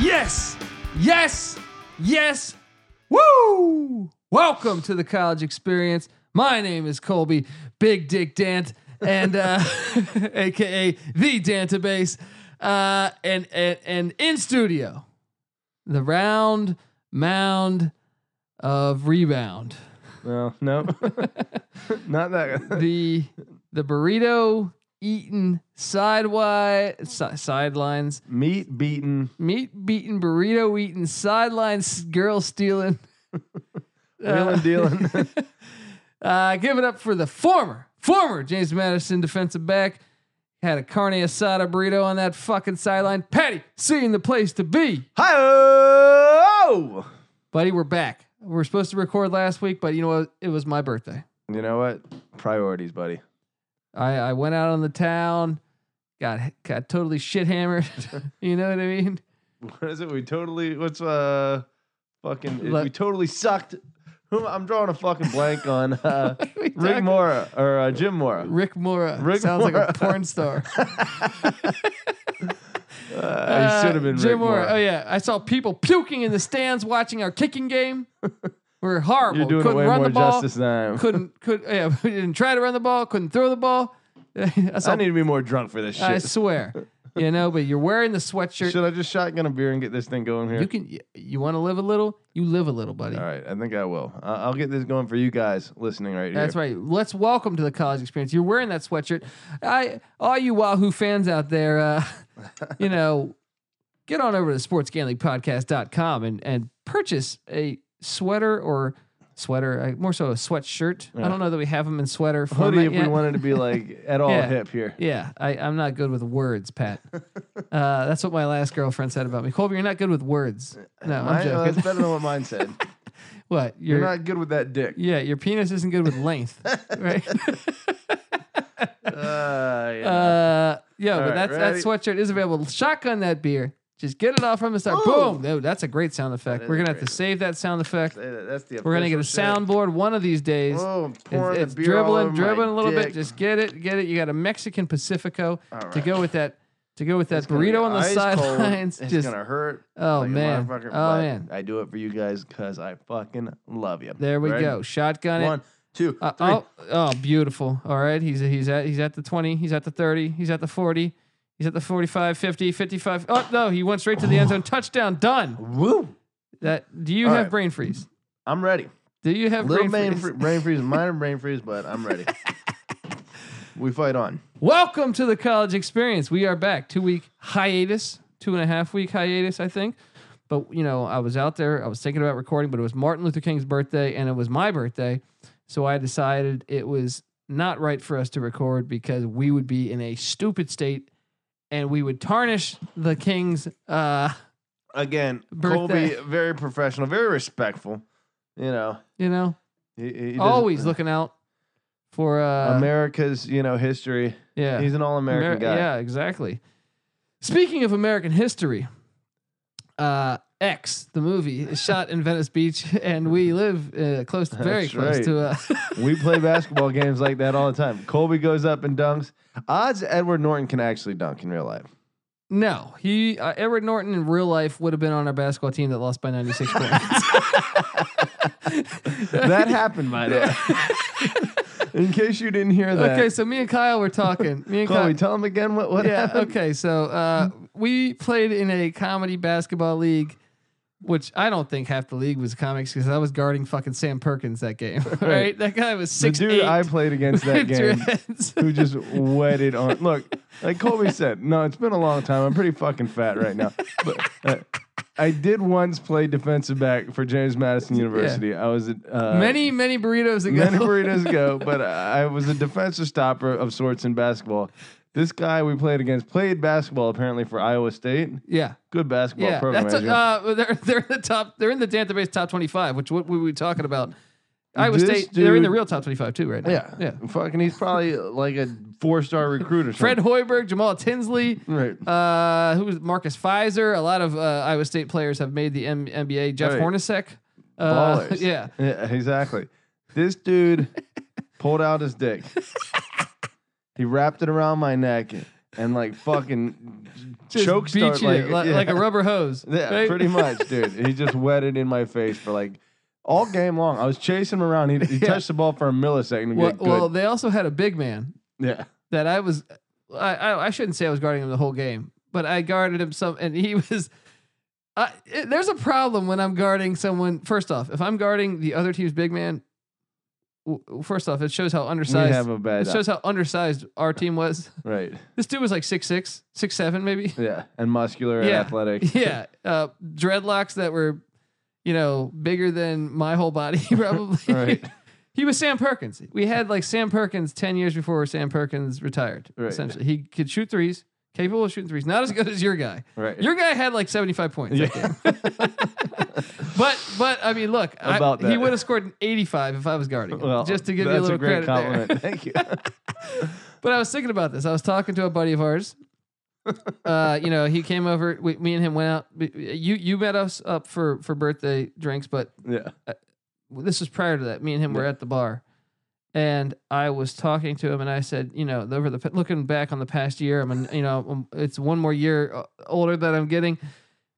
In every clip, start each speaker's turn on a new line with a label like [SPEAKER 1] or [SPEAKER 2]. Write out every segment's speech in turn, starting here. [SPEAKER 1] Yes, yes, yes. Woo! Welcome to the college experience. My name is Colby Big Dick Dant, and uh, aka the Dantabase, uh, and, and and in studio, the round mound of rebound,
[SPEAKER 2] No, no, not that.
[SPEAKER 1] the the burrito eaten sidewise si- sidelines
[SPEAKER 2] Meat beaten.
[SPEAKER 1] meat beating, burrito eating, sidelines girl stealing.
[SPEAKER 2] Wheeling, dealing.
[SPEAKER 1] Uh, give it up for the former, former James Madison defensive back. Had a carne asada burrito on that fucking sideline. Patty, seeing the place to be.
[SPEAKER 2] Hi-oh!
[SPEAKER 1] Buddy, we're back. We were supposed to record last week, but you know what? It was my birthday.
[SPEAKER 2] You know what? Priorities, buddy.
[SPEAKER 1] I, I went out on the town, got got totally shit hammered. you know what I mean?
[SPEAKER 2] What is it? We totally. What's uh, fucking.
[SPEAKER 1] Let-
[SPEAKER 2] we totally sucked. Who- I'm drawing a fucking blank on uh,
[SPEAKER 1] We
[SPEAKER 2] Rick
[SPEAKER 1] talked-
[SPEAKER 2] Mora or uh, Jim Mora.
[SPEAKER 1] Rick Mora.
[SPEAKER 2] Rick
[SPEAKER 1] Sounds like a
[SPEAKER 2] Mora.
[SPEAKER 1] porn star.
[SPEAKER 2] Uh, he should have been
[SPEAKER 1] Jim
[SPEAKER 2] Rick Mora.
[SPEAKER 1] Oh yeah, I saw people puking in the stands watching our kicking game. We're horrible.
[SPEAKER 2] You're doing it
[SPEAKER 1] couldn't
[SPEAKER 2] way
[SPEAKER 1] run
[SPEAKER 2] more
[SPEAKER 1] the ball.
[SPEAKER 2] justice than I am.
[SPEAKER 1] Couldn't could yeah. We didn't try to run the ball. Couldn't throw the ball. I, saw,
[SPEAKER 2] I
[SPEAKER 1] I,
[SPEAKER 2] need to be more drunk for this shit.
[SPEAKER 1] swear, you know. But you're wearing the sweatshirt.
[SPEAKER 2] should I just shotgun a beer and get this thing going here?
[SPEAKER 1] You can. You, want to live a little? You live a little, buddy.
[SPEAKER 2] All right, I think I will. I- I'll get this going for you guys listening right
[SPEAKER 1] That's
[SPEAKER 2] here.
[SPEAKER 1] right. Let's welcome to the college experience. You're wearing that sweatshirt. I, all you Wahoo fans out there, uh, you know, get on over to sportsgamblingpodcast.com and and purchase a sweater or sweater, uh, more so a sweatshirt. I don't know that we have them in sweater format
[SPEAKER 2] hoodie if we
[SPEAKER 1] yet.
[SPEAKER 2] wanted to be like at all
[SPEAKER 1] Yeah.
[SPEAKER 2] hip here.
[SPEAKER 1] Yeah, I, I'm not good with words, Pat. uh, that's what my last girlfriend said about me. Colby, you're not good with words. No, I'm
[SPEAKER 2] Mine, oh, that's
[SPEAKER 1] joking.
[SPEAKER 2] better than what mine said.
[SPEAKER 1] what? You're,
[SPEAKER 2] You're not good with that dick.
[SPEAKER 1] yeah, your penis isn't good with length, right?
[SPEAKER 2] Uh, yeah.
[SPEAKER 1] Uh, yeah, but
[SPEAKER 2] right,
[SPEAKER 1] that's that sweatshirt is available. Shotgun that beer. Just get it off from the start.
[SPEAKER 2] Ooh.
[SPEAKER 1] Boom. No, that's a great sound effect.
[SPEAKER 2] is
[SPEAKER 1] We're
[SPEAKER 2] a
[SPEAKER 1] gonna have
[SPEAKER 2] great
[SPEAKER 1] to save that sound effect.
[SPEAKER 2] Say that- that's the
[SPEAKER 1] We're gonna get a
[SPEAKER 2] official shit.
[SPEAKER 1] soundboard one of these days.
[SPEAKER 2] Oh, I'm
[SPEAKER 1] It's,
[SPEAKER 2] pouring
[SPEAKER 1] it's
[SPEAKER 2] the beer all
[SPEAKER 1] dribbling,
[SPEAKER 2] over
[SPEAKER 1] dribbling a
[SPEAKER 2] my
[SPEAKER 1] little bit.
[SPEAKER 2] dick.
[SPEAKER 1] Just get it, get it. You got a Mexican Pacifico
[SPEAKER 2] All
[SPEAKER 1] to
[SPEAKER 2] right.
[SPEAKER 1] go with that. To go with that
[SPEAKER 2] It's gonna be
[SPEAKER 1] burrito on the
[SPEAKER 2] ice cold.
[SPEAKER 1] sidelines.
[SPEAKER 2] It's
[SPEAKER 1] Just
[SPEAKER 2] gonna hurt.
[SPEAKER 1] oh
[SPEAKER 2] like a
[SPEAKER 1] man,
[SPEAKER 2] motherfucker,
[SPEAKER 1] oh
[SPEAKER 2] but
[SPEAKER 1] man.
[SPEAKER 2] I do it for you guys because I fucking love you.
[SPEAKER 1] There we
[SPEAKER 2] Ready?
[SPEAKER 1] go. Shotgun it.
[SPEAKER 2] One, two,
[SPEAKER 1] Uh,
[SPEAKER 2] three.
[SPEAKER 1] oh, oh, beautiful. All right. He's he's at he's at the 20, he's at the 30, he's at the 40, he's at the 45, 50, 55. Oh, no, he went straight to the end zone. Touchdown. Done.
[SPEAKER 2] Woo!
[SPEAKER 1] That do you
[SPEAKER 2] All
[SPEAKER 1] have
[SPEAKER 2] right.
[SPEAKER 1] brain freeze?
[SPEAKER 2] I'm ready.
[SPEAKER 1] Do you have
[SPEAKER 2] Little
[SPEAKER 1] brain
[SPEAKER 2] brain,
[SPEAKER 1] freeze?
[SPEAKER 2] fr- brain freeze, minor brain freeze, but I'm ready. we fight on.
[SPEAKER 1] Welcome to the college experience. We are back. Two week hiatus, two and a half week hiatus, I think. But you know, I was out there, I was thinking about recording, but it was Martin Luther King's birthday and it was my birthday. So I decided it was not right for us to record because we would be in a stupid state and we would tarnish the king's uh
[SPEAKER 2] Again,
[SPEAKER 1] Birthday.
[SPEAKER 2] Colby, very professional, very respectful. You know,
[SPEAKER 1] you know,
[SPEAKER 2] he, he doesn't-
[SPEAKER 1] always looking out for uh
[SPEAKER 2] America's, you know, history.
[SPEAKER 1] yeah.
[SPEAKER 2] He's an all American
[SPEAKER 1] Ameri-
[SPEAKER 2] guy.
[SPEAKER 1] Yeah, exactly. Speaking of American history, uh, X, the movie, is shot in Venice Beach, and we live uh, close, to, very
[SPEAKER 2] That's
[SPEAKER 1] close
[SPEAKER 2] right.
[SPEAKER 1] to. Uh,
[SPEAKER 2] We play basketball games like that all the time. Colby goes up and dunks. Odds Edward Norton can actually dunk in real life.
[SPEAKER 1] no, he uh, Edward Norton in real life would have been on our basketball team that lost by ninety six points.
[SPEAKER 2] That happened, by the way. in case you didn't hear that.
[SPEAKER 1] okay, so me and Kyle were talking. Me and
[SPEAKER 2] Colby,
[SPEAKER 1] Kyle.
[SPEAKER 2] tell him again what, what
[SPEAKER 1] yeah.
[SPEAKER 2] happened.
[SPEAKER 1] Okay. So uh, we played in a comedy basketball league which I don't think half the league was comics because I was guarding fucking Sam Perkins that game. Right,
[SPEAKER 3] Right.
[SPEAKER 1] that guy was
[SPEAKER 2] The
[SPEAKER 1] six
[SPEAKER 2] dude I played against that game who just wedded on. Look, like Colby said, no, it's been a long time. I'm pretty fucking fat right now. But uh, I did once play defensive back for James Madison University. I was at, uh,
[SPEAKER 3] many many burritos ago.
[SPEAKER 2] many burritos ago, but I was a defensive stopper of sorts in basketball. This guy we played against played basketball apparently for Iowa State.
[SPEAKER 1] yeah,
[SPEAKER 2] Good basketball
[SPEAKER 1] yeah.
[SPEAKER 2] program.
[SPEAKER 1] That's a,
[SPEAKER 2] Adrian.
[SPEAKER 1] uh, they're they're in the top. They're in the database top twenty five. Which what were we talking about? Iowa
[SPEAKER 2] This
[SPEAKER 1] State. they're in the
[SPEAKER 2] dude-
[SPEAKER 1] real top twenty five too right now.
[SPEAKER 2] yeah,
[SPEAKER 1] yeah.
[SPEAKER 2] Fucking, he's probably uh, like a four-star recruit or
[SPEAKER 1] Fred
[SPEAKER 2] something.
[SPEAKER 1] Hoiberg, Jamal Tinsley.
[SPEAKER 2] Right.
[SPEAKER 1] Uh, who was Marcus Pfizer? A lot of uh, Iowa State players have made the M- NBA. Jeff
[SPEAKER 2] Right.
[SPEAKER 1] Hornacek. Uh,
[SPEAKER 2] Ballers.
[SPEAKER 1] yeah.
[SPEAKER 2] Yeah, exactly. This dude pulled out his dick. he wrapped it around my neck and like fucking
[SPEAKER 1] Just
[SPEAKER 2] choke
[SPEAKER 1] beat
[SPEAKER 2] start
[SPEAKER 1] you
[SPEAKER 2] like,
[SPEAKER 1] like, like,
[SPEAKER 2] yeah.
[SPEAKER 1] a rubber hose.
[SPEAKER 2] Yeah,
[SPEAKER 1] right?
[SPEAKER 2] pretty much, dude. He just wetted in my face for like all game long. I was chasing him around. He, he
[SPEAKER 1] Yeah.
[SPEAKER 2] touched the ball for a millisecond and
[SPEAKER 1] Well,
[SPEAKER 2] get good.
[SPEAKER 1] well, they also had a big man
[SPEAKER 2] yeah.
[SPEAKER 1] that I was. I, I I shouldn't say I was guarding him the whole game, but I guarded him some, and he was. I, it, there's a problem when I'm guarding someone. First off, if I'm guarding the other team's big man, w- w- first off, it shows how
[SPEAKER 2] we
[SPEAKER 1] undersized.
[SPEAKER 2] have a bad
[SPEAKER 1] It shows how undersized our team was.
[SPEAKER 2] right.
[SPEAKER 1] This dude was like six six, six seven, maybe.
[SPEAKER 2] Yeah. And muscular
[SPEAKER 1] Yeah.
[SPEAKER 2] and athletic.
[SPEAKER 1] Yeah, uh, dreadlocks that were, you know, bigger than my whole body probably.
[SPEAKER 2] Right.
[SPEAKER 1] He was Sam Perkins. We had like Sam Perkins 10 years before Sam Perkins retired.
[SPEAKER 2] Right.
[SPEAKER 1] Essentially, he could shoot threes, capable of shooting threes. Not as good as your guy.
[SPEAKER 2] Right.
[SPEAKER 1] Your guy had like 75 points. that
[SPEAKER 2] Yeah.
[SPEAKER 1] game. but but I mean, look, I-
[SPEAKER 2] About
[SPEAKER 1] he
[SPEAKER 2] that.
[SPEAKER 1] would have scored 85 if I was guarding him.
[SPEAKER 2] well,
[SPEAKER 1] just to give
[SPEAKER 2] that's
[SPEAKER 1] you a little
[SPEAKER 2] a great
[SPEAKER 1] credit there.
[SPEAKER 2] compliment. Thank you.
[SPEAKER 1] But I was thinking about this. I was talking to a buddy of ours. uh, you know, he came over. We, me and him went out. We- You you met us up for for birthday drinks, but
[SPEAKER 2] Yeah.
[SPEAKER 1] this was prior to that. Me and him were at the bar, and I was talking to him, and I said, you know, over the looking back on the past year, I'm, an- you know, i it's one more year uh, older that I'm getting,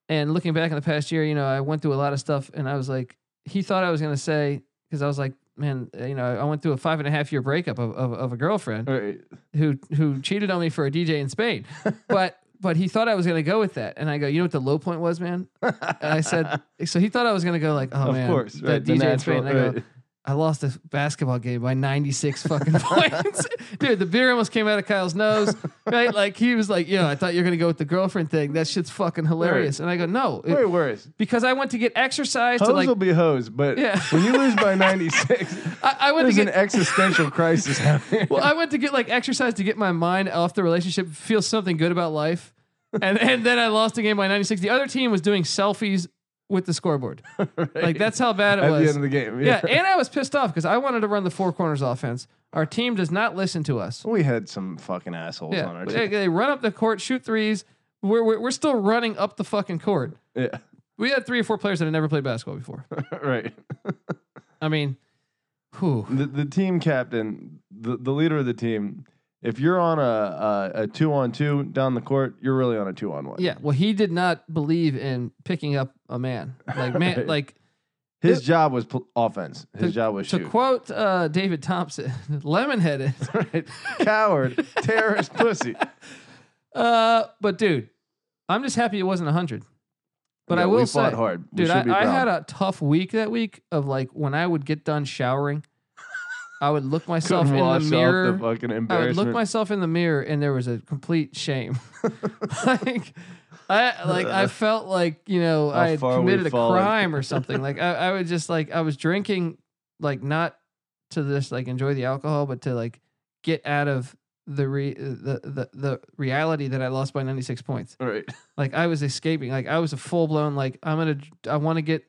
[SPEAKER 1] and looking back on the past year, you know, I went through a lot of stuff, and I was like, he thought I was gonna say because I was like, man, uh, you know, I went through a five and a half year breakup of of, of a girlfriend
[SPEAKER 2] Right.
[SPEAKER 1] who who cheated on me for a DJ in Spain. But but he thought I was gonna go with that, and I go, you know what the low point was, man? And I said, so he thought I was gonna go like, oh
[SPEAKER 2] of
[SPEAKER 1] man,
[SPEAKER 2] course.
[SPEAKER 1] that
[SPEAKER 2] Right.
[SPEAKER 1] DJ
[SPEAKER 2] The
[SPEAKER 1] in
[SPEAKER 2] natural-
[SPEAKER 1] Spain. And I go,
[SPEAKER 2] right.
[SPEAKER 1] I lost a basketball game by 96 fucking points. Dude, the beer almost came out of Kyle's nose, right? Like he was like, yo, I thought you were going to go with the girlfriend thing. That shit's fucking hilarious. And I go, no, it-
[SPEAKER 2] Way worse.
[SPEAKER 1] because I went to get exercise
[SPEAKER 2] Hoes
[SPEAKER 1] to like,
[SPEAKER 2] will be hoes, but
[SPEAKER 1] Yeah.
[SPEAKER 2] when you lose by 96,
[SPEAKER 1] I, I went to
[SPEAKER 2] there's
[SPEAKER 1] get,
[SPEAKER 2] an existential crisis happening.
[SPEAKER 1] well, I went to get like exercise to get my mind off the relationship, feel something good about life. And, and then I lost a game by 96. The other team was doing selfies with the scoreboard. Like that's how bad it
[SPEAKER 2] At
[SPEAKER 1] was.
[SPEAKER 2] the end of the game.
[SPEAKER 1] yeah, and I was pissed off because I wanted to run the four corners offense. Our team does not listen to us.
[SPEAKER 2] we had some fucking assholes on our
[SPEAKER 1] They,
[SPEAKER 2] team.
[SPEAKER 1] they run up the court, shoot threes. We're, we're, we're still running up the fucking court.
[SPEAKER 2] Yeah.
[SPEAKER 1] We had three or four players that had never played basketball before.
[SPEAKER 2] right.
[SPEAKER 1] I mean, whew.
[SPEAKER 2] the, the team captain, the, the leader of the team, if you're on a, a, a two on two down the court, you're really on a two on one.
[SPEAKER 1] Yeah, well, he did not believe in picking up a man. Like, man, like
[SPEAKER 2] His job was pl- offense.
[SPEAKER 1] To-
[SPEAKER 2] His job was
[SPEAKER 1] to
[SPEAKER 2] shoot.
[SPEAKER 1] quote uh, David Thompson, lemon headed.
[SPEAKER 2] right. Coward, terrorist, pussy.
[SPEAKER 1] Uh, but dude, I'm just happy it wasn't 100. But I
[SPEAKER 2] Yeah,
[SPEAKER 1] will
[SPEAKER 2] we
[SPEAKER 1] say,
[SPEAKER 2] fought hard. We
[SPEAKER 1] Dude,
[SPEAKER 2] should
[SPEAKER 1] I,
[SPEAKER 2] be
[SPEAKER 1] I
[SPEAKER 2] proud.
[SPEAKER 1] had a tough week that week of like when I would get done showering, I would look myself
[SPEAKER 2] Couldn't
[SPEAKER 1] in
[SPEAKER 2] wash
[SPEAKER 1] the
[SPEAKER 2] off
[SPEAKER 1] mirror.
[SPEAKER 2] the fucking
[SPEAKER 1] I would
[SPEAKER 2] embarrassment.
[SPEAKER 1] look myself in the mirror and there was a complete shame. like I like I felt like, you know,
[SPEAKER 2] How
[SPEAKER 1] I had
[SPEAKER 2] far we've
[SPEAKER 1] committed a
[SPEAKER 2] fallen.
[SPEAKER 1] crime or something. Like I, I would just like I was drinking like not to this like enjoy the alcohol, but to like get out of the re the the, the reality that I lost by ninety six points.
[SPEAKER 2] right.
[SPEAKER 1] Like I was escaping. Like I was a full blown like I'm gonna I want to get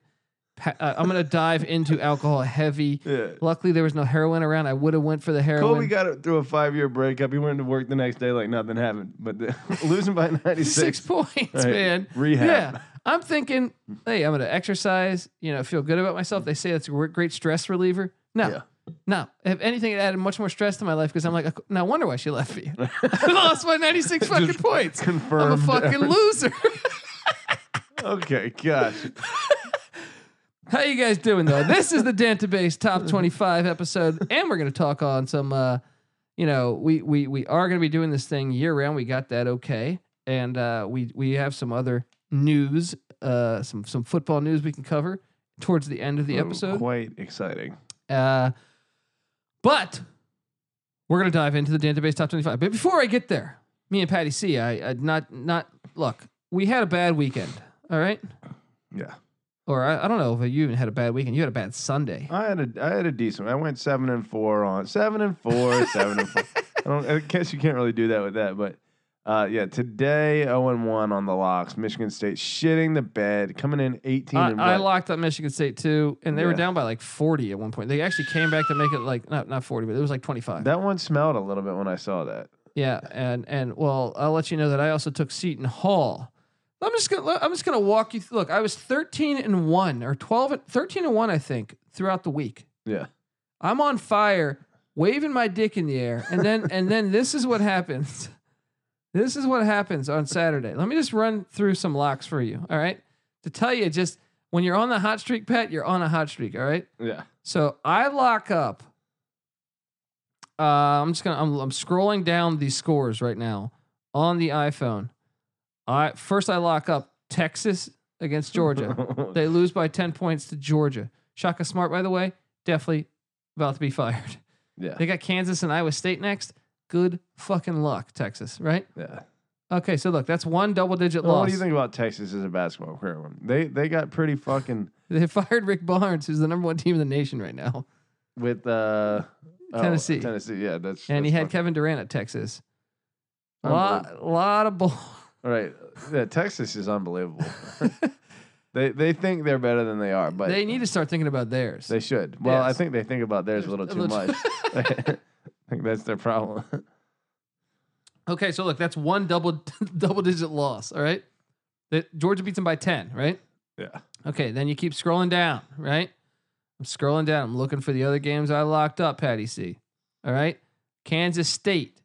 [SPEAKER 1] pa- uh, I'm gonna dive into alcohol heavy.
[SPEAKER 2] Yeah.
[SPEAKER 1] Luckily there was no heroin around. I would have went for the heroin.
[SPEAKER 2] Kobe got it through a five year breakup. He went to work the next day like nothing happened, but the, losing by 96.
[SPEAKER 1] six points,
[SPEAKER 2] Right.
[SPEAKER 1] man.
[SPEAKER 2] Rehab.
[SPEAKER 1] Yeah. I'm thinking, hey, I'm going to exercise, you know, feel good about myself. They say that's a gr- great stress reliever. No,
[SPEAKER 2] Yeah.
[SPEAKER 1] no. If anything, it added much more stress to my life because I'm like, no wonder why she left me. I lost my 96 fucking
[SPEAKER 2] Just
[SPEAKER 1] points. I'm a
[SPEAKER 2] Confirmed.
[SPEAKER 1] fucking loser.
[SPEAKER 2] okay, gosh.
[SPEAKER 1] How you guys doing though? This is the Dantabase Top 25 episode, and we're going to talk on some. uh You know, we we we are going to be doing this thing year round. We got that okay, and uh, we we have some other news uh, some some football news we can cover towards the end of the
[SPEAKER 2] Oh,
[SPEAKER 1] episode.
[SPEAKER 2] Quite exciting.
[SPEAKER 1] Uh, but we're gonna dive into the database top twenty-five. But before I get there, me and Patty C, I, I not not look. We had a bad weekend. All right,
[SPEAKER 2] Yeah.
[SPEAKER 1] or I, I don't know if you even had a bad weekend. You had a bad Sunday.
[SPEAKER 2] I had a I had a decent. I went seven and four on seven and four, seven and four. I don't. I guess you can't really do that with that, but uh, yeah. Today, zero and one on the locks. Michigan State shitting the bed, coming in eighteen
[SPEAKER 1] I,
[SPEAKER 2] and
[SPEAKER 1] I
[SPEAKER 2] one.
[SPEAKER 1] locked up Michigan State too, and they were
[SPEAKER 2] Yeah.
[SPEAKER 1] down by like forty at one point. They actually came back to make it like not not forty, but it was like twenty-five.
[SPEAKER 2] that one smelled a little bit when I saw that.
[SPEAKER 1] Yeah, and and well, I'll let you know that I also took Seton Hall. I'm just gonna I'm just gonna walk you. Through. Look, I was 13 and one or 12, and- 13 and one, I think, throughout the week.
[SPEAKER 2] Yeah.
[SPEAKER 1] I'm on fire, waving my dick in the air, and then and then this is what happens. This is what happens on Saturday. Let me just run through some locks for you. All right, to tell you just when you're on the hot streak, Pat, you're on a hot streak. All right.
[SPEAKER 2] Yeah.
[SPEAKER 1] So I lock up. Uh, I'm just gonna. I'm, I'm scrolling down these scores right now on the iPhone. I first I lock up Texas against Georgia. they lose by ten points to Georgia. Shaka Smart, by the way, definitely about to be fired.
[SPEAKER 2] yeah.
[SPEAKER 1] They got Kansas and Iowa State next. Good fucking luck, Texas. Right?
[SPEAKER 2] Yeah.
[SPEAKER 1] Okay, so look, that's one double-digit
[SPEAKER 2] Well,
[SPEAKER 1] loss.
[SPEAKER 2] Oh, what do you think about Texas as a basketball program? They they got pretty fucking
[SPEAKER 1] They fired Rick Barnes, who's the number one team in the nation right now.
[SPEAKER 2] with uh oh,
[SPEAKER 1] Tennessee.
[SPEAKER 2] Tennessee, yeah, that's
[SPEAKER 1] and he
[SPEAKER 2] that's
[SPEAKER 1] had
[SPEAKER 2] fucking-
[SPEAKER 1] Kevin Durant at Texas. A lot,
[SPEAKER 2] Unbelievable.
[SPEAKER 1] lot of ball.
[SPEAKER 2] all right. Yeah, Texas is unbelievable. they they think they're better than they are, but
[SPEAKER 1] they need to start thinking about theirs.
[SPEAKER 2] They should. Well, I
[SPEAKER 1] Yes.
[SPEAKER 2] think they think about theirs a little
[SPEAKER 1] A
[SPEAKER 2] too
[SPEAKER 1] little-
[SPEAKER 2] much. I think that's their problem.
[SPEAKER 1] okay, so look, that's one double double digit loss. All right, that Georgia beats them by ten. Right.
[SPEAKER 2] Yeah.
[SPEAKER 1] Okay, then you keep scrolling down. Right. I'm scrolling down. I'm looking for the other games I locked up. Patty C. All right. Kansas State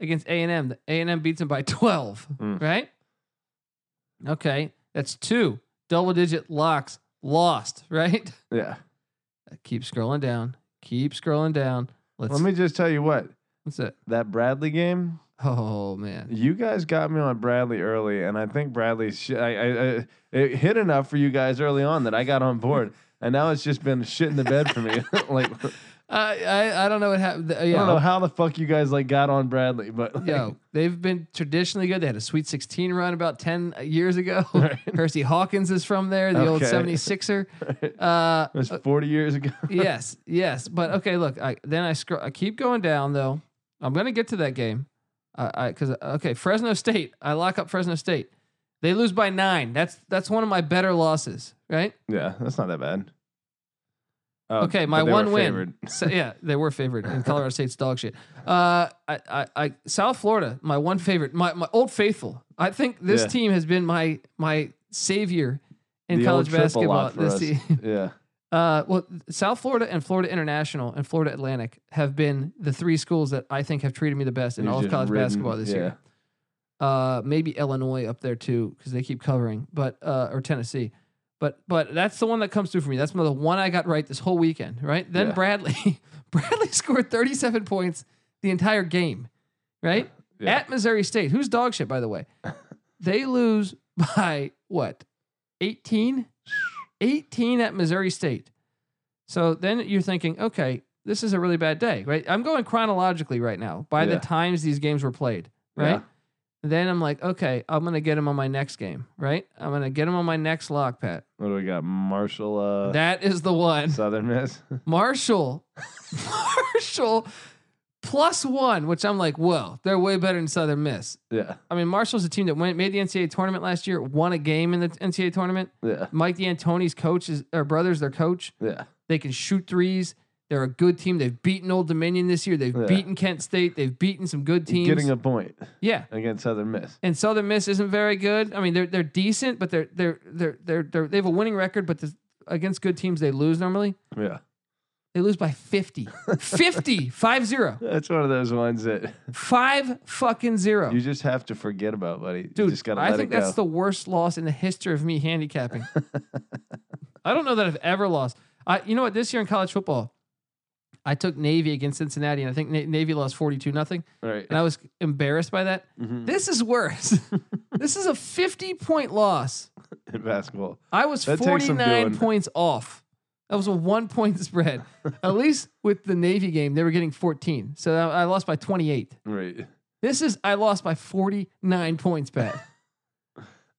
[SPEAKER 1] against A and M. The A and M beats them by twelve.
[SPEAKER 2] Mm.
[SPEAKER 1] Right. Okay, that's two double digit locks lost. Right.
[SPEAKER 2] Yeah.
[SPEAKER 1] Keep scrolling down. Keep scrolling down. Let's.
[SPEAKER 2] Let me just tell you what
[SPEAKER 1] what's it?
[SPEAKER 2] that Bradley game.
[SPEAKER 1] Oh man.
[SPEAKER 2] You guys got me on Bradley early, and I think Bradley. Sh- I, I, I it hit enough for you guys early on that I got on board, and now it's just been shit in the bed for me. like
[SPEAKER 1] I I, I don't know what happened. Uh,
[SPEAKER 2] I don't know
[SPEAKER 1] Yeah.
[SPEAKER 2] how the fuck you guys like got on Bradley, but like,
[SPEAKER 1] Yo, they've been traditionally good. They had a Sweet 16 run about 10 years ago.
[SPEAKER 2] Right.
[SPEAKER 1] Percy Hawkins is from there, the old
[SPEAKER 2] Okay.
[SPEAKER 1] 76er. Uh,
[SPEAKER 2] it was forty years ago.
[SPEAKER 1] yes, yes. But okay, look, I, then I scroll, I keep going down though. I'm going to get to that game. I, I, cause okay, Fresno State, I lock up Fresno State. They lose by nine. That's, that's one of my better losses, right?
[SPEAKER 2] yeah, that's not that bad. Uh,
[SPEAKER 1] Okay,
[SPEAKER 2] but
[SPEAKER 1] my
[SPEAKER 2] they were
[SPEAKER 1] one
[SPEAKER 2] favored.
[SPEAKER 1] win. So, yeah, they were favored in Colorado State's dog shit. Uh, I, I, I, South Florida, my one favorite, my, my old faithful. I think this
[SPEAKER 2] Yeah.
[SPEAKER 1] team has been my my savior in
[SPEAKER 2] The old
[SPEAKER 1] college
[SPEAKER 2] triple
[SPEAKER 1] basketball.
[SPEAKER 2] lock for
[SPEAKER 1] This
[SPEAKER 2] us.
[SPEAKER 1] team,
[SPEAKER 2] Yeah.
[SPEAKER 1] uh, well, South Florida and Florida International and Florida Atlantic have been the three schools that I think have treated me the best in
[SPEAKER 2] You've
[SPEAKER 1] all of
[SPEAKER 2] just
[SPEAKER 1] college
[SPEAKER 2] ridden-
[SPEAKER 1] basketball this
[SPEAKER 2] yeah.
[SPEAKER 1] year. Uh, maybe Illinois up there too because they keep covering, but uh, or Tennessee. But but that's the one that comes through for me. That's the one I got right this whole weekend. Right then,
[SPEAKER 2] Yeah.
[SPEAKER 1] Bradley Bradley scored thirty seven points the entire game. Right
[SPEAKER 2] Yeah.
[SPEAKER 1] at Missouri State, who's dog shit by the way. they lose by what 18 18 at missouri state so then you're thinking okay this is a really bad day right i'm going chronologically right now by the
[SPEAKER 2] Yeah.
[SPEAKER 1] times these games were played right
[SPEAKER 2] Yeah.
[SPEAKER 1] then i'm like okay i'm gonna get him on my next game right i'm gonna get him on my next lock pat
[SPEAKER 2] What do we got? Marshall, uh,
[SPEAKER 1] that is the one
[SPEAKER 2] Southern Miss.
[SPEAKER 1] marshall marshall plus one which i'm like whoa they're way better than southern miss
[SPEAKER 2] yeah,
[SPEAKER 1] i mean marshall's a team that went, made the ncaa tournament last year won a game in the ncaa tournament
[SPEAKER 2] yeah,
[SPEAKER 1] Mike D'Antoni's coach is or brother's their coach.
[SPEAKER 2] yeah.
[SPEAKER 1] They can shoot threes. They're a good team. They've beaten Old Dominion this year. They've
[SPEAKER 2] Yeah.
[SPEAKER 1] beaten Kent State. They've beaten some good teams.
[SPEAKER 2] Getting a point
[SPEAKER 1] yeah.
[SPEAKER 2] against Southern Miss.
[SPEAKER 1] And Southern Miss isn't very good. I mean, they're they're decent, but they're they're they're they're, they're they have a winning record, but this, against good teams they lose normally.
[SPEAKER 2] Yeah,
[SPEAKER 1] They lose by 50. 50, 5 0.
[SPEAKER 2] that's one of those ones that
[SPEAKER 1] 5 fucking 0.
[SPEAKER 2] you just have to forget about, buddy. you
[SPEAKER 1] Dude,
[SPEAKER 2] just gotta
[SPEAKER 1] I
[SPEAKER 2] let
[SPEAKER 1] think
[SPEAKER 2] it go.
[SPEAKER 1] that's the worst loss in the history of me handicapping. I don't know that I've ever lost. I, you know what? This year in college football, I took Navy against Cincinnati, and I think Na- Navy lost forty-two nothing,
[SPEAKER 2] Right.
[SPEAKER 1] and I was embarrassed by that.
[SPEAKER 2] Mhm.
[SPEAKER 1] This is worse. this is a fifty-point loss.
[SPEAKER 2] In basketball.
[SPEAKER 1] I was
[SPEAKER 2] That takes some
[SPEAKER 1] forty-nine
[SPEAKER 2] doing.
[SPEAKER 1] points off. That was a one-point spread. At least with the Navy game, they were getting fourteen, so I I lost by twenty-eight.
[SPEAKER 2] Right.
[SPEAKER 1] This is I lost by forty-nine points, Pat.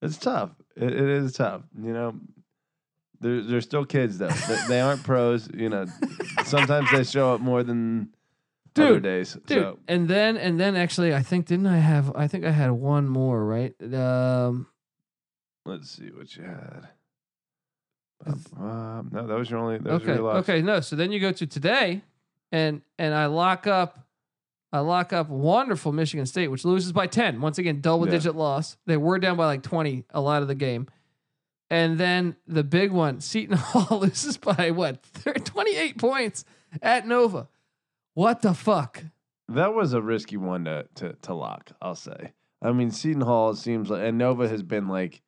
[SPEAKER 2] It's tough. It, it is tough. You know, they're, they're still kids, though. they, they aren't pros. You know, sometimes they show up more than other
[SPEAKER 1] Dude,
[SPEAKER 2] days.
[SPEAKER 1] dude.
[SPEAKER 2] So,
[SPEAKER 1] And then and then actually, I think didn't I have? I think I had one more, right? Um,
[SPEAKER 2] let's see what you had. Bum, bum. no, that was your only. That was
[SPEAKER 1] okay,
[SPEAKER 2] your loss.
[SPEAKER 1] okay, no. So then you go to today, and and I lock up, I lock up wonderful Michigan State, which loses by ten once again, double
[SPEAKER 2] Yeah.
[SPEAKER 1] digit loss. They were down by like twenty a lot of the game. And then the big one, Seton Hall loses by what, 28 points at Nova. What the fuck?
[SPEAKER 2] That was a risky one to, to to lock. I'll say. I mean, Seton Hall seems like, and Nova has been like,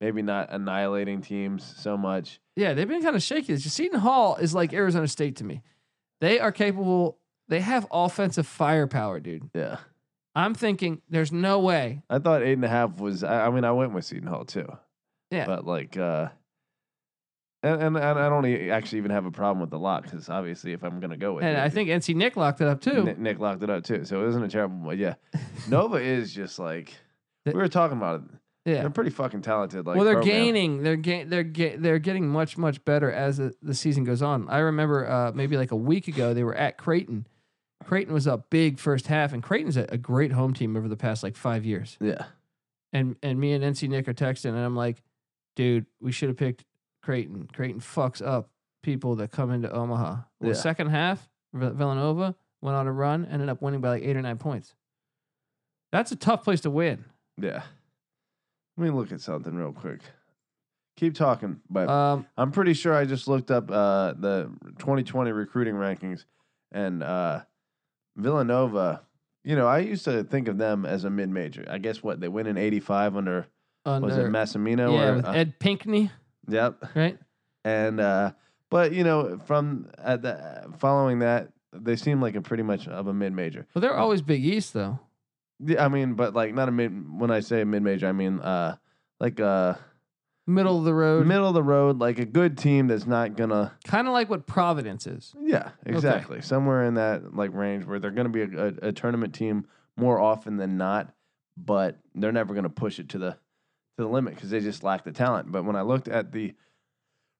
[SPEAKER 2] maybe not annihilating teams so much.
[SPEAKER 1] Yeah, they've been kind of shaky. It's just Seton Hall is like Arizona State to me. They are capable. They have offensive firepower, dude.
[SPEAKER 2] Yeah,
[SPEAKER 1] I'm thinking there's no way.
[SPEAKER 2] I thought eight and a half was. I, I mean, I went with Seton Hall too.
[SPEAKER 1] Yeah.
[SPEAKER 2] but like, uh, and and, and I don't e- actually even have a problem with the lock because obviously, if I'm gonna go with
[SPEAKER 1] And
[SPEAKER 2] it,
[SPEAKER 1] I think NC Nick locked it up too.
[SPEAKER 2] Nick, Nick locked it up too, so it wasn't a terrible one. Yeah, Nova is just like we
[SPEAKER 1] Th-
[SPEAKER 2] were talking about it.
[SPEAKER 1] yeah.
[SPEAKER 2] They're pretty fucking talented. Like,
[SPEAKER 1] well, they're
[SPEAKER 2] program.
[SPEAKER 1] gaining. They're ga- they're ga- they're getting much much better as the, the season goes on. I remember uh, maybe like a week ago they were at Creighton. Creighton was up big first half, and Creighton's a, a great home team over the past like five years.
[SPEAKER 2] Yeah,
[SPEAKER 1] and and me and NC Nick are texting, and I'm like, dude, we should have picked Creighton. Creighton fucks up people that come into Omaha. Well, the
[SPEAKER 2] Yeah.
[SPEAKER 1] second half, Vill- Villanova went on a run, ended up winning by like eight or nine points. That's a tough place to win.
[SPEAKER 2] yeah. Let me look at something real quick. Keep talking, but
[SPEAKER 1] Um,
[SPEAKER 2] I'm pretty sure I just looked up uh, the 2020 recruiting rankings, and uh, Villanova. You know, I used to think of them as a mid major. I guess what they went in '85 under
[SPEAKER 1] under,
[SPEAKER 2] was it Massimino?
[SPEAKER 1] yeah,
[SPEAKER 2] or,
[SPEAKER 1] with
[SPEAKER 2] uh,
[SPEAKER 1] Ed Pinkney,
[SPEAKER 2] yep.
[SPEAKER 1] right?
[SPEAKER 2] And uh, but you know, from at the, following that, they seem like a pretty much of a mid major.
[SPEAKER 1] Well, they're always Big East though.
[SPEAKER 2] Yeah, I mean, but like not a mid. When I say mid major, I mean uh, like a
[SPEAKER 1] Middle of the road,
[SPEAKER 2] middle of the road, like a good team that's not gonna.
[SPEAKER 1] kind of like what Providence is.
[SPEAKER 2] Yeah, exactly. Somewhere in that like range where they're going to be a, a, a tournament team more often than not, but they're never going to push it to the to the limit because they just lack the talent. But when I looked at the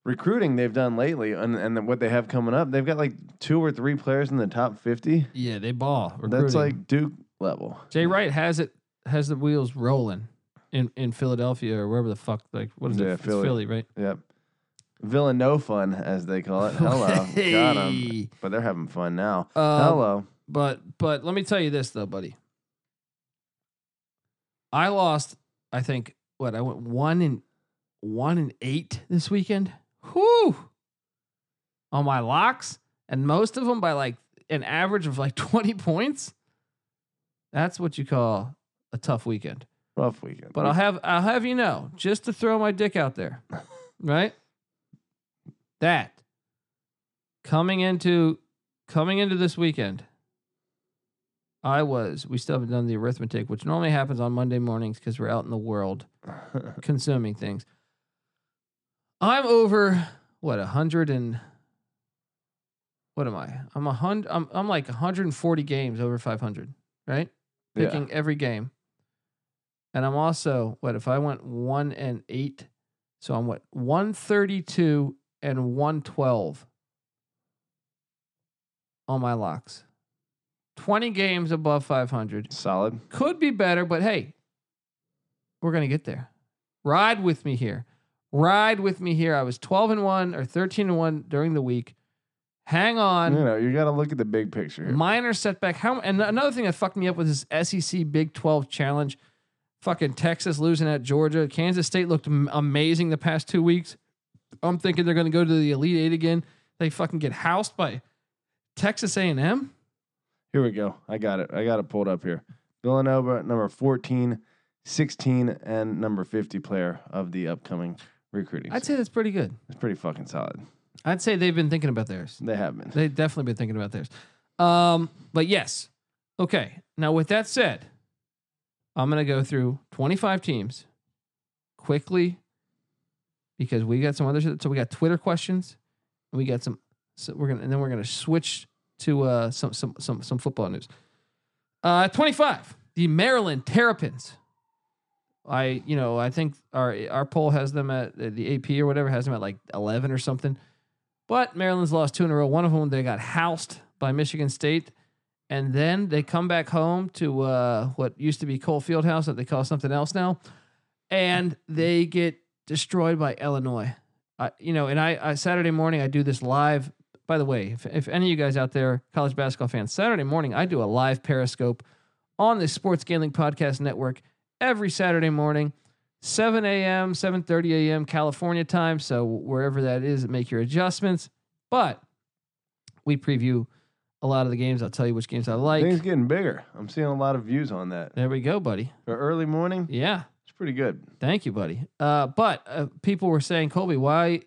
[SPEAKER 2] recruiting they've done lately and and then what they have coming up, they've got like two or three players in the top fifty.
[SPEAKER 1] Yeah, they ball.
[SPEAKER 2] That's like Duke level.
[SPEAKER 1] Jay Wright has it has the wheels rolling in in Philadelphia or wherever the fuck like what is
[SPEAKER 2] Yeah,
[SPEAKER 1] it? It's
[SPEAKER 2] Philly.
[SPEAKER 1] Philly, right?
[SPEAKER 2] Yep. Villanova fun as they call it. Hello, got 'em.
[SPEAKER 1] Hey.
[SPEAKER 2] But they're having fun now.
[SPEAKER 1] Um,
[SPEAKER 2] Hello.
[SPEAKER 1] But but let me tell you this though, buddy. I lost. I think what I went one and one and eight this weekend. Whoo! On my locks, and most of them by like an average of like twenty points. That's what you call a tough weekend.
[SPEAKER 2] Rough weekend.
[SPEAKER 1] But I'll have I'll have you know, just to throw my dick out there, right? That coming into coming into this weekend, I was we still haven't done the arithmetic, which normally happens on Monday mornings because we're out in the world consuming things. I'm over what a hundred and what am I? I'm a hundred. I'm I'm like 140 games over 500, right?
[SPEAKER 2] Yeah.
[SPEAKER 1] Picking every game, and I'm also what if I went one and eight? So I'm what 132 and 112 on my locks. 20 games above 500
[SPEAKER 2] solid.
[SPEAKER 1] could be better, but hey, we're gonna get there. Ride with me here. Ride with me here. I was 12 and 1 or 13 and 1 during the week. Hang on.
[SPEAKER 2] you know, you got to look at the big picture here.
[SPEAKER 1] Minor setback. How and another thing that fucked me up was this SEC Big 12 challenge. Fucking Texas losing at Georgia. Kansas State looked am- amazing the past two weeks. I'm thinking they're going to go to the Elite Eight again. They fucking get housed by Texas A&M.
[SPEAKER 2] Here we go. I got it. I got it pulled up here. Villanova, number 14, 16, and number 50 player of the upcoming recruiting.
[SPEAKER 1] I'd
[SPEAKER 2] season.
[SPEAKER 1] say that's pretty good.
[SPEAKER 2] it's pretty fucking solid.
[SPEAKER 1] I'd say they've been thinking about theirs.
[SPEAKER 2] They have been.
[SPEAKER 1] They've definitely been thinking about theirs. Um, but yes. Okay. Now, with that said, I'm going to go through 25 teams quickly because we got some other shit. So we got Twitter questions. And we got some. So we're gonna and then we're gonna switch to uh, some some some some football news. Uh, 25. The Maryland Terrapins. I you know I think our our poll has them at the AP or whatever has them at like 11 or something. But Maryland's lost two in a row. One of them they got housed by Michigan State, and then they come back home to uh, what used to be Cole Fieldhouse that they call something else now, and they get destroyed by Illinois. I, you know, and I, I Saturday morning I do this live. By the way, if, if any of you guys out there college basketball fans, Saturday morning I do a live Periscope on the Sports Gambling Podcast Network every Saturday morning, 7 a.m., 7:30 a.m. California time. So wherever that is, make your adjustments. But we preview a lot of the games. I'll tell you which games I
[SPEAKER 2] Things
[SPEAKER 1] like.
[SPEAKER 2] getting bigger. I'm seeing a lot of views on that.
[SPEAKER 1] There we go, buddy.
[SPEAKER 2] For early morning,
[SPEAKER 1] Yeah.
[SPEAKER 2] it's pretty good.
[SPEAKER 1] Thank you, buddy. Uh, but uh, people were saying, Colby, why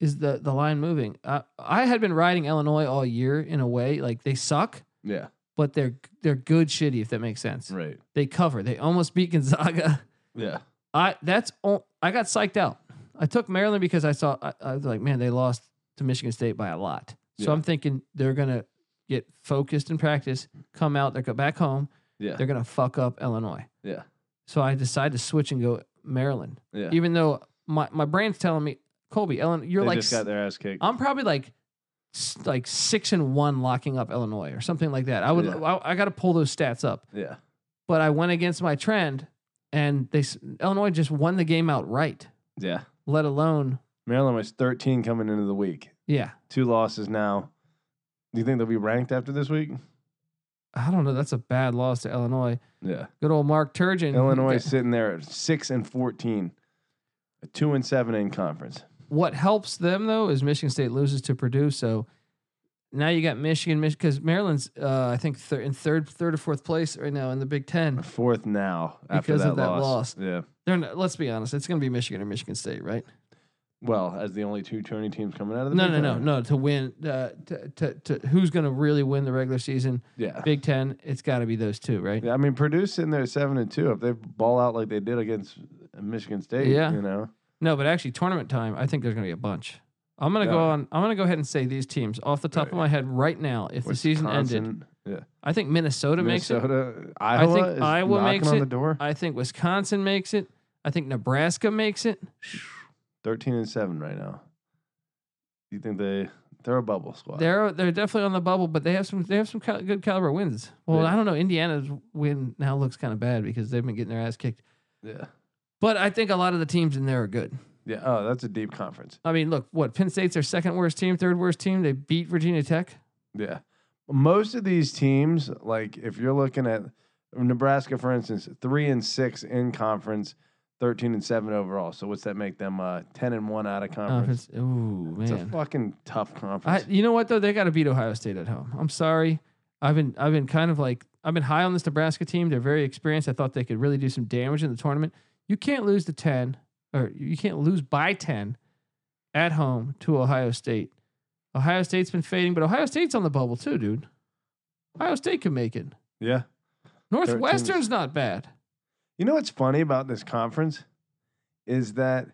[SPEAKER 1] is the, the line moving? Uh, I had been riding Illinois all year in a way. Like they suck,
[SPEAKER 2] Yeah.
[SPEAKER 1] but they're they're good shitty, if that makes sense.
[SPEAKER 2] Right.
[SPEAKER 1] They cover. They almost beat Gonzaga.
[SPEAKER 2] Yeah.
[SPEAKER 1] I that's o- I got psyched out. I took Maryland because I saw I, I was like, man, they lost to Michigan State by a lot. So
[SPEAKER 2] Yeah.
[SPEAKER 1] I'm thinking they're gonna get focused in practice, come out, they go back home,
[SPEAKER 2] Yeah.
[SPEAKER 1] they're gonna fuck up Illinois.
[SPEAKER 2] Yeah.
[SPEAKER 1] So I decided to switch and go Maryland.
[SPEAKER 2] Yeah.
[SPEAKER 1] even though my, my brain's telling me, Colby, Ellen, you're
[SPEAKER 2] they
[SPEAKER 1] like, Um
[SPEAKER 2] just got their ass kicked.
[SPEAKER 1] I'm probably like, s- like six and one locking up Illinois or something like that. I would,
[SPEAKER 2] Yeah.
[SPEAKER 1] I, I got to pull those stats up,
[SPEAKER 2] yeah.
[SPEAKER 1] but I went against my trend and they, s- Illinois just won the game outright,
[SPEAKER 2] Yeah.
[SPEAKER 1] let alone,
[SPEAKER 2] Maryland was 13 coming into the week.
[SPEAKER 1] yeah,
[SPEAKER 2] Two losses now. Do you think they'll be ranked after this week?
[SPEAKER 1] I don't know. That's a bad loss to Illinois.
[SPEAKER 2] Yeah.
[SPEAKER 1] Good old Mark Turgeon.
[SPEAKER 2] Illinois is sitting there at six and 14, a two and seven in conference.
[SPEAKER 1] What helps them though is Michigan State loses to Purdue, so now you got Michigan, because Maryland's uh, I think thir- in third, third or fourth place right now in the Big Ten.
[SPEAKER 2] Fourth now after
[SPEAKER 1] Because
[SPEAKER 2] that,
[SPEAKER 1] of that
[SPEAKER 2] loss.
[SPEAKER 1] loss.
[SPEAKER 2] Yeah.
[SPEAKER 1] They're not, let's be honest. It's going to be Michigan or Michigan State, right?
[SPEAKER 2] Well, as the only two tourney teams coming out of the
[SPEAKER 1] No,
[SPEAKER 2] Big
[SPEAKER 1] no, no,
[SPEAKER 2] Ten.
[SPEAKER 1] no. To win, uh, to, to, to who's going to really win the regular season?
[SPEAKER 2] Yeah.
[SPEAKER 1] Big Ten. It's got to be those two, right?
[SPEAKER 2] Yeah, I mean, Purdue's sitting there at seven and two. If they ball out like they did against Michigan State,
[SPEAKER 1] Yeah.
[SPEAKER 2] you know,
[SPEAKER 1] No, but actually, tournament time. I think there's going to be a bunch. I'm going to go
[SPEAKER 2] Yeah.
[SPEAKER 1] on. I'm going to go ahead and say these teams off the top of
[SPEAKER 2] Right.
[SPEAKER 1] my head right now. If the season ended,
[SPEAKER 2] Wisconsin, yeah,
[SPEAKER 1] I think Minnesota, makes it.
[SPEAKER 2] Minnesota, Iowa,
[SPEAKER 1] think
[SPEAKER 2] is
[SPEAKER 1] Iowa
[SPEAKER 2] knocking
[SPEAKER 1] makes
[SPEAKER 2] on
[SPEAKER 1] it.
[SPEAKER 2] the door.
[SPEAKER 1] I think Wisconsin makes it. I think Nebraska makes it.
[SPEAKER 2] Thirteen and seven right now. You think they they're a bubble squad?
[SPEAKER 1] They're they're definitely on the bubble, but they have some they have some cal- good caliber wins. Well,
[SPEAKER 2] Yeah.
[SPEAKER 1] I don't know. Indiana's win now looks kind of bad because they've been getting their ass kicked.
[SPEAKER 2] yeah,
[SPEAKER 1] But I think a lot of the teams in there are good.
[SPEAKER 2] yeah. Oh, that's a deep conference.
[SPEAKER 1] I mean, look, what Penn State's their second worst team, third worst team. They beat Virginia Tech.
[SPEAKER 2] Yeah, most of these teams, like if you're looking at Nebraska, for instance, three and six in conference, thirteen and seven overall. So what's that make them? Uh, ten and one out of
[SPEAKER 1] Conference.
[SPEAKER 2] conference.
[SPEAKER 1] Uh, Ooh
[SPEAKER 2] It's a
[SPEAKER 1] man,
[SPEAKER 2] fucking tough
[SPEAKER 1] I,
[SPEAKER 2] conference.
[SPEAKER 1] you know what though? They got to beat Ohio State at home. I'm sorry. I've been I've been kind of like I've been high on this Nebraska team. They're very experienced. I thought they could really do some damage in the tournament. You can't lose to ten, or you can't lose by ten at home to Ohio State. Ohio State's been fading, but Ohio State's on the bubble too, dude. Ohio State can make it.
[SPEAKER 2] yeah.
[SPEAKER 1] Northwestern's not bad.
[SPEAKER 2] You know what's funny about this conference is that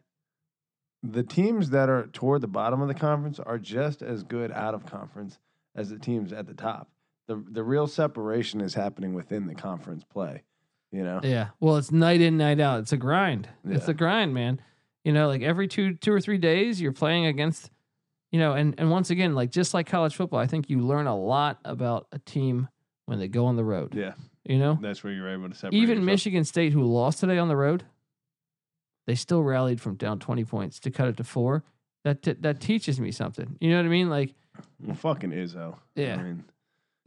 [SPEAKER 2] the teams that are toward the bottom of the conference are just as good out of conference as the teams at the top. The the real separation is happening within the conference play, you know.
[SPEAKER 1] Yeah. Well, it's night in, night out. It's a grind. It's
[SPEAKER 2] Yeah.
[SPEAKER 1] a grind, man. You know, like every two, two or three days, you're playing against, you know, and and once again, like just like college football, I think you learn a lot about a team when they go on the road.
[SPEAKER 2] Yeah,
[SPEAKER 1] You know,
[SPEAKER 2] that's where you're able to separate.
[SPEAKER 1] even
[SPEAKER 2] yourself.
[SPEAKER 1] Michigan State, who lost today on the road, they still rallied from down twenty points to cut it to four. That t- that teaches me something. You know what I mean? Like
[SPEAKER 2] well, fucking Izzo.
[SPEAKER 1] Yeah.
[SPEAKER 2] I mean,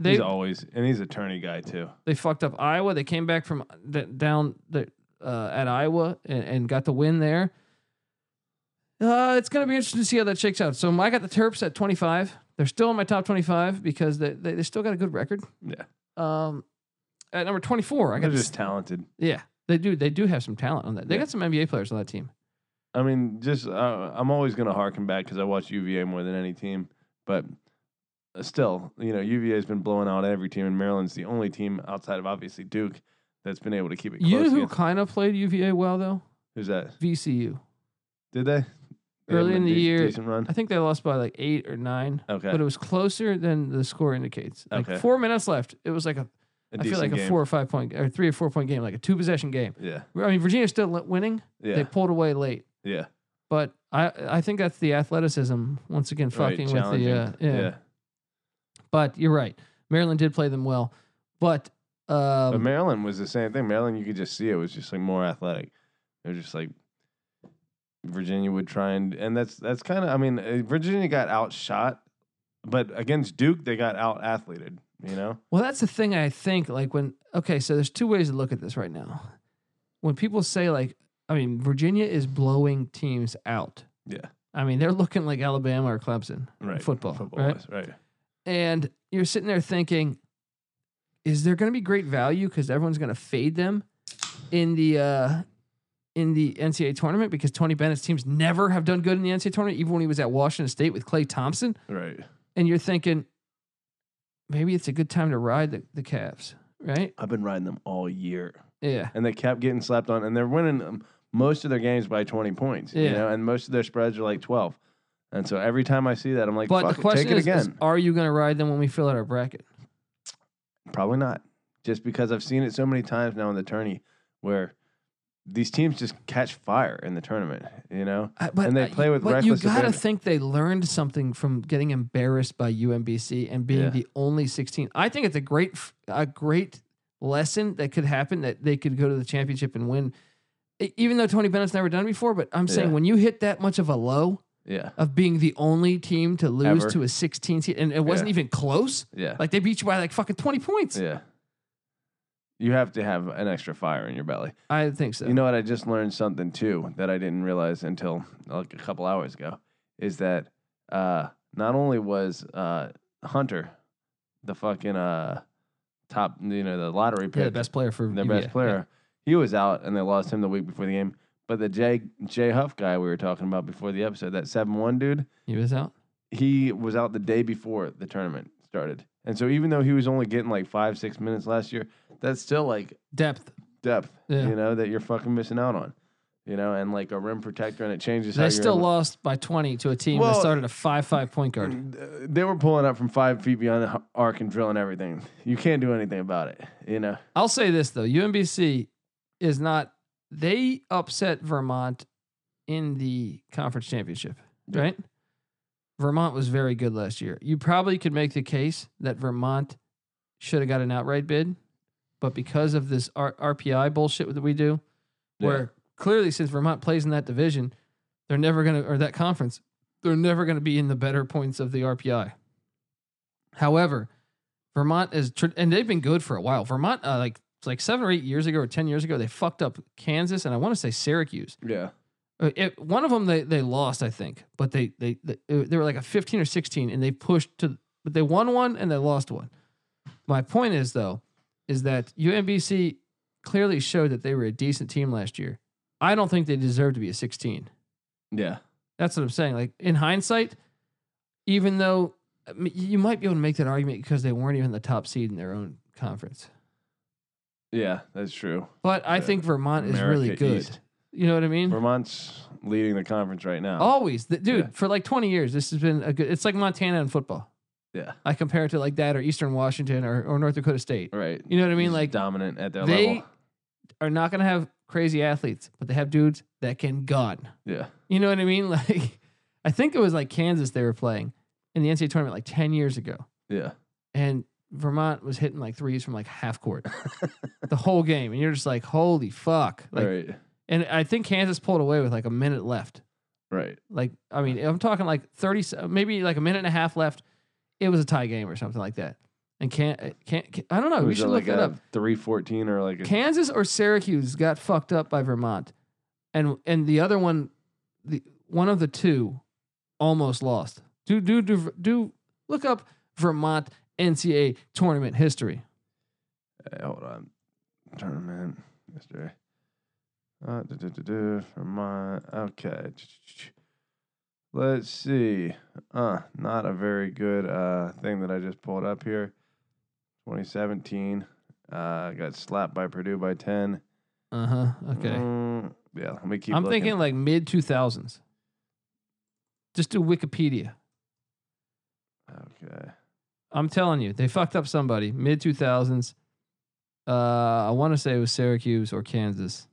[SPEAKER 1] they
[SPEAKER 2] he's always and he's a tourney guy too.
[SPEAKER 1] they fucked up Iowa. They came back from d- down the, uh, at Iowa and, and got the win there. Uh, it's going to be interesting to see how that shakes out. So I got the Terps at 25. They're still in my top 25 because they, they, they still got a good record.
[SPEAKER 2] Yeah,
[SPEAKER 1] Um, at number 24, I
[SPEAKER 2] they're
[SPEAKER 1] got
[SPEAKER 2] just
[SPEAKER 1] just
[SPEAKER 2] talented.
[SPEAKER 1] yeah. They do they do have some talent on that. They
[SPEAKER 2] Yeah.
[SPEAKER 1] got some NBA players on that team.
[SPEAKER 2] I mean, just uh, I'm always going to harken back because I watch UVA more than any team, but uh, still, you know, UVA has been blowing out every team, and Maryland's the only team outside of obviously Duke that's been able to keep it close.
[SPEAKER 1] You know who
[SPEAKER 2] against-
[SPEAKER 1] kind of played UVA well though?
[SPEAKER 2] Who's that?
[SPEAKER 1] VCU.
[SPEAKER 2] Did they? They
[SPEAKER 1] Early
[SPEAKER 2] had
[SPEAKER 1] in
[SPEAKER 2] a
[SPEAKER 1] the
[SPEAKER 2] de-
[SPEAKER 1] year-
[SPEAKER 2] decent run.
[SPEAKER 1] I think they lost by like eight or nine,
[SPEAKER 2] Okay,
[SPEAKER 1] but it was closer than the score indicates. Like
[SPEAKER 2] Okay.
[SPEAKER 1] four minutes left. It was like a
[SPEAKER 2] a
[SPEAKER 1] I feel like
[SPEAKER 2] decent
[SPEAKER 1] a
[SPEAKER 2] game.
[SPEAKER 1] four or five point or three or four point game, like a two possession game.
[SPEAKER 2] Yeah,
[SPEAKER 1] I mean, Virginia's still li- winning.
[SPEAKER 2] yeah,
[SPEAKER 1] They pulled away late,
[SPEAKER 2] yeah.
[SPEAKER 1] but I I think that's the athleticism once again
[SPEAKER 2] Right,
[SPEAKER 1] fucking with
[SPEAKER 2] challenging.
[SPEAKER 1] the uh, yeah. But you're right. Maryland did play them well, but
[SPEAKER 2] But
[SPEAKER 1] um,
[SPEAKER 2] Maryland was the same thing. Maryland, you could just see it was just like more athletic. It was just like Virginia would try and and that's that's kind of I mean uh, Virginia got outshot, but against Duke they got out athleted. You know,
[SPEAKER 1] well, that's the thing I think. Like when okay, so there's two ways to look at this right now. When people say like, I mean, Virginia is blowing teams out.
[SPEAKER 2] Yeah.
[SPEAKER 1] I mean, they're looking like Alabama or Clemson in football,
[SPEAKER 2] football
[SPEAKER 1] right?
[SPEAKER 2] was, right.
[SPEAKER 1] and you're sitting there thinking, is there going to be great value because everyone's going to fade them in the uh, in the NCAA tournament because Tony Bennett's teams never have done good in the NCAA tournament, even when he was at Washington State with Clay Thompson.
[SPEAKER 2] Right.
[SPEAKER 1] And you're thinking, maybe it's a good time to ride the, the Cavs, right?
[SPEAKER 2] I've been riding them all year,
[SPEAKER 1] Yeah,
[SPEAKER 2] and they kept getting slapped on, and they're winning um, most of their games by twenty points. You
[SPEAKER 1] Yeah.
[SPEAKER 2] know, and most of their spreads are like twelve. And so every time I see that, I'm like,
[SPEAKER 1] but
[SPEAKER 2] Fuck
[SPEAKER 1] the
[SPEAKER 2] it,
[SPEAKER 1] question
[SPEAKER 2] take it
[SPEAKER 1] is,
[SPEAKER 2] again.
[SPEAKER 1] is, are you going to ride them when we fill out our bracket?
[SPEAKER 2] Probably not. Just because I've seen it so many times now in the tourney where these teams just catch fire in the tournament, you know?
[SPEAKER 1] I- Uh, but
[SPEAKER 2] And they
[SPEAKER 1] I-
[SPEAKER 2] play with
[SPEAKER 1] but you
[SPEAKER 2] reckless
[SPEAKER 1] gotta
[SPEAKER 2] abandon.
[SPEAKER 1] think they learned something from getting embarrassed by UMBC and being
[SPEAKER 2] Yeah.
[SPEAKER 1] the only 16. I think it's a great f- a great lesson that could happen that they could go to the championship and win. E- Even though Tony Bennett's never done it before, but I'm saying
[SPEAKER 2] Yeah.
[SPEAKER 1] when you hit that much of a low
[SPEAKER 2] Yeah.
[SPEAKER 1] of being the only team to lose
[SPEAKER 2] Ever.
[SPEAKER 1] to a 16 seed, and it wasn't
[SPEAKER 2] Yeah.
[SPEAKER 1] even close,
[SPEAKER 2] Yeah.
[SPEAKER 1] like they beat you by like fucking 20 points.
[SPEAKER 2] yeah. You have to have an extra fire in your belly.
[SPEAKER 1] I think so.
[SPEAKER 2] You know what? I just learned something too that I didn't realize until like a couple hours ago is that uh, not only was uh, Hunter the fucking uh, top, you know, the lottery pick,
[SPEAKER 1] yeah, the best player for
[SPEAKER 2] their
[SPEAKER 1] UVA.
[SPEAKER 2] best player. He was out, and they lost him the week before the game. But the Jay Jay Huff guy we were talking about before the episode, that seven one dude,
[SPEAKER 1] Yeah. He was out.
[SPEAKER 2] he was out the day before the tournament started. And so even though he was only getting like five six minutes last year, that's still like
[SPEAKER 1] Depth.
[SPEAKER 2] depth,
[SPEAKER 1] Yeah.
[SPEAKER 2] you know, that you're fucking missing out on, you know, and like a rim protector, and it changes. how
[SPEAKER 1] They
[SPEAKER 2] you're
[SPEAKER 1] still
[SPEAKER 2] able-
[SPEAKER 1] lost by 20 to a team that
[SPEAKER 2] Well-
[SPEAKER 1] started a 5 5 point guard.
[SPEAKER 2] Mm, They were pulling up from five feet beyond the arc and drilling everything. You can't do anything about it, you know.
[SPEAKER 1] I'll say this though, UMBC is not they upset Vermont in the conference championship,
[SPEAKER 2] Yeah.
[SPEAKER 1] right? Vermont was very good last year. You probably could make the case that Vermont should have got an outright bid, but because of this R- RPI bullshit that we do, where clearly since Vermont plays in that division, they're never going to or that conference, they're never going to be in the better points of the RPI. However, Vermont is tr- and they've been good for a while. Vermont uh, like it's like 7 or 8 years ago or 10 years ago they fucked up Kansas and I want to say Syracuse.
[SPEAKER 2] yeah,
[SPEAKER 1] Uh, it- one of them they they lost I think, but they they they, they were like a 15 or 16 and they pushed to but they won one and they lost one. My point is though is that UMBC clearly showed that they were a decent team last year. I don't think they deserve to be a 16.
[SPEAKER 2] yeah,
[SPEAKER 1] That's what I'm saying. Like in hindsight, even though I mean, you might be able to make that argument because they weren't even the top seed in their own conference.
[SPEAKER 2] yeah. That's true.
[SPEAKER 1] But I
[SPEAKER 2] Yeah.
[SPEAKER 1] think Vermont is
[SPEAKER 2] America
[SPEAKER 1] really good.
[SPEAKER 2] East.
[SPEAKER 1] You know what I mean?
[SPEAKER 2] Vermont's leading the conference right now.
[SPEAKER 1] Always, the, dude.
[SPEAKER 2] Yeah.
[SPEAKER 1] For like 20 years, this has been a good. It's like Montana in football.
[SPEAKER 2] Yeah.
[SPEAKER 1] I compare it to like that or Eastern Washington or, or North Dakota State.
[SPEAKER 2] Right.
[SPEAKER 1] You know what I mean?
[SPEAKER 2] Just
[SPEAKER 1] Like
[SPEAKER 2] dominant at their
[SPEAKER 1] they-
[SPEAKER 2] level.
[SPEAKER 1] are not gonna have crazy athletes, but they have dudes that can gun.
[SPEAKER 2] Yeah.
[SPEAKER 1] You know what I mean? Like I think it was like Kansas they were playing in the NCAA tournament like 10 years ago.
[SPEAKER 2] Yeah.
[SPEAKER 1] and Vermont was hitting like threes from like half court the whole game, and you're just like, holy fuck! Like,
[SPEAKER 2] right.
[SPEAKER 1] and I think Kansas pulled away with like a minute left.
[SPEAKER 2] Right.
[SPEAKER 1] Like, I mean, I'm talking like thirty, se- maybe like a minute and a half left. It was a tie game or something like that. And can't, can't, I don't know. oh, We
[SPEAKER 2] Was it
[SPEAKER 1] should look
[SPEAKER 2] like
[SPEAKER 1] that
[SPEAKER 2] a
[SPEAKER 1] up.
[SPEAKER 2] Three fourteen or like a
[SPEAKER 1] Kansas or Syracuse got fucked up by Vermont, and and the other one, the one of the two, almost lost. Do do do do look up Vermont NCAA tournament history.
[SPEAKER 2] Uh, hold on tournament yesterday. Uh, duh, duh, duh, duh, Vermont. Okay. Let's see. Uh, not a very good uh, thing that I just pulled up here. 2017. Uh, got slapped by Purdue by 10.
[SPEAKER 1] Uh huh. Okay.
[SPEAKER 2] Mm, yeah, let me keep
[SPEAKER 1] I'm
[SPEAKER 2] looking.
[SPEAKER 1] thinking like mid 2000s. Just do Wikipedia.
[SPEAKER 2] Okay.
[SPEAKER 1] I'm telling you, they fucked up somebody mid 2000s. Uh, I want to say it was Syracuse or Kansas.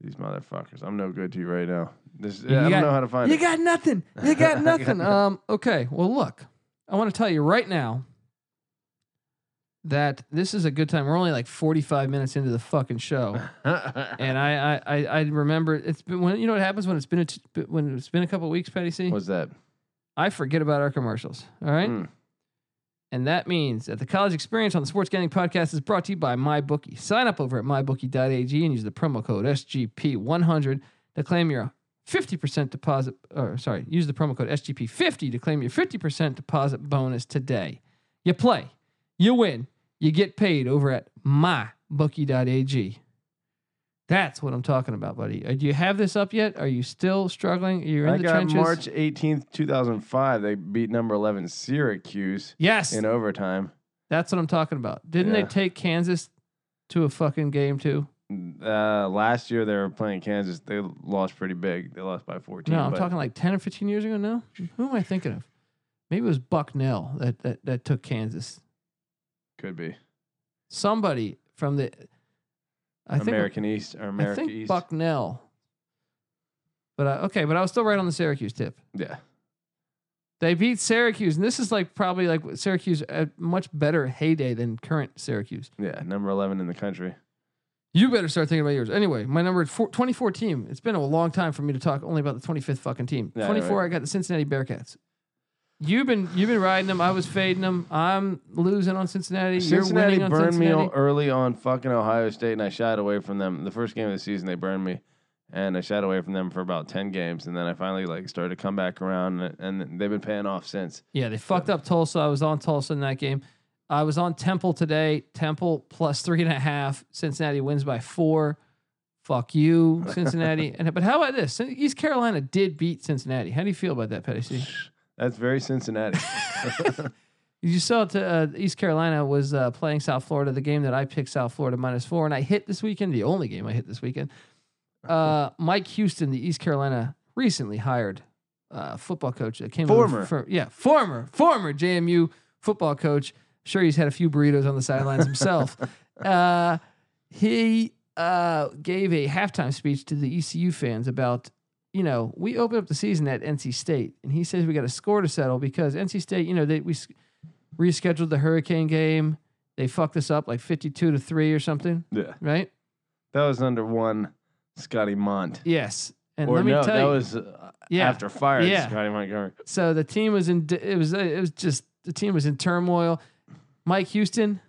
[SPEAKER 2] These motherfuckers. I'm no good to you right now. This,
[SPEAKER 1] You
[SPEAKER 2] I
[SPEAKER 1] got-
[SPEAKER 2] don't know how to find
[SPEAKER 1] You
[SPEAKER 2] it.
[SPEAKER 1] got nothing. You got nothing. um, okay. Well, look, I want to tell you right now that this is a good time. We're only like 45 minutes into the fucking show. And I, I, I, I remember it's been when you know what happens when it's been a t- when it's been a couple weeks, Patty C. I
[SPEAKER 2] What's that?
[SPEAKER 1] forget about our commercials. All right,
[SPEAKER 2] Mm.
[SPEAKER 1] and that means that the college experience on the Sports Gambling Podcast is brought to you by MyBookie. Sign up over at mybookie.ag and use the promo code SGP100 to claim your 50% deposit. Or sorry, use the promo code SGP50 to claim your 50% deposit bonus today. You play, you win, you get paid over at mybookie.ag. That's what I'm talking about, buddy. Uh, Do you have this up yet? Are you still struggling? You're in
[SPEAKER 2] I
[SPEAKER 1] the
[SPEAKER 2] got
[SPEAKER 1] trenches.
[SPEAKER 2] March 18th, 2005. They beat number 11 Syracuse
[SPEAKER 1] yes,
[SPEAKER 2] in overtime.
[SPEAKER 1] that's what I'm talking about. Didn't they
[SPEAKER 2] Yeah.
[SPEAKER 1] take Kansas to a fucking game too?
[SPEAKER 2] Uh, last year they were playing Kansas. They lost pretty big. They lost by 14.
[SPEAKER 1] No, I'm
[SPEAKER 2] but
[SPEAKER 1] talking like 10 or 15 years ago now. Who am I thinking of? Maybe it was Bucknell that, that, that took Kansas.
[SPEAKER 2] could be
[SPEAKER 1] Somebody from the I think
[SPEAKER 2] American East or
[SPEAKER 1] I
[SPEAKER 2] America
[SPEAKER 1] think
[SPEAKER 2] East.
[SPEAKER 1] Bucknell. But I, okay, but I was still right on the Syracuse tip.
[SPEAKER 2] yeah,
[SPEAKER 1] They beat Syracuse, and this is like probably like Syracuse a much better heyday than current Syracuse.
[SPEAKER 2] yeah, number 11 in the country.
[SPEAKER 1] You better start thinking about yours. Anyway, my number four, 24 team. It's been a long time for me to talk only about the 25th fucking team.
[SPEAKER 2] Yeah,
[SPEAKER 1] 24, I got the Cincinnati Bearcats. You've been you've been riding them. I was fading them. I'm losing on Cincinnati.
[SPEAKER 2] Cincinnati
[SPEAKER 1] You're winning on
[SPEAKER 2] burned me
[SPEAKER 1] Cincinnati.
[SPEAKER 2] o- early on fucking Ohio State, and I shied away from them. The first game of the season, they burned me, and I shied away from them for about 10 games, and then I finally like started to come back around, and, and they've been paying off since.
[SPEAKER 1] yeah, they fucked up Tulsa. I was on Tulsa in that game. I was on Temple today. Temple plus three and a half. Cincinnati wins by four. Fuck you, Cincinnati. and but how about this? East Carolina did beat Cincinnati. How do you feel about that, Petty C?
[SPEAKER 2] That's very Cincinnati.
[SPEAKER 1] You saw it, uh, East Carolina was uh, playing South Florida, the game that I picked South Florida minus four, and I hit this weekend, the only game I hit this weekend. Uh, Mike Houston, the East Carolina recently hired uh, football coach that came over
[SPEAKER 2] Former.
[SPEAKER 1] from- yeah, former, former JMU football coach. Sure, he's had a few burritos on the sidelines himself. uh, he uh, gave a halftime speech to the ECU fans about, you know, we opened up the season at NC State, and he says we got a score to settle because NC State, you know, they we s- rescheduled the Hurricane game. They fucked us up like fifty-two to three or something,
[SPEAKER 2] yeah,
[SPEAKER 1] right?
[SPEAKER 2] that was under one Scotty Mont.
[SPEAKER 1] Yes. And
[SPEAKER 2] or
[SPEAKER 1] let me
[SPEAKER 2] no,
[SPEAKER 1] tell
[SPEAKER 2] that
[SPEAKER 1] you,
[SPEAKER 2] was uh,
[SPEAKER 1] yeah.
[SPEAKER 2] after fire. it's
[SPEAKER 1] Yeah.
[SPEAKER 2] Scotty Montgomery.
[SPEAKER 1] so the team was in. It was. It was just the team was in turmoil. Mike Houston,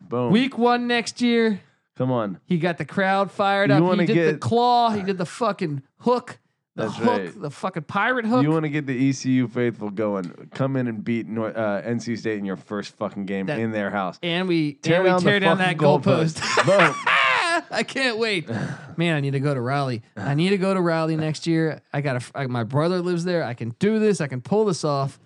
[SPEAKER 2] Boom.
[SPEAKER 1] week one next year.
[SPEAKER 2] Come on.
[SPEAKER 1] He got the crowd fired
[SPEAKER 2] You
[SPEAKER 1] up. He
[SPEAKER 2] wanna
[SPEAKER 1] did the
[SPEAKER 2] get-
[SPEAKER 1] claw. He did the fucking hook. The
[SPEAKER 2] That's
[SPEAKER 1] hook.
[SPEAKER 2] right.
[SPEAKER 1] The fucking pirate hook.
[SPEAKER 2] You want to get the ECU faithful going. Come in and beat Nor- uh, NC State in your first fucking game
[SPEAKER 1] That-
[SPEAKER 2] in their house.
[SPEAKER 1] and we
[SPEAKER 2] Tear
[SPEAKER 1] and we
[SPEAKER 2] down the
[SPEAKER 1] tear down that
[SPEAKER 2] fucking
[SPEAKER 1] goalpost.
[SPEAKER 2] goalpost. Boom.
[SPEAKER 1] I can't wait. Man, I need to go to Raleigh. I need to go to Raleigh next year. I got to my brother lives there. I can do this. I can pull this off.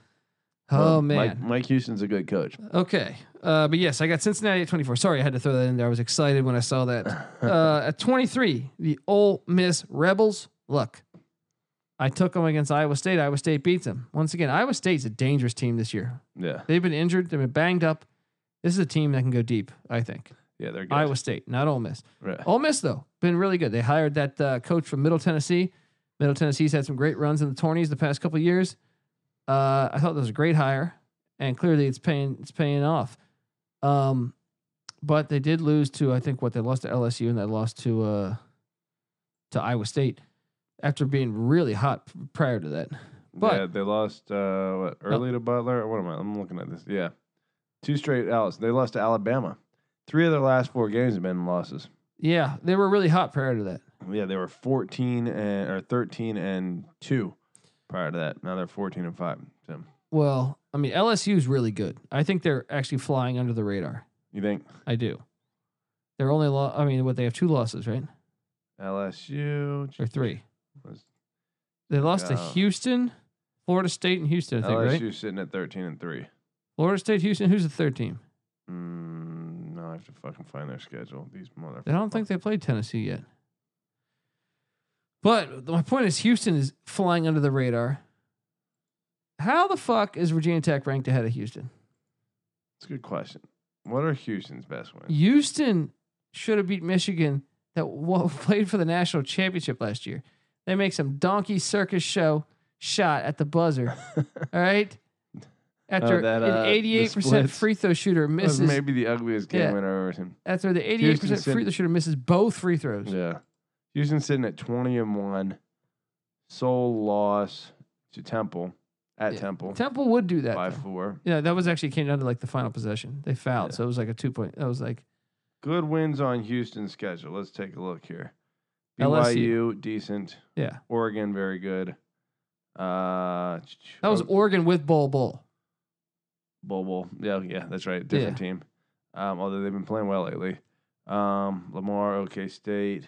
[SPEAKER 1] Oh
[SPEAKER 2] Well, Mike,
[SPEAKER 1] man.
[SPEAKER 2] Mike Houston's a good coach.
[SPEAKER 1] Okay. Uh, but yes, I got Cincinnati at 24. Sorry, I had to throw that in there. I was excited when I saw that. Uh, at 23, the Ole Miss Rebels. Look, I took them against Iowa State. Iowa State beats them. Once again, Iowa State's a dangerous team this year.
[SPEAKER 2] Yeah.
[SPEAKER 1] They've been injured. They've been banged up. This is a team that can go deep, I think.
[SPEAKER 2] Yeah, they're good.
[SPEAKER 1] Iowa State, not Ole Miss.
[SPEAKER 2] Right.
[SPEAKER 1] Ole Miss, though, been really good. They hired that uh, coach from Middle Tennessee. Middle Tennessee's had some great runs in the tourneys the past couple of years. Uh, I thought that was a great hire, and clearly it's paying it's paying off. Um, but they did lose to I think what they lost to LSU and they lost to uh, to Iowa State after being really hot prior to that. But Oh.
[SPEAKER 2] yeah, they lost uh, what, early to Butler. What am I? I'm looking at this. Yeah. Two straight outs. They lost to Alabama. Three of their last four games have been losses.
[SPEAKER 1] yeah, they were really hot prior to that.
[SPEAKER 2] Yeah, they were 14 and or 13 and 2 prior to that. Now they're 14 and 5. So,
[SPEAKER 1] Well, I mean LSU is really good. I think they're actually flying under the radar.
[SPEAKER 2] you think?
[SPEAKER 1] I do. They're only lo- I mean, what they have two losses, right?
[SPEAKER 2] LSU.
[SPEAKER 1] or three.
[SPEAKER 2] Was-
[SPEAKER 1] They lost to
[SPEAKER 2] Yeah.
[SPEAKER 1] Houston, Florida State, and Houston. I think
[SPEAKER 2] LSU
[SPEAKER 1] right.
[SPEAKER 2] sitting at thirteen and three.
[SPEAKER 1] Florida State, Houston. Who's the third team?
[SPEAKER 2] Mm, no, I have to fucking find their schedule. These motherfuckers.
[SPEAKER 1] I don't think they played Tennessee yet. But my point is, Houston is flying under the radar. How the fuck is Virginia Tech ranked ahead of Houston?
[SPEAKER 2] It's a good question. What are Houston's best wins?
[SPEAKER 1] Houston should have beat Michigan that wa- played for the national championship last year. They make some donkey circus show shot at the buzzer. all right. After
[SPEAKER 2] that, uh, the
[SPEAKER 1] an 88%
[SPEAKER 2] splits.
[SPEAKER 1] free throw shooter
[SPEAKER 2] That
[SPEAKER 1] misses,
[SPEAKER 2] was maybe the ugliest game
[SPEAKER 1] Yeah.
[SPEAKER 2] win I've ever seen.
[SPEAKER 1] after the 88%
[SPEAKER 2] Houston said-
[SPEAKER 1] free throw shooter misses both free throws.
[SPEAKER 2] Yeah. Houston sitting at 20 and 1. Sole loss to Temple at
[SPEAKER 1] Yeah.
[SPEAKER 2] Temple
[SPEAKER 1] Temple would do that.
[SPEAKER 2] by
[SPEAKER 1] though.
[SPEAKER 2] 4.
[SPEAKER 1] Yeah, that was actually came down to like the final possession. They fouled,
[SPEAKER 2] Yeah.
[SPEAKER 1] so it was like a two point. That was like
[SPEAKER 2] Good wins on Houston's schedule. Let's take a look here.
[SPEAKER 1] LSU.
[SPEAKER 2] BYU decent.
[SPEAKER 1] yeah,
[SPEAKER 2] Oregon very good. Uh
[SPEAKER 1] that was
[SPEAKER 2] oh,
[SPEAKER 1] Oregon with Bowl Bowl.
[SPEAKER 2] Bull Bull. Yeah, yeah, that's right. Different team. Um, although they've been playing well lately. Um, Lamar, OK State,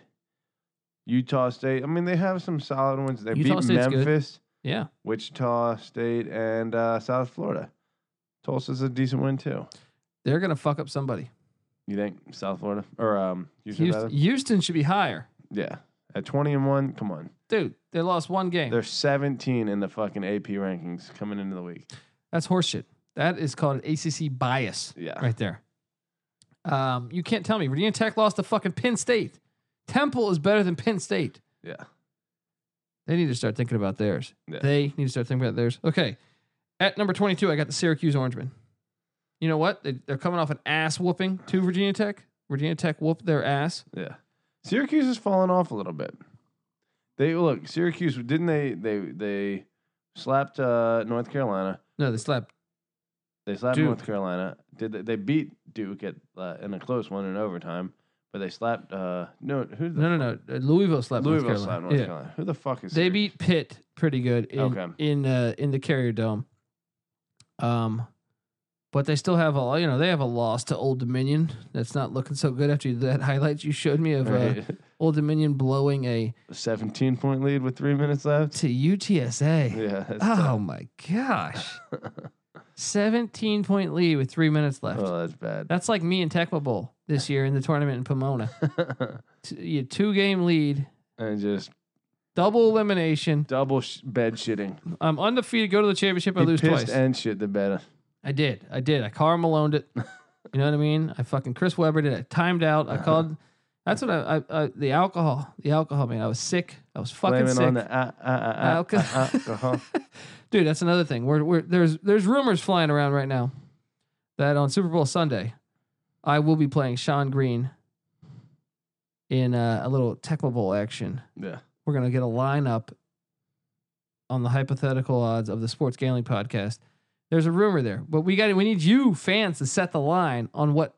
[SPEAKER 2] Utah State. I mean, they have some solid ones. They
[SPEAKER 1] Utah
[SPEAKER 2] beat
[SPEAKER 1] State's good.
[SPEAKER 2] Memphis.
[SPEAKER 1] Yeah,
[SPEAKER 2] Wichita State and uh, South Florida. Tulsa's a decent win too.
[SPEAKER 1] they're gonna fuck up somebody.
[SPEAKER 2] You think South Florida or um, Houston?
[SPEAKER 1] Houston,
[SPEAKER 2] rather?
[SPEAKER 1] Houston should be higher,
[SPEAKER 2] Yeah, at twenty and one. Come on,
[SPEAKER 1] dude. They lost one game.
[SPEAKER 2] they're seventeen in the fucking AP rankings coming into the week.
[SPEAKER 1] That's horseshit. That is called ACC bias
[SPEAKER 2] Yeah,
[SPEAKER 1] right there. Um, you can't tell me Virginia Tech lost to fucking Penn State. Temple is better than Penn State.
[SPEAKER 2] yeah.
[SPEAKER 1] They need to start thinking about theirs.
[SPEAKER 2] Yeah.
[SPEAKER 1] They need to start thinking about theirs. Okay. At number 22, I got the Syracuse Orangemen. You know what? They, they're coming off an ass whooping to Virginia Tech. Virginia Tech whooped their ass.
[SPEAKER 2] Yeah. Syracuse has fallen off a little bit. They look Syracuse didn't they they they slapped uh, North Carolina.
[SPEAKER 1] No, they slapped.
[SPEAKER 2] They slapped
[SPEAKER 1] Duke.
[SPEAKER 2] North Carolina. Did they, they beat Duke at uh, in a close one in overtime? But they slapped uh, no who did they
[SPEAKER 1] No, no, no. Uh, Louisville slapped
[SPEAKER 2] Louisville
[SPEAKER 1] North
[SPEAKER 2] slapped
[SPEAKER 1] Carolina.
[SPEAKER 2] North
[SPEAKER 1] yeah.
[SPEAKER 2] Carolina. Who the fuck is
[SPEAKER 1] They
[SPEAKER 2] Syracuse?
[SPEAKER 1] beat Pitt pretty good in
[SPEAKER 2] Okay.
[SPEAKER 1] in uh, in the Carrier Dome. Um, but they still have a you know they have a loss to Old Dominion. That's not looking so good after that highlights you showed me of uh,
[SPEAKER 2] Right.
[SPEAKER 1] Old Dominion blowing a
[SPEAKER 2] A seventeen point lead with three minutes left.
[SPEAKER 1] to UTSA.
[SPEAKER 2] Yeah. That's
[SPEAKER 1] Oh my gosh. 17 point lead with three minutes left.
[SPEAKER 2] Oh, that's bad.
[SPEAKER 1] That's like me and Tecmo Bowl this year in the tournament in Pomona. T- you two game lead,
[SPEAKER 2] and just
[SPEAKER 1] double elimination.
[SPEAKER 2] double sh- bed shitting.
[SPEAKER 1] I'm undefeated, go to the championship, I
[SPEAKER 2] He
[SPEAKER 1] lose
[SPEAKER 2] pissed
[SPEAKER 1] twice.
[SPEAKER 2] and shit the bed.
[SPEAKER 1] I did. I did. I Carl Maloned it. You know what I mean? I fucking Chris Webber did. it. I timed out. I called. That's what I, I, I the alcohol, the alcohol, man. I was sick. I was fucking
[SPEAKER 2] Blaming
[SPEAKER 1] sick.
[SPEAKER 2] on the uh, uh, uh, uh,
[SPEAKER 1] Alco-
[SPEAKER 2] uh, alcohol.
[SPEAKER 1] Dude, that's another thing. We're, we're there's there's rumors flying around right now that on Super Bowl Sunday, I will be playing Sean Green in uh, a little Tecmo Bowl action.
[SPEAKER 2] yeah.
[SPEAKER 1] We're gonna get a lineup on the hypothetical odds of the Sports Gambling Podcast. There's a rumor there, but we got we need you fans to set the line on what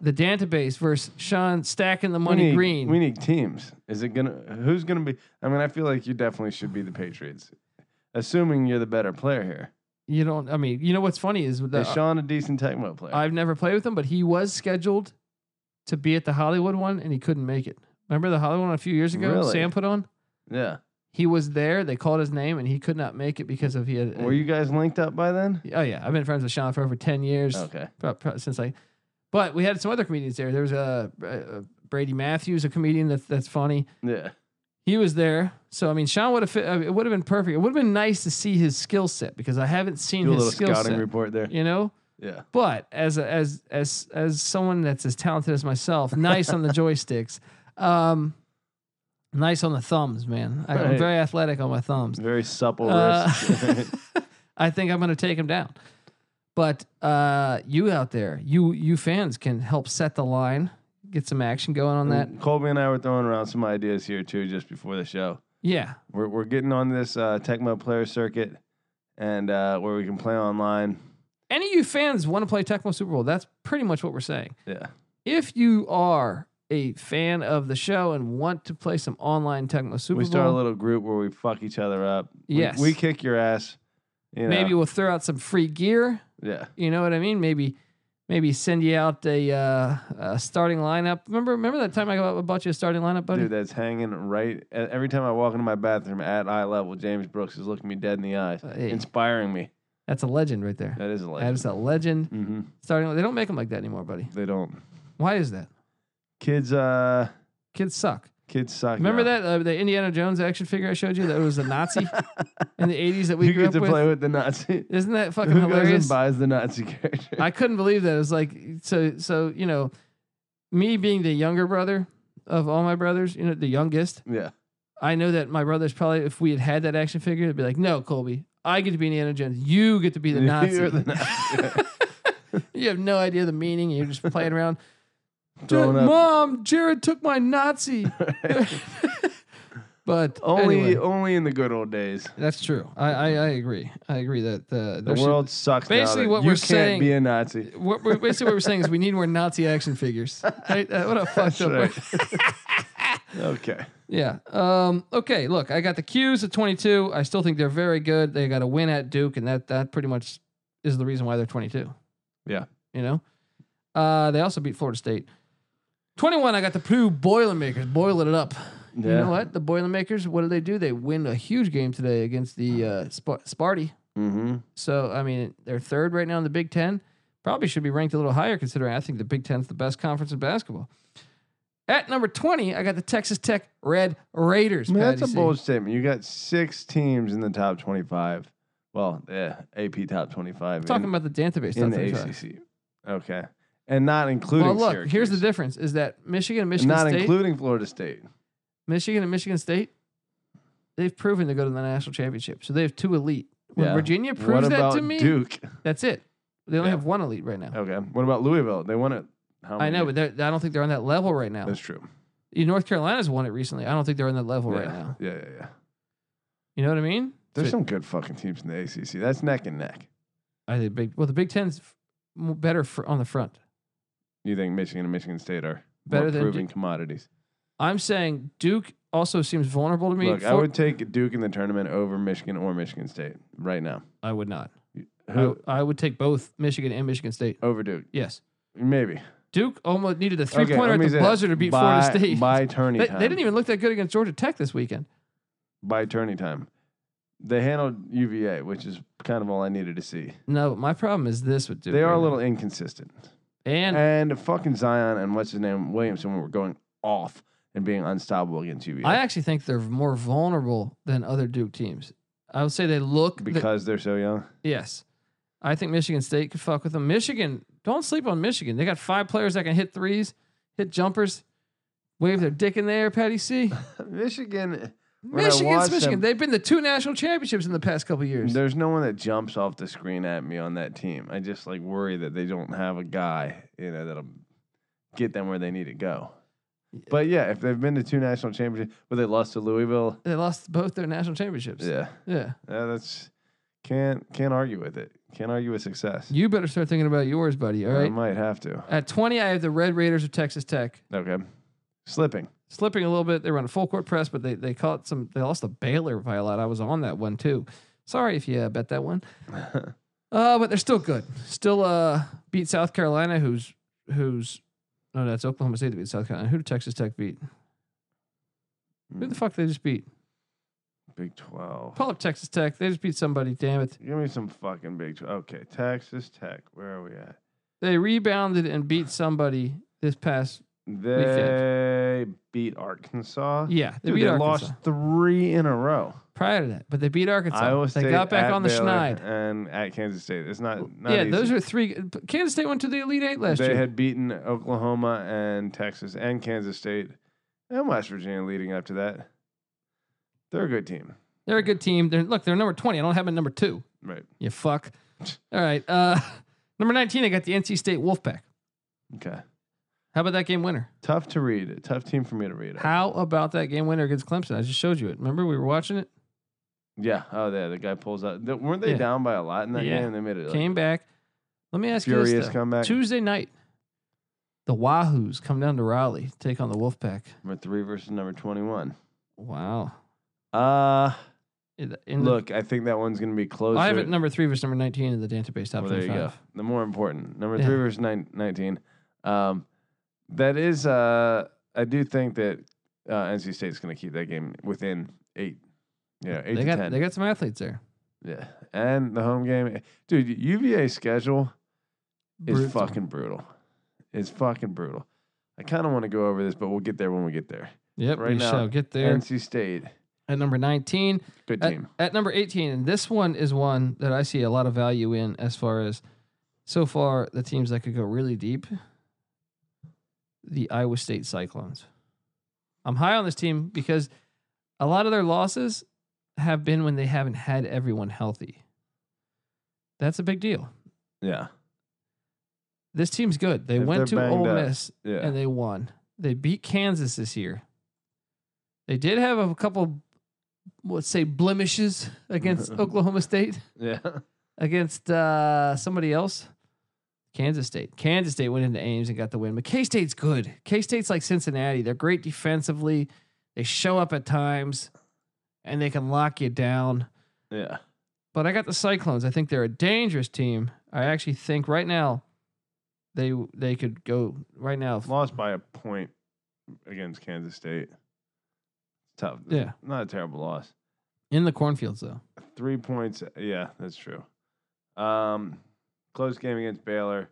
[SPEAKER 1] the database versus Sean stacking the money
[SPEAKER 2] we need,
[SPEAKER 1] green.
[SPEAKER 2] We need teams. Is it gonna? Who's gonna be? I mean, I feel like you definitely should be the Patriots, assuming you're the better player here.
[SPEAKER 1] you don't. I mean, you know what's funny is with the uh,
[SPEAKER 2] Is Sean a decent Tecmo player?
[SPEAKER 1] I've never played with him, but he was scheduled to be at the Hollywood one and he couldn't make it. Remember the Hollywood one a few years ago?
[SPEAKER 2] Really?
[SPEAKER 1] Sam put on?
[SPEAKER 2] yeah.
[SPEAKER 1] He was there. They called his name and he could not make it because of he had.
[SPEAKER 2] Were you guys linked up by then?
[SPEAKER 1] Oh, yeah. I've been friends with Sean for over 10 years
[SPEAKER 2] Okay.
[SPEAKER 1] pro- pro- since I. But we had some other comedians there. There was a, uh Brady Matthews, a comedian that's, that's funny.
[SPEAKER 2] Yeah.
[SPEAKER 1] He was there. So, I mean, Sean would have fit. I mean, it would have been perfect. It would have been nice to see his skill set because I haven't seen
[SPEAKER 2] Do a little
[SPEAKER 1] his skill
[SPEAKER 2] scouting
[SPEAKER 1] set.
[SPEAKER 2] report there.
[SPEAKER 1] You know?
[SPEAKER 2] Yeah.
[SPEAKER 1] But as a, as as as someone that's as talented as myself, nice on the joysticks, um, nice on the thumbs, man. I, I'm
[SPEAKER 2] Right.
[SPEAKER 1] very athletic on my thumbs.
[SPEAKER 2] Very supple
[SPEAKER 1] Uh,
[SPEAKER 2] wrist.
[SPEAKER 1] I think I'm going to take him down. But uh, you out there, you you fans can help set the line, get some action going on that.
[SPEAKER 2] And Colby and I were throwing around some ideas here too, just before the show.
[SPEAKER 1] Yeah,
[SPEAKER 2] We're we're getting on this uh, Tecmo player circuit, and uh, where we can play online.
[SPEAKER 1] any of you fans want to play Tecmo Super Bowl? That's pretty much what we're saying.
[SPEAKER 2] Yeah,
[SPEAKER 1] If you are a fan of the show and want to play some online Tecmo Super
[SPEAKER 2] we
[SPEAKER 1] Bowl,
[SPEAKER 2] start a little group where we fuck each other up. We-
[SPEAKER 1] Yes.
[SPEAKER 2] we, kick your ass. You know.
[SPEAKER 1] maybe we'll throw out some free gear.
[SPEAKER 2] yeah,
[SPEAKER 1] You know what I mean? Maybe maybe send you out a, uh, a starting lineup. Remember, remember that time I bought you a starting lineup, buddy?
[SPEAKER 2] Dude, that's hanging right. e- Every time I walk into my bathroom at eye level, James Brooks is looking me dead in the eyes,
[SPEAKER 1] Uh, hey.
[SPEAKER 2] inspiring me.
[SPEAKER 1] That's a legend right there.
[SPEAKER 2] That is a
[SPEAKER 1] That
[SPEAKER 2] legend.
[SPEAKER 1] is a legend.
[SPEAKER 2] mm-hmm.
[SPEAKER 1] Starting, they don't make them like that anymore, buddy.
[SPEAKER 2] They don't.
[SPEAKER 1] Why is that?
[SPEAKER 2] Kids, uh,
[SPEAKER 1] Kids suck.
[SPEAKER 2] kids suck.
[SPEAKER 1] Remember
[SPEAKER 2] now.
[SPEAKER 1] that uh, the Indiana Jones action figure I showed you that was a Nazi in the '80s that we
[SPEAKER 2] you
[SPEAKER 1] grew
[SPEAKER 2] get
[SPEAKER 1] up
[SPEAKER 2] to
[SPEAKER 1] with?
[SPEAKER 2] play with the Nazi.
[SPEAKER 1] Isn't that
[SPEAKER 2] Who
[SPEAKER 1] fucking
[SPEAKER 2] goes and
[SPEAKER 1] hilarious?
[SPEAKER 2] buys the Nazi character?
[SPEAKER 1] I couldn't believe that. It was like so so you know, me being the younger brother of all my brothers, you know, the youngest.
[SPEAKER 2] yeah,
[SPEAKER 1] I know that my brothers probably, if we had had that action figure, they'd be like, "No, Colby, I get to be Indiana Jones. You get to be the Nazi.
[SPEAKER 2] You're the Nazi.
[SPEAKER 1] you have no idea the meaning. You're just playing around.
[SPEAKER 2] Throwing
[SPEAKER 1] "Dude,
[SPEAKER 2] up.
[SPEAKER 1] Mom, Jared took my Nazi." but
[SPEAKER 2] Only,
[SPEAKER 1] anyway,
[SPEAKER 2] only in the good old days.
[SPEAKER 1] that's true. I, I I agree. I agree that uh,
[SPEAKER 2] The world sucks. now
[SPEAKER 1] Basically
[SPEAKER 2] that
[SPEAKER 1] what
[SPEAKER 2] you
[SPEAKER 1] we're
[SPEAKER 2] can't
[SPEAKER 1] saying-
[SPEAKER 2] be a Nazi.
[SPEAKER 1] What we're, basically, what we're saying is we need more Nazi action figures. Right? Uh, what a fucked
[SPEAKER 2] That's
[SPEAKER 1] up.
[SPEAKER 2] right. okay.
[SPEAKER 1] Yeah. Um, okay. Look, I got the Qs at 22. I still think they're very good. They got a win at Duke, and that that pretty much is the reason why they're 22.
[SPEAKER 2] Yeah.
[SPEAKER 1] You know, uh, they also beat Florida State. 21. I got the Purdue Boilermakers boiling it up.
[SPEAKER 2] Yeah.
[SPEAKER 1] You know what? The Boilermakers. What do they do? They win a huge game today against the uh, Sp- Sparty.
[SPEAKER 2] Mm-hmm.
[SPEAKER 1] So I mean, they're third right now in the Big Ten. Probably should be ranked a little higher considering I think the Big Ten's the best conference in basketball. At number twenty, I got the Texas Tech Red Raiders.
[SPEAKER 2] Man, that's a
[SPEAKER 1] Patty C.
[SPEAKER 2] bold statement. You got six teams in the top 25. Well, yeah, AP top 25 in,
[SPEAKER 1] Talking about the database. top
[SPEAKER 2] in the
[SPEAKER 1] 35.
[SPEAKER 2] ACC. Okay. And not including
[SPEAKER 1] Well, look,
[SPEAKER 2] Syracuse.
[SPEAKER 1] here's the difference: is that Michigan and
[SPEAKER 2] And
[SPEAKER 1] Michigan
[SPEAKER 2] Not
[SPEAKER 1] State,
[SPEAKER 2] including Florida State.
[SPEAKER 1] Michigan and Michigan State, they've proven to go to the national championship. So they have two elite. When
[SPEAKER 2] Yeah.
[SPEAKER 1] Virginia
[SPEAKER 2] what
[SPEAKER 1] proves that
[SPEAKER 2] about
[SPEAKER 1] to me,
[SPEAKER 2] Duke?
[SPEAKER 1] that's it. They only
[SPEAKER 2] Yeah.
[SPEAKER 1] have one elite right now.
[SPEAKER 2] Okay. What about Louisville? They won it. How
[SPEAKER 1] I
[SPEAKER 2] many
[SPEAKER 1] know, but
[SPEAKER 2] years?
[SPEAKER 1] they're- I don't think they're on that level right now.
[SPEAKER 2] that's true.
[SPEAKER 1] You- North Carolina's won it recently. I don't think they're on that level
[SPEAKER 2] yeah.
[SPEAKER 1] right now.
[SPEAKER 2] Yeah, yeah, yeah.
[SPEAKER 1] You know what I mean?
[SPEAKER 2] There's
[SPEAKER 1] So-
[SPEAKER 2] some good fucking teams in the ACC. That's neck and neck.
[SPEAKER 1] I think big. Well, the Big Ten's f- m- better for, on the front.
[SPEAKER 2] You think Michigan and Michigan State are
[SPEAKER 1] Better
[SPEAKER 2] more
[SPEAKER 1] than
[SPEAKER 2] proven commodities?
[SPEAKER 1] I'm saying Duke also seems vulnerable to me.
[SPEAKER 2] Look, I
[SPEAKER 1] For-
[SPEAKER 2] would take Duke in the tournament over Michigan or Michigan State right now.
[SPEAKER 1] I would not.
[SPEAKER 2] Who
[SPEAKER 1] I, I would take both Michigan and Michigan State.
[SPEAKER 2] over Duke?
[SPEAKER 1] Yes,
[SPEAKER 2] Maybe
[SPEAKER 1] Duke almost needed a three
[SPEAKER 2] Okay,
[SPEAKER 1] pointer
[SPEAKER 2] let
[SPEAKER 1] at
[SPEAKER 2] me
[SPEAKER 1] the
[SPEAKER 2] say that.
[SPEAKER 1] buzzer to beat
[SPEAKER 2] by,
[SPEAKER 1] Florida State.
[SPEAKER 2] by tourney
[SPEAKER 1] they,
[SPEAKER 2] time.
[SPEAKER 1] they didn't even look that good against Georgia Tech this weekend.
[SPEAKER 2] by tourney time. They handled UVA, which is kind of all I needed to see.
[SPEAKER 1] No, but my problem is this with Duke.
[SPEAKER 2] they are
[SPEAKER 1] right
[SPEAKER 2] a
[SPEAKER 1] now.
[SPEAKER 2] little inconsistent,
[SPEAKER 1] and
[SPEAKER 2] and fucking Zion and what's his name Williamson were going off and being unstoppable against UVA
[SPEAKER 1] I actually think they're more vulnerable than other Duke teams. I would say they look the-
[SPEAKER 2] because they're so young.
[SPEAKER 1] Yes. I think Michigan State could fuck with them. Michigan, don't sleep on Michigan. They got five players that can hit threes, hit jumpers, wave their dick in the air, Patty C.
[SPEAKER 2] Michigan, When I
[SPEAKER 1] Michigan's
[SPEAKER 2] watched
[SPEAKER 1] Michigan.
[SPEAKER 2] them-
[SPEAKER 1] They've been to two national championships in the past couple years.
[SPEAKER 2] there's no one that jumps off the screen at me on that team. I just like worry that they don't have a guy, you know, that'll get them where they need to go. But yeah, if they've been to two national championships, but they lost to Louisville,
[SPEAKER 1] They lost both their national championships.
[SPEAKER 2] yeah,
[SPEAKER 1] Yeah.
[SPEAKER 2] Yeah, that's can't can't argue with it. Can't argue with success.
[SPEAKER 1] You better start thinking about yours, buddy. All
[SPEAKER 2] I
[SPEAKER 1] right.
[SPEAKER 2] might have to.
[SPEAKER 1] At 20, I have the Red Raiders of Texas Tech.
[SPEAKER 2] Okay, slipping.
[SPEAKER 1] Slipping a little bit. They run a full court press, but they, they caught some. They lost the Baylor by a lot. I was on that one too. Sorry if you uh, bet that one. Uh, but they're still good. Still uh beat South Carolina, who's who's no, that's Oklahoma State that beat South Carolina. Who did Texas Tech beat? Who the fuck they just beat?
[SPEAKER 2] Big Twelve.
[SPEAKER 1] Pull up Texas Tech. They just beat somebody. Damn it!
[SPEAKER 2] Give me some fucking Big Twelve. Okay, Texas Tech. Where are we at?
[SPEAKER 1] They rebounded and beat somebody this past.
[SPEAKER 2] They beat Arkansas.
[SPEAKER 1] Yeah, they
[SPEAKER 2] Dude,
[SPEAKER 1] beat
[SPEAKER 2] they
[SPEAKER 1] Arkansas
[SPEAKER 2] lost three in a row.
[SPEAKER 1] prior to that, but they beat Arkansas.
[SPEAKER 2] Iowa State
[SPEAKER 1] they got back
[SPEAKER 2] at
[SPEAKER 1] on the
[SPEAKER 2] Baylor,
[SPEAKER 1] Schneid.
[SPEAKER 2] and at Kansas State. It's not, not
[SPEAKER 1] Yeah,
[SPEAKER 2] easy.
[SPEAKER 1] those are three. Kansas State went to the Elite Eight last
[SPEAKER 2] they
[SPEAKER 1] year.
[SPEAKER 2] had beaten Oklahoma and Texas and Kansas State and West Virginia leading up to that. They're a good team,
[SPEAKER 1] They're a good team. They're look. They're number twenty. I don't have them at number two.
[SPEAKER 2] right?
[SPEAKER 1] You fuck. All right. Uh, number nineteen. I got the NC State Wolfpack.
[SPEAKER 2] Okay,
[SPEAKER 1] How about that game winner?
[SPEAKER 2] tough to read. Tough team for me to read.
[SPEAKER 1] How about that game winner against Clemson? I just showed you it. Remember we were watching it.
[SPEAKER 2] Yeah. Oh, yeah. The guy pulls out. Th- weren't they
[SPEAKER 1] Yeah.
[SPEAKER 2] down by a lot in that
[SPEAKER 1] Yeah.
[SPEAKER 2] game? They made it like,
[SPEAKER 1] Came back. Let me ask you
[SPEAKER 2] furious
[SPEAKER 1] this: though.
[SPEAKER 2] comeback.
[SPEAKER 1] Tuesday night, the Wahoos come down to Raleigh to take on the Wolfpack.
[SPEAKER 2] Number three versus number twenty-one.
[SPEAKER 1] Wow.
[SPEAKER 2] Uh
[SPEAKER 1] In the, in the-
[SPEAKER 2] Look, I think that one's going to be closer.
[SPEAKER 1] I have it number three versus number nineteen in the database top
[SPEAKER 2] Well, there you go.
[SPEAKER 1] twenty-five.
[SPEAKER 2] The more important number
[SPEAKER 1] Yeah.
[SPEAKER 2] three versus nine, 19. Um, that is, uh, I do think that uh, NC State's going to keep that game within eight. Yeah, eight
[SPEAKER 1] They
[SPEAKER 2] to
[SPEAKER 1] got
[SPEAKER 2] ten.
[SPEAKER 1] they got some athletes there.
[SPEAKER 2] yeah, and the home game, dude. UVA schedule is
[SPEAKER 1] Brutal.
[SPEAKER 2] fucking brutal. It's fucking brutal. I kind of want to go over this, but we'll get there when we get there.
[SPEAKER 1] Yep,
[SPEAKER 2] right
[SPEAKER 1] we
[SPEAKER 2] now,
[SPEAKER 1] shall get there. Uh,
[SPEAKER 2] NC State,
[SPEAKER 1] At number nineteen,
[SPEAKER 2] good
[SPEAKER 1] At-
[SPEAKER 2] team.
[SPEAKER 1] At, number 18, and this one is one that I see a lot of value in as far as so far the teams that could go really deep. The Iowa State Cyclones. I'm high on this team because a lot of their losses have been when they haven't had everyone healthy. That's a big deal.
[SPEAKER 2] yeah,
[SPEAKER 1] This team's good. They
[SPEAKER 2] If they're
[SPEAKER 1] went to
[SPEAKER 2] banged
[SPEAKER 1] Ole
[SPEAKER 2] up.
[SPEAKER 1] Miss
[SPEAKER 2] yeah.
[SPEAKER 1] and they won. They beat Kansas this year. They did have a couple, let's say, blemishes against Oklahoma State,
[SPEAKER 2] Yeah.
[SPEAKER 1] against uh, somebody else. Kansas State. Kansas State went into Ames and got the win. But K State's good. K State's like Cincinnati. They're great defensively. They show up at times and they can lock you down.
[SPEAKER 2] Yeah.
[SPEAKER 1] But I got the Cyclones. I think they're a dangerous team. I actually think right now they they could go right now.
[SPEAKER 2] Lost by a point against Kansas State. Tough.
[SPEAKER 1] Yeah.
[SPEAKER 2] Not a terrible loss.
[SPEAKER 1] In the cornfields though.
[SPEAKER 2] Three points. Yeah, that's true. Um, close game against Baylor.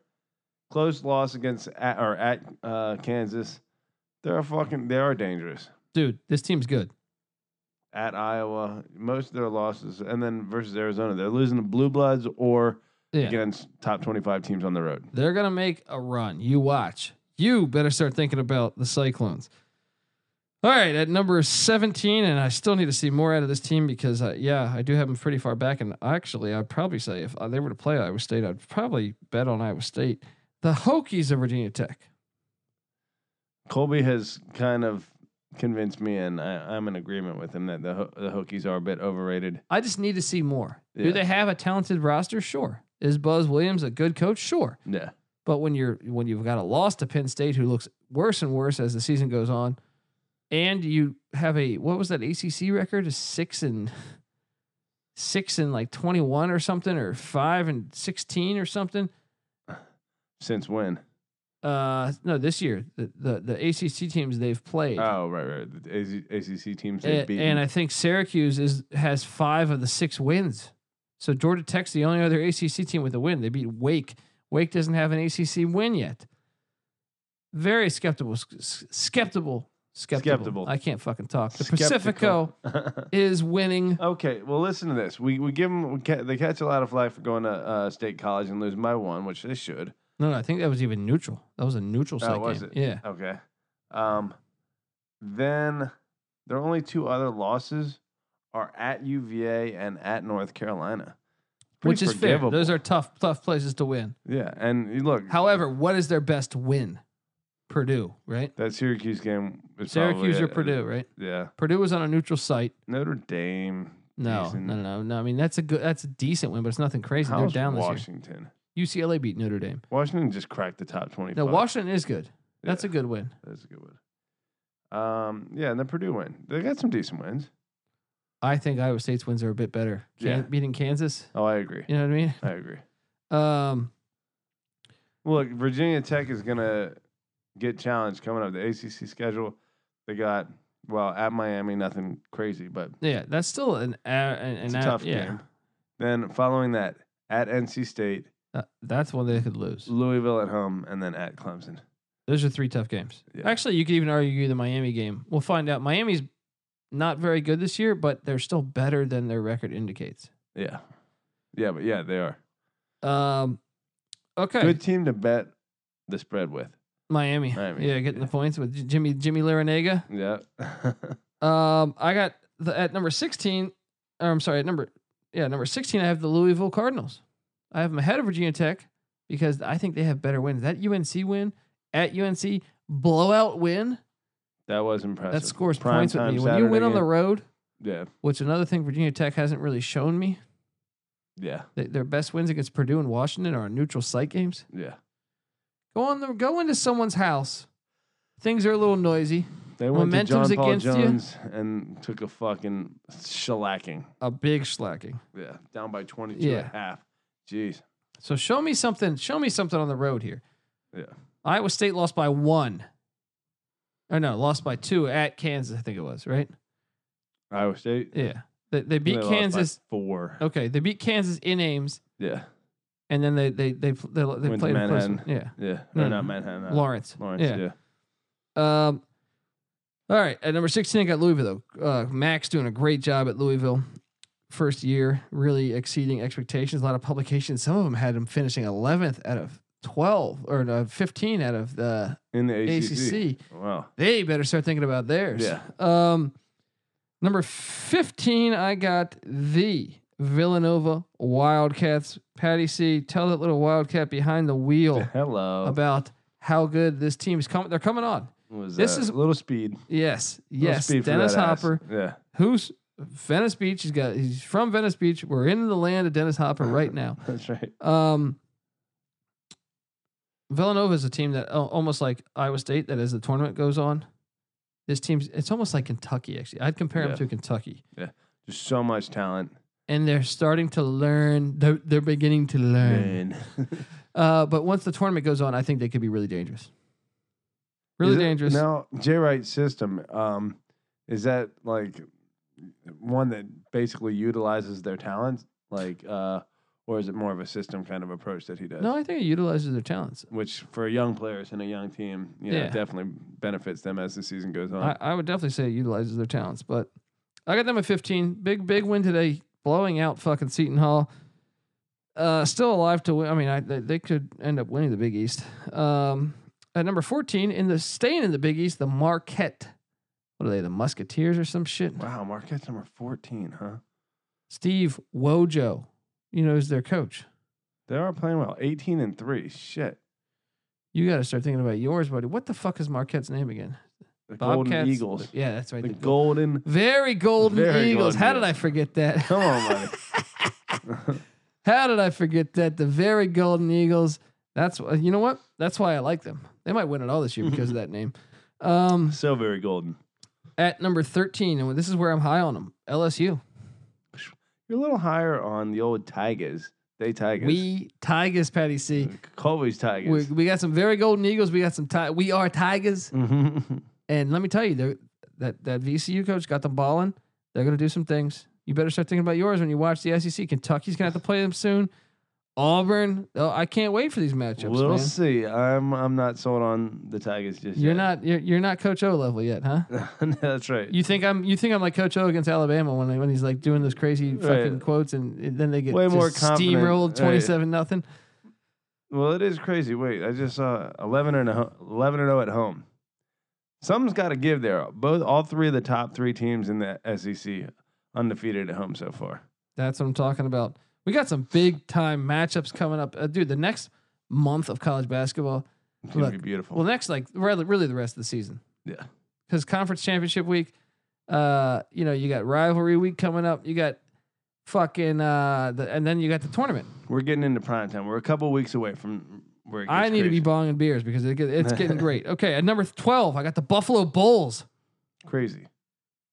[SPEAKER 2] Close loss against at, or at uh, Kansas. They're a fucking. They are dangerous.
[SPEAKER 1] dude, this team's good.
[SPEAKER 2] At Iowa, most of their losses, and then versus Arizona, they're losing to Blue Bloods or
[SPEAKER 1] Yeah.
[SPEAKER 2] against top twenty-five teams on the road.
[SPEAKER 1] They're going to make a run. You watch. You better start thinking about the Cyclones. All right, at number 17, and I still need to see more out of this team because, uh, yeah, I do have them pretty far back. And actually, I'd probably say if uh, they were to play Iowa State, I'd probably bet on Iowa State. The Hokies of Virginia Tech.
[SPEAKER 2] Colby has kind of convinced me, and I, I'm in agreement with him that the Ho- the Hokies are a bit overrated.
[SPEAKER 1] I just need to see more.
[SPEAKER 2] Yeah.
[SPEAKER 1] Do they have a talented roster? Sure. Is Buzz Williams a good coach? Sure.
[SPEAKER 2] Yeah.
[SPEAKER 1] But when you're when you've got a loss to Penn State, who looks worse and worse as the season goes on, and you have a what was that ACC record? A six and six and like twenty one or something, or five and sixteen or something.
[SPEAKER 2] Since when?
[SPEAKER 1] Uh, no, this year the the, the ACC teams they've played,
[SPEAKER 2] Oh, right, right. The AZ ACC teams
[SPEAKER 1] A-
[SPEAKER 2] they
[SPEAKER 1] and,
[SPEAKER 2] beat.
[SPEAKER 1] I think Syracuse is has five of the six wins. So Georgia Tech's the only other ACC team with a win. They beat Wake. Wake doesn't have an ACC win yet. Very skeptical, s- s- skeptical, skeptical.
[SPEAKER 2] Skeptical.
[SPEAKER 1] I can't fucking talk. The
[SPEAKER 2] Skeptical.
[SPEAKER 1] Pacifico is winning.
[SPEAKER 2] okay, well, listen to this. We we give them we ca- they catch a lot of flack for going to uh, state college and losing by one, which they should.
[SPEAKER 1] No, no, I think that was even neutral. That was a neutral
[SPEAKER 2] Oh,
[SPEAKER 1] site
[SPEAKER 2] was
[SPEAKER 1] game.
[SPEAKER 2] it?
[SPEAKER 1] Yeah,
[SPEAKER 2] Okay, um, then their only two other losses are at UVA and at North Carolina,
[SPEAKER 1] which
[SPEAKER 2] Pretty
[SPEAKER 1] is fair.
[SPEAKER 2] forgivable.
[SPEAKER 1] Those are tough, tough places to win.
[SPEAKER 2] yeah. And you look,
[SPEAKER 1] However, what is their best win? Purdue, right?
[SPEAKER 2] that Syracuse game is probably
[SPEAKER 1] Syracuse or
[SPEAKER 2] it.
[SPEAKER 1] Purdue, right?
[SPEAKER 2] Yeah,
[SPEAKER 1] Purdue was on a neutral site.
[SPEAKER 2] Notre Dame.
[SPEAKER 1] No,
[SPEAKER 2] decent.
[SPEAKER 1] no, no, no, no. I mean, that's a good, that's a decent win, but it's nothing crazy.
[SPEAKER 2] How's
[SPEAKER 1] They're down
[SPEAKER 2] Washington.
[SPEAKER 1] this year. UCLA beat Notre Dame.
[SPEAKER 2] Washington just cracked the top twenty.
[SPEAKER 1] No, Washington is good. That's a good win.
[SPEAKER 2] That's a good one. Um, yeah, and then Purdue win. They got some decent wins.
[SPEAKER 1] I think Iowa State's wins are a bit better. Can-
[SPEAKER 2] Yeah.
[SPEAKER 1] Beating Kansas,
[SPEAKER 2] Oh, I agree.
[SPEAKER 1] you know what I mean?
[SPEAKER 2] I agree.
[SPEAKER 1] Um,
[SPEAKER 2] Look, Virginia Tech is gonna get challenged coming up. The ACC schedule they got well at Miami, nothing crazy, but
[SPEAKER 1] yeah, that's still an a- an, an
[SPEAKER 2] it's a
[SPEAKER 1] a-
[SPEAKER 2] tough
[SPEAKER 1] yeah.
[SPEAKER 2] game. Then following that, at NC State,
[SPEAKER 1] Uh, that's one they could lose.
[SPEAKER 2] Louisville at home, and then at Clemson.
[SPEAKER 1] Those are three tough games.
[SPEAKER 2] Yeah.
[SPEAKER 1] Actually, you could even argue the Miami game. We'll find out. Miami's not very good this year, but they're still better than their record indicates.
[SPEAKER 2] Yeah, yeah, but yeah, they are
[SPEAKER 1] Um, okay,
[SPEAKER 2] good team to bet the spread with.
[SPEAKER 1] Miami.
[SPEAKER 2] Miami,
[SPEAKER 1] Yeah, getting
[SPEAKER 2] yeah.
[SPEAKER 1] the points with J- Jimmy Jimmy Larinaga.
[SPEAKER 2] Yeah,
[SPEAKER 1] Um, I got the at number sixteen. Or I'm sorry, at number yeah, number sixteen. I have the Louisville Cardinals. I have them ahead of Virginia Tech because I think they have better wins. That UNC win at UNC blowout win
[SPEAKER 2] that was impressive.
[SPEAKER 1] that scores
[SPEAKER 2] Prime
[SPEAKER 1] points with
[SPEAKER 2] time
[SPEAKER 1] me. When
[SPEAKER 2] Saturday
[SPEAKER 1] you win on the
[SPEAKER 2] game.
[SPEAKER 1] road,
[SPEAKER 2] yeah,
[SPEAKER 1] which another thing Virginia Tech hasn't really shown me,
[SPEAKER 2] yeah,
[SPEAKER 1] they, their best wins against Purdue and Washington are on neutral site games.
[SPEAKER 2] yeah.
[SPEAKER 1] Go on the go into someone's house. Things are a little noisy.
[SPEAKER 2] They went
[SPEAKER 1] Momentum's
[SPEAKER 2] to John Paul
[SPEAKER 1] against you?
[SPEAKER 2] Jones and took a fucking shellacking.
[SPEAKER 1] A big slacking.
[SPEAKER 2] Yeah, down by 22 and
[SPEAKER 1] Yeah.
[SPEAKER 2] a half. Jeez.
[SPEAKER 1] So show me something. Show me something on the road here.
[SPEAKER 2] Yeah.
[SPEAKER 1] Iowa State lost by one. Or no, lost by two at Kansas. I think it was right.
[SPEAKER 2] Iowa State.
[SPEAKER 1] Yeah, they, they
[SPEAKER 2] They
[SPEAKER 1] beat
[SPEAKER 2] lost by
[SPEAKER 1] Kansas. Oh.
[SPEAKER 2] four.
[SPEAKER 1] Okay, they beat Kansas in Ames,
[SPEAKER 2] Yeah.
[SPEAKER 1] and then they they they they, they
[SPEAKER 2] to
[SPEAKER 1] played a close
[SPEAKER 2] Manhattan.
[SPEAKER 1] one. Yeah,
[SPEAKER 2] Yeah.
[SPEAKER 1] No,
[SPEAKER 2] Or
[SPEAKER 1] no.
[SPEAKER 2] not Manhattan. uh,
[SPEAKER 1] Mm-hmm. Lawrence.
[SPEAKER 2] Lawrence.
[SPEAKER 1] Yeah.
[SPEAKER 2] Yeah.
[SPEAKER 1] Um, all right, at number sixteen, I got Louisville. Though uh, Max doing a great job at Louisville. First year, really exceeding expectations. A lot of publications. Some of them had him finishing eleventh out of twelve or no, fifteen out of the
[SPEAKER 2] In the
[SPEAKER 1] ACC.
[SPEAKER 2] ACC. Wow.
[SPEAKER 1] They better start thinking about theirs.
[SPEAKER 2] Yeah.
[SPEAKER 1] Um, number fifteen, I got the Villanova Wildcats. Patty C, tell that little Wildcat behind the wheel
[SPEAKER 2] Hello.
[SPEAKER 1] about how good this team is coming. They're coming on.
[SPEAKER 2] What was
[SPEAKER 1] this
[SPEAKER 2] that?
[SPEAKER 1] is-
[SPEAKER 2] a little speed.
[SPEAKER 1] Yes,
[SPEAKER 2] Little
[SPEAKER 1] yes.
[SPEAKER 2] speed for
[SPEAKER 1] Dennis
[SPEAKER 2] that ass.
[SPEAKER 1] Hopper,
[SPEAKER 2] Yeah.
[SPEAKER 1] who's Venice Beach. He's got. He's from Venice Beach. We're in the land of Dennis
[SPEAKER 2] Uh-huh.
[SPEAKER 1] Hopper right now.
[SPEAKER 2] That's right.
[SPEAKER 1] Um, Villanova is a team that al- almost like Iowa State. That as the tournament goes on, this team's. It's almost like Kentucky. Actually, I'd compare
[SPEAKER 2] Yeah.
[SPEAKER 1] them to Kentucky.
[SPEAKER 2] Just so much talent.
[SPEAKER 1] And they're starting to learn. They're, they're beginning to learn.
[SPEAKER 2] Man.
[SPEAKER 1] Uh, but once the tournament goes on, I think they could be really dangerous. Really
[SPEAKER 2] Is it-
[SPEAKER 1] dangerous.
[SPEAKER 2] Now, J Wright system, um, is that like one that basically utilizes their talents? Like, uh, or is it more of a system kind of approach that he does?
[SPEAKER 1] No, I think it utilizes their talents.
[SPEAKER 2] Which for young players and a young team, you know,
[SPEAKER 1] Yeah.
[SPEAKER 2] definitely benefits them as the season goes on.
[SPEAKER 1] I, I would definitely say it utilizes their talents, but I got them at 15. Big, big win today, blowing out fucking Seton Hall. Uh, still alive to win. I mean, I, they, they could end up winning the Big East. Um, at number 14, in the staying in the Big East, the Marquette. What are they, the Musketeers or some shit?
[SPEAKER 2] wow, Marquette's number 14, huh?
[SPEAKER 1] Steve Wojo, you know, is their coach.
[SPEAKER 2] They are playing well. 18 and 3. Shit.
[SPEAKER 1] You got to start thinking about yours, buddy. What the fuck is Marquette's name again?
[SPEAKER 2] The Golden
[SPEAKER 1] Bobcats?
[SPEAKER 2] Eagles.
[SPEAKER 1] Yeah, that's right.
[SPEAKER 2] The
[SPEAKER 1] the-
[SPEAKER 2] Golden.
[SPEAKER 1] Very Golden
[SPEAKER 2] Very
[SPEAKER 1] Eagles.
[SPEAKER 2] Golden
[SPEAKER 1] How did I
[SPEAKER 2] Eagles.
[SPEAKER 1] forget that?
[SPEAKER 2] Come on, buddy.
[SPEAKER 1] How did I forget that? The very Golden Eagles. That's wh- you know what? That's why I like them. They might win it all this year because of that name. Um,
[SPEAKER 2] so very golden.
[SPEAKER 1] at number thirteen, and this is where I'm high on them. LSU.
[SPEAKER 2] You're a little higher on the old Tigers. They Tigers.
[SPEAKER 1] We Tigers, Patty C.
[SPEAKER 2] Colby's Tigers.
[SPEAKER 1] We, we got some very Golden Eagles. We got some. Ti- we are Tigers.
[SPEAKER 2] Mhm.
[SPEAKER 1] And let me tell you, they're- that that VCU coach got them balling. They're gonna do some things. You better start thinking about yours when you watch the SEC. Kentucky's gonna have to play them soon. Auburn. Oh, I can't wait for these matchups.
[SPEAKER 2] we'll
[SPEAKER 1] man.
[SPEAKER 2] see. I'm I'm not sold on the Tigers just
[SPEAKER 1] You're
[SPEAKER 2] yet.
[SPEAKER 1] not. You're, you're not Coach O level yet, huh?
[SPEAKER 2] not. That's right.
[SPEAKER 1] You think I'm you think I'm like Coach O against Alabama when when he's like doing those crazy fucking
[SPEAKER 2] Right.
[SPEAKER 1] quotes and then they get
[SPEAKER 2] Way more
[SPEAKER 1] just
[SPEAKER 2] confident,
[SPEAKER 1] steamrolled
[SPEAKER 2] right.
[SPEAKER 1] twenty seven nothing.
[SPEAKER 2] well, it is crazy. Wait, I just saw 11 and a ho- 11 and 0 at home. Something's got to give there. Both all three of the top 3 teams in the SEC undefeated at home so far.
[SPEAKER 1] That's what I'm talking about. We got some big time matchups coming up, uh, dude. The next month of college basketball,
[SPEAKER 2] It's going to
[SPEAKER 1] Look,
[SPEAKER 2] be beautiful.
[SPEAKER 1] well, next like really, really the rest of the season
[SPEAKER 2] yeah.
[SPEAKER 1] because conference championship week. Uh, you know, you got rivalry week coming up. You got fucking uh, the, and then you got the tournament.
[SPEAKER 2] We're getting into prime time. We're a couple weeks away from where it gets
[SPEAKER 1] I need to be
[SPEAKER 2] crazy.
[SPEAKER 1] bonging beers because it, get- it's getting great. Okay, at number twelve, I got the Buffalo Bulls.
[SPEAKER 2] crazy.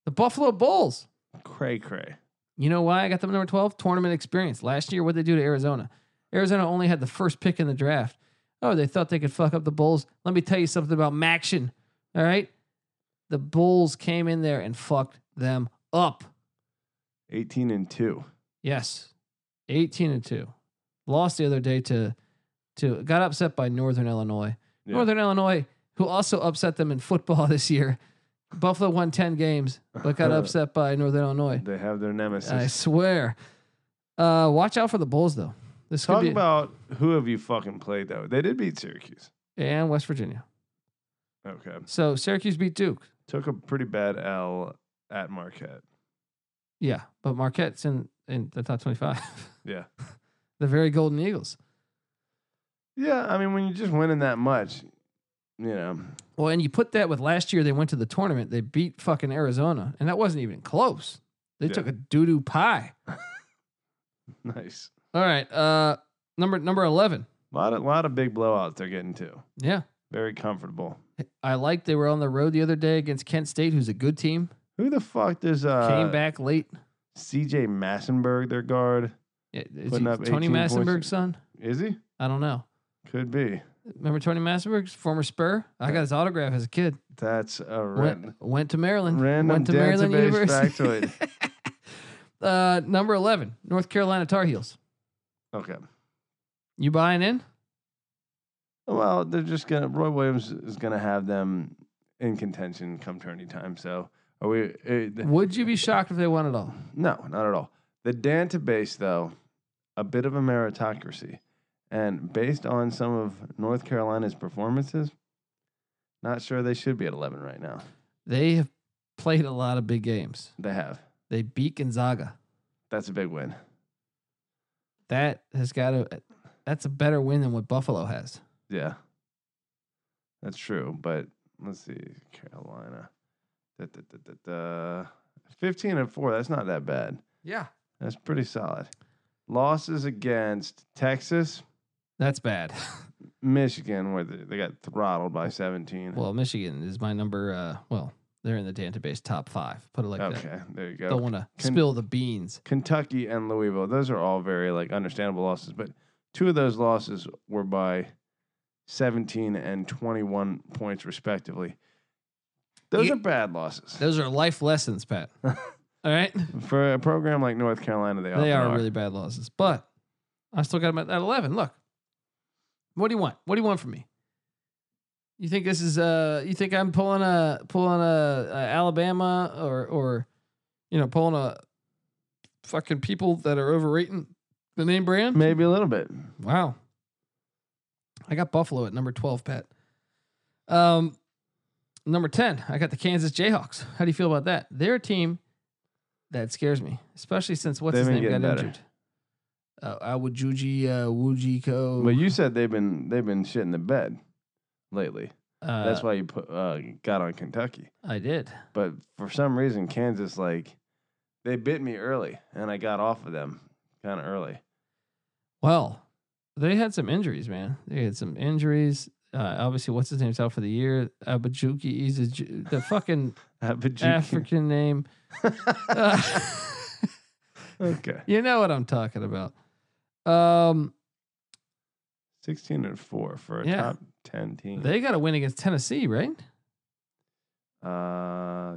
[SPEAKER 1] The Buffalo Bulls.
[SPEAKER 2] Cray cray.
[SPEAKER 1] You know why I got them number 12? Tournament experience. Last year, what they do to Arizona? Arizona only had the first pick in the draft. Oh, they thought they could fuck up the Bulls. Let me tell you something about Maction. All right. The Bulls came in there and fucked them up.
[SPEAKER 2] 18 and 2.
[SPEAKER 1] Yes. 18 and 2. Lost the other day to to got upset by Northern Illinois.
[SPEAKER 2] Yeah.
[SPEAKER 1] Northern Illinois, who also upset them in football this year. Buffalo won 10 games, but got upset by Northern Illinois.
[SPEAKER 2] They have their nemesis.
[SPEAKER 1] I swear. Uh, watch out for the Bulls, though. This could
[SPEAKER 2] Talk
[SPEAKER 1] be
[SPEAKER 2] about who have you fucking played though? They did beat Syracuse.
[SPEAKER 1] and West Virginia.
[SPEAKER 2] Okay,
[SPEAKER 1] So Syracuse beat Duke.
[SPEAKER 2] took a pretty bad L at Marquette.
[SPEAKER 1] Yeah, but Marquette's in in the top twenty-five.
[SPEAKER 2] Yeah,
[SPEAKER 1] the very Golden Eagles.
[SPEAKER 2] yeah. I mean, when you're just winning that much, you know,
[SPEAKER 1] Well, and you put that with last year. They went to the tournament. They beat fucking Arizona, and that wasn't even close. They
[SPEAKER 2] Yeah.
[SPEAKER 1] took a doo doo pie.
[SPEAKER 2] nice.
[SPEAKER 1] All right. Uh, number number eleven.
[SPEAKER 2] A lot of lot of big blowouts they're getting too.
[SPEAKER 1] Yeah,
[SPEAKER 2] Very comfortable.
[SPEAKER 1] I like they were on the road the other day against Kent State, who's a good team.
[SPEAKER 2] Who the fuck does uh
[SPEAKER 1] Came back late.
[SPEAKER 2] CJ Massenberg their guard?
[SPEAKER 1] Yeah, Is
[SPEAKER 2] putting
[SPEAKER 1] he
[SPEAKER 2] up
[SPEAKER 1] Tony
[SPEAKER 2] 18 points.
[SPEAKER 1] Massenberg's son?
[SPEAKER 2] Is he?
[SPEAKER 1] I don't know.
[SPEAKER 2] Could be.
[SPEAKER 1] Remember Tony Massenberg's former Spur? I got his autograph as a kid.
[SPEAKER 2] That's a
[SPEAKER 1] Went,
[SPEAKER 2] random,
[SPEAKER 1] went to Maryland.
[SPEAKER 2] random
[SPEAKER 1] went to Maryland
[SPEAKER 2] database
[SPEAKER 1] University.
[SPEAKER 2] factoid.
[SPEAKER 1] Uh, number eleven, North Carolina Tar Heels.
[SPEAKER 2] Okay.
[SPEAKER 1] You buying in?
[SPEAKER 2] Well, they're just gonna. Roy Williams is gonna have them in contention come tourney time. So are we? Uh, th-
[SPEAKER 1] Would you be shocked if they won it all?
[SPEAKER 2] no, not at all. The database, though, a bit of a meritocracy, and based on some of North Carolina's performances, not sure they should be at eleven right now.
[SPEAKER 1] They have played a lot of big games.
[SPEAKER 2] They have.
[SPEAKER 1] They beat Gonzaga.
[SPEAKER 2] That's a big win.
[SPEAKER 1] That has got to. That's a better win than what Buffalo has.
[SPEAKER 2] Yeah, that's true. But let's see, Carolina, da, da, da, da, da. fifteen and four. That's not that bad.
[SPEAKER 1] Yeah,
[SPEAKER 2] That's pretty solid. Losses against Texas,
[SPEAKER 1] that's bad.
[SPEAKER 2] Michigan, where they they got throttled by 17.
[SPEAKER 1] well, Michigan is my number. Uh, well, they're in the database top five. Put it like that.
[SPEAKER 2] okay, there you go.
[SPEAKER 1] Don't want to
[SPEAKER 2] Can-
[SPEAKER 1] spill the beans.
[SPEAKER 2] Kentucky and Louisville. Those are all very like understandable losses, but two of those losses were by 17 and 21 points respectively. Those
[SPEAKER 1] You-
[SPEAKER 2] are bad losses.
[SPEAKER 1] Those are life lessons, Pat. All right,
[SPEAKER 2] For a program like North Carolina, they,
[SPEAKER 1] they
[SPEAKER 2] often
[SPEAKER 1] are really bad losses, but I still got them at at eleven. Look, what do you want? What do you want from me? You think this is uh? You think I'm pulling a pulling a, a Alabama or or, you know, pulling a fucking people that are overrating the name brand?
[SPEAKER 2] Maybe a little bit.
[SPEAKER 1] Wow. I got Buffalo at number 12, Pat. Um, number 10, I got the Kansas Jayhawks. How do you feel about that? They're a team that scares me, especially since what's
[SPEAKER 2] They've
[SPEAKER 1] his
[SPEAKER 2] been
[SPEAKER 1] name got
[SPEAKER 2] getting better.
[SPEAKER 1] injured. Uh, I would Juji uh, Wujiko.
[SPEAKER 2] But you said they've been they've been shit in the bed lately.
[SPEAKER 1] uh,
[SPEAKER 2] That's why you put, uh, got on Kentucky.
[SPEAKER 1] I did.
[SPEAKER 2] But for some reason, Kansas, like, they bit me early and I got off of them kind of early.
[SPEAKER 1] Well, they had some injuries, man. They had some injuries. Uh, obviously, what's his name's out for the year? Abajuki is the fucking
[SPEAKER 2] Uh, but you-
[SPEAKER 1] African name. Uh,
[SPEAKER 2] okay.
[SPEAKER 1] You know what I'm talking about. Um,
[SPEAKER 2] 16 and 4 for a
[SPEAKER 1] Yeah.
[SPEAKER 2] top 10 team.
[SPEAKER 1] they got a win against Tennessee, right?
[SPEAKER 2] uh,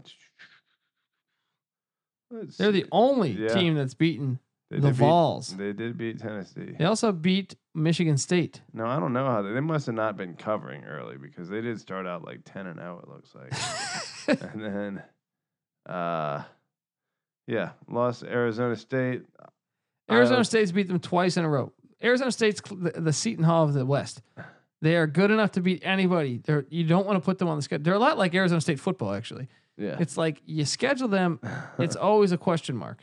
[SPEAKER 2] let's
[SPEAKER 1] They're the
[SPEAKER 2] see.
[SPEAKER 1] only
[SPEAKER 2] Yeah.
[SPEAKER 1] team that's beaten
[SPEAKER 2] They
[SPEAKER 1] the
[SPEAKER 2] did beat-
[SPEAKER 1] Vols.
[SPEAKER 2] They did beat Tennessee.
[SPEAKER 1] They also beat Michigan State.
[SPEAKER 2] No, I don't know how they, they must have not been covering early because they did start out like 10 and 0, it looks like. and then uh yeah lost arizona state
[SPEAKER 1] Arizona
[SPEAKER 2] Iowa-
[SPEAKER 1] State's beat them twice in a row. Arizona State's cl- the, the Seton Hall of the West. They are good enough to beat anybody. They're, you don't want to put them on the schedule. They're a lot like Arizona State football, actually.
[SPEAKER 2] yeah
[SPEAKER 1] It's like you schedule them, it's always a question mark.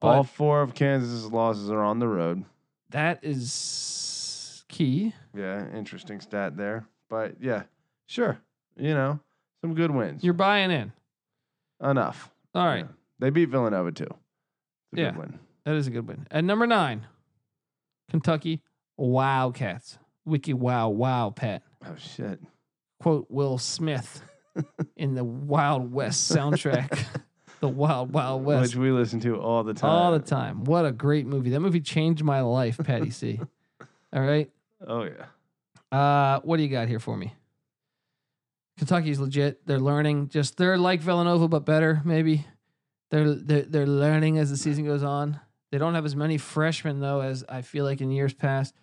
[SPEAKER 2] all
[SPEAKER 1] But
[SPEAKER 2] four of kansas's losses are on the road
[SPEAKER 1] that is key.
[SPEAKER 2] yeah interesting stat there but yeah sure you know some good wins
[SPEAKER 1] You're buying in.
[SPEAKER 2] enough
[SPEAKER 1] All right.
[SPEAKER 2] Yeah. they beat villanova too It's a
[SPEAKER 1] Yeah.
[SPEAKER 2] good win.
[SPEAKER 1] That is a good win. At number nine, Kentucky Wildcats. Wiki wow wow Pat.
[SPEAKER 2] oh shit
[SPEAKER 1] Quote Will Smith in the Wild West soundtrack. the Wild Wild
[SPEAKER 2] which
[SPEAKER 1] West.
[SPEAKER 2] we listen to all the time
[SPEAKER 1] All the time. What a great movie. That movie changed my life, Patty C. All right.
[SPEAKER 2] oh yeah
[SPEAKER 1] Uh, what do you got here for me? Kentucky's legit. They're learning. Just they're like Villanova, but better. Maybe they're they're, they're learning as the season goes on. They don't have as many freshmen though as I feel like in years past.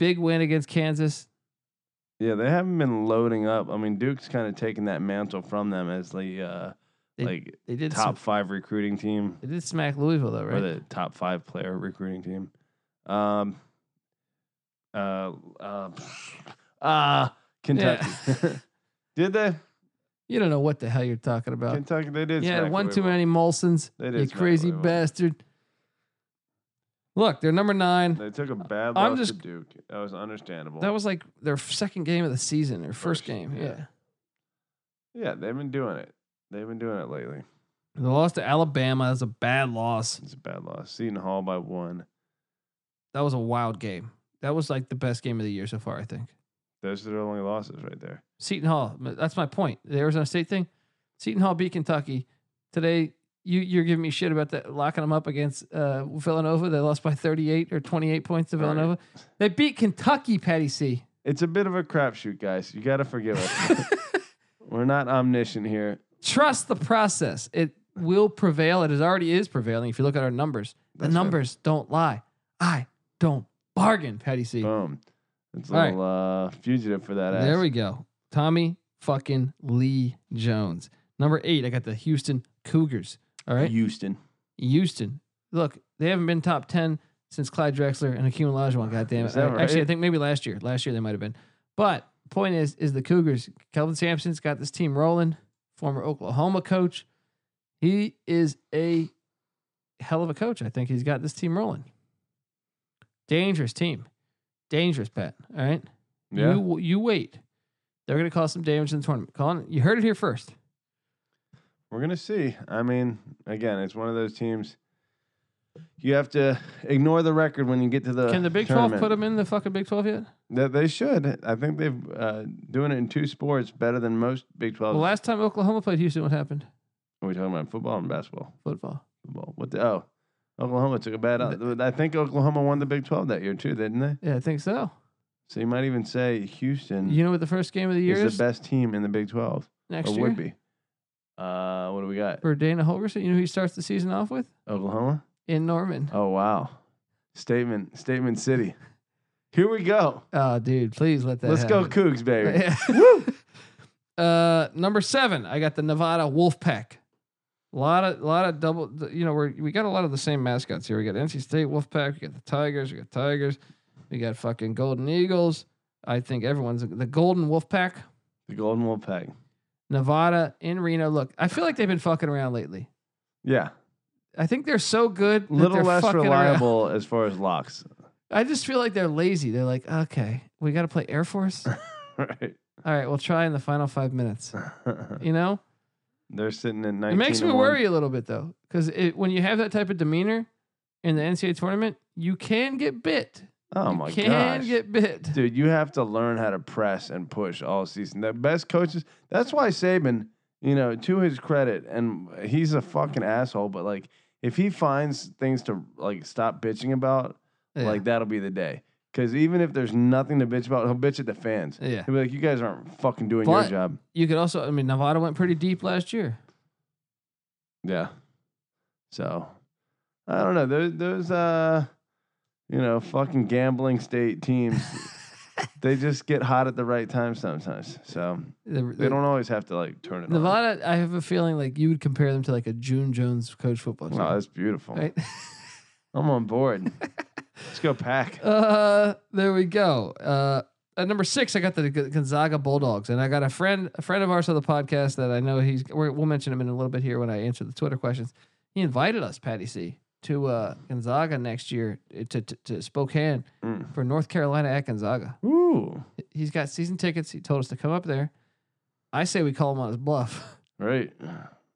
[SPEAKER 1] Big win against Kansas.
[SPEAKER 2] yeah they haven't been loading up i mean duke's kind of taken that mantle from them as the uh
[SPEAKER 1] They-
[SPEAKER 2] like
[SPEAKER 1] They did
[SPEAKER 2] top
[SPEAKER 1] top.
[SPEAKER 2] five recruiting team
[SPEAKER 1] they did smack Louisville though,
[SPEAKER 2] or
[SPEAKER 1] right?
[SPEAKER 2] the top five player recruiting team. Um, uh, uh, uh Kentucky. did they?
[SPEAKER 1] you don't know what the hell you're talking about.
[SPEAKER 2] Kentucky, they did.
[SPEAKER 1] you had
[SPEAKER 2] smack
[SPEAKER 1] one too
[SPEAKER 2] Louisville.
[SPEAKER 1] many Molsons.
[SPEAKER 2] They did.
[SPEAKER 1] You
[SPEAKER 2] smack
[SPEAKER 1] crazy
[SPEAKER 2] Louisville.
[SPEAKER 1] bastard. Look, they're number nine.
[SPEAKER 2] They took a bad
[SPEAKER 1] I'm
[SPEAKER 2] loss
[SPEAKER 1] just-
[SPEAKER 2] to Duke. That was understandable.
[SPEAKER 1] That was like their second game of the season, their first,
[SPEAKER 2] First,
[SPEAKER 1] game.
[SPEAKER 2] yeah.
[SPEAKER 1] yeah.
[SPEAKER 2] yeah, they've been doing it. They've been doing it lately.
[SPEAKER 1] The loss to Alabama That's a bad loss.
[SPEAKER 2] It's a bad loss. Seton Hall by one.
[SPEAKER 1] That was a wild game. That was like the best game of the year so far, I think.
[SPEAKER 2] Those are their only losses right there.
[SPEAKER 1] Seton Hall. That's my point. The Arizona State thing. Seton Hall beat Kentucky today. You you're giving me shit about that locking them up against uh, Villanova. They lost by 38 or 28 points to
[SPEAKER 2] All right.
[SPEAKER 1] Villanova. They beat Kentucky, Patty C.
[SPEAKER 2] It's a bit of a crapshoot, guys. You got to forgive us. We're not omniscient here.
[SPEAKER 1] Trust the process. It will prevail. It is already is prevailing. If you look at our numbers, the
[SPEAKER 2] That's right.
[SPEAKER 1] numbers don't lie. I don't bargain, Patty C.
[SPEAKER 2] Boom. It's a
[SPEAKER 1] All right.
[SPEAKER 2] little uh, fugitive for that ass.
[SPEAKER 1] There we go. Tommy fucking Lee Jones. Number eight, I got the Houston Cougars. All right.
[SPEAKER 2] Houston.
[SPEAKER 1] Houston. Look, they haven't been top ten since Clyde Drexler and Hakeem Olajuwon. God damn
[SPEAKER 2] Is
[SPEAKER 1] it!
[SPEAKER 2] that
[SPEAKER 1] I- Actually, I
[SPEAKER 2] right?
[SPEAKER 1] think maybe last year. Last year they might have been. But point is, is the Cougars. Kelvin Sampson's got this team rolling. Former Oklahoma coach. He is a hell of a coach. I think he's got this team rolling. Dangerous team. Dangerous, Pat. All right.
[SPEAKER 2] Yeah.
[SPEAKER 1] You you wait. They're going to cause some damage in the tournament. Colin, you heard it here first.
[SPEAKER 2] We're going to see. I mean, again, it's one of those teams. You have to ignore the record when you get to the.
[SPEAKER 1] Can the Big
[SPEAKER 2] tournament.
[SPEAKER 1] Twelve put them in the fucking Big Twelve yet?
[SPEAKER 2] That they should. I think they've uh, doing it in two sports better than most Big
[SPEAKER 1] The
[SPEAKER 2] Twelve.
[SPEAKER 1] last time Oklahoma played Houston, what happened?
[SPEAKER 2] Are we talking about football and basketball?
[SPEAKER 1] Football.
[SPEAKER 2] Football. What the? Oh, Oklahoma took a bad. Out. I think Oklahoma won the Big Twelve that year too, didn't they?
[SPEAKER 1] Yeah, I think so.
[SPEAKER 2] So you might even say Houston
[SPEAKER 1] You know what the first game of the year
[SPEAKER 2] is
[SPEAKER 1] is
[SPEAKER 2] the best team in the Big Twelve,
[SPEAKER 1] next
[SPEAKER 2] or
[SPEAKER 1] year
[SPEAKER 2] would be. Uh, what do we got?
[SPEAKER 1] for Dana Holgerson. You know who he starts the season off with
[SPEAKER 2] Oklahoma.
[SPEAKER 1] in Norman.
[SPEAKER 2] Oh wow, statement, statement city. Here we go.
[SPEAKER 1] Oh, dude, please let that.
[SPEAKER 2] Let's go,
[SPEAKER 1] happen.
[SPEAKER 2] Cougs, baby.
[SPEAKER 1] Yeah. uh, number seven, I got the Nevada Wolfpack. A lot of, lot of double. You know, we we got a lot of the same mascots here. We got NC State Wolfpack. We got the Tigers. We got Tigers. We got fucking Golden Eagles. I think everyone's the Golden Wolfpack.
[SPEAKER 2] The Golden Wolfpack.
[SPEAKER 1] Nevada in Reno. Look, I feel like they've been fucking around lately.
[SPEAKER 2] Yeah,
[SPEAKER 1] I think they're so good. that
[SPEAKER 2] little
[SPEAKER 1] they're
[SPEAKER 2] less
[SPEAKER 1] fucking around.
[SPEAKER 2] reliable as far as locks.
[SPEAKER 1] I just feel like they're lazy. They're like, okay, we got to play Air Force. All
[SPEAKER 2] right.
[SPEAKER 1] right, we'll try in the final five minutes. You know,
[SPEAKER 2] They're sitting at 19.
[SPEAKER 1] it makes
[SPEAKER 2] to
[SPEAKER 1] me
[SPEAKER 2] one.
[SPEAKER 1] worry a little bit though, because when you have that type of demeanor in the NCAA tournament, you can get bit.
[SPEAKER 2] Oh
[SPEAKER 1] you
[SPEAKER 2] my
[SPEAKER 1] can
[SPEAKER 2] gosh.
[SPEAKER 1] get bit.
[SPEAKER 2] Dude, you have to learn how to press and push all season. The best coaches, that's why Saban, you know, to his credit, and he's a fucking asshole, but like if he finds things to like stop bitching about,
[SPEAKER 1] Yeah.
[SPEAKER 2] like that'll be the day. Cause even if there's nothing to bitch about, he'll bitch at the fans.
[SPEAKER 1] yeah.
[SPEAKER 2] He'll be like, you guys aren't fucking doing
[SPEAKER 1] But-
[SPEAKER 2] your job.
[SPEAKER 1] You could also, I mean, Nevada went pretty deep last year.
[SPEAKER 2] Yeah. So I don't know. Those those uh you know, fucking gambling state teams they just get hot at the right time sometimes. So
[SPEAKER 1] The-
[SPEAKER 2] they
[SPEAKER 1] the-
[SPEAKER 2] don't always have to like turn it on.
[SPEAKER 1] Nevada, I have a feeling like you would compare them to like a June Jones coach football team.
[SPEAKER 2] Wow, that's beautiful.
[SPEAKER 1] right?
[SPEAKER 2] I'm on board. Let's go pack.
[SPEAKER 1] Uh, there we go. Uh, at number six, I got the G- Gonzaga Bulldogs, and I got a friend, a friend of ours on the podcast that I know he's. We're, we'll mention him in a little bit here when I answer the Twitter questions. He invited us, Patty C, to uh, Gonzaga next year uh, to, to to Spokane
[SPEAKER 2] Mm.
[SPEAKER 1] for North Carolina at Gonzaga.
[SPEAKER 2] Ooh.
[SPEAKER 1] He's got season tickets. He told us to come up there. I say we call him on his bluff.
[SPEAKER 2] Right.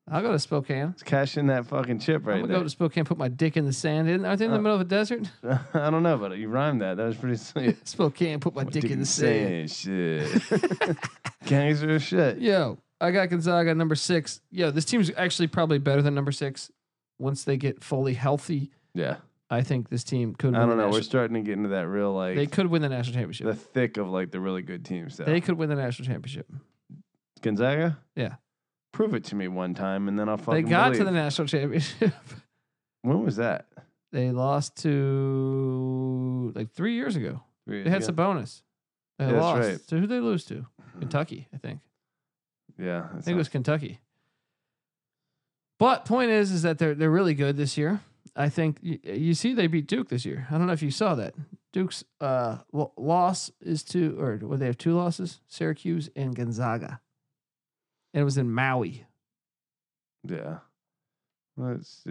[SPEAKER 1] I'll go to Spokane.
[SPEAKER 2] Let's cash in that fucking chip
[SPEAKER 1] I'm
[SPEAKER 2] right
[SPEAKER 1] gonna go to Spokane, put my dick in the sand. Isn't- Aren't they in the
[SPEAKER 2] Uh,
[SPEAKER 1] middle of a desert?
[SPEAKER 2] there. I don't know, but you rhymed that. That was pretty sweet.
[SPEAKER 1] Spokane, put my,
[SPEAKER 2] My
[SPEAKER 1] dick, in the sand.
[SPEAKER 2] sand, Shit. Gangster shit.
[SPEAKER 1] Yo, I got Gonzaga number six. Yo, this team's actually probably better than number six once they get fully healthy.
[SPEAKER 2] Yeah.
[SPEAKER 1] I think this team could. Win
[SPEAKER 2] I don't
[SPEAKER 1] the
[SPEAKER 2] know. We're
[SPEAKER 1] national-
[SPEAKER 2] starting to get into that real like
[SPEAKER 1] they could win the national championship.
[SPEAKER 2] the thick of like the really good teams. Though.
[SPEAKER 1] They could win the national championship.
[SPEAKER 2] Gonzaga.
[SPEAKER 1] Yeah.
[SPEAKER 2] Prove it to me one time, and then I'll fucking.
[SPEAKER 1] they got to the
[SPEAKER 2] believe.
[SPEAKER 1] national championship.
[SPEAKER 2] When was that?
[SPEAKER 1] they lost to like three years ago.
[SPEAKER 2] Three
[SPEAKER 1] They had
[SPEAKER 2] years
[SPEAKER 1] some
[SPEAKER 2] ago?
[SPEAKER 1] bonus. They
[SPEAKER 2] Yeah, that's
[SPEAKER 1] lost.
[SPEAKER 2] right.
[SPEAKER 1] So who they lose to? Kentucky, I think.
[SPEAKER 2] Yeah,
[SPEAKER 1] I think it was Kentucky. But point is, is that they're they're really good this year. I think you, you see they beat Duke this year. I don't know if you saw that. Duke's uh, lo- loss is to or what they have two losses: Syracuse and Gonzaga. And it was in Maui.
[SPEAKER 2] yeah. Let's see.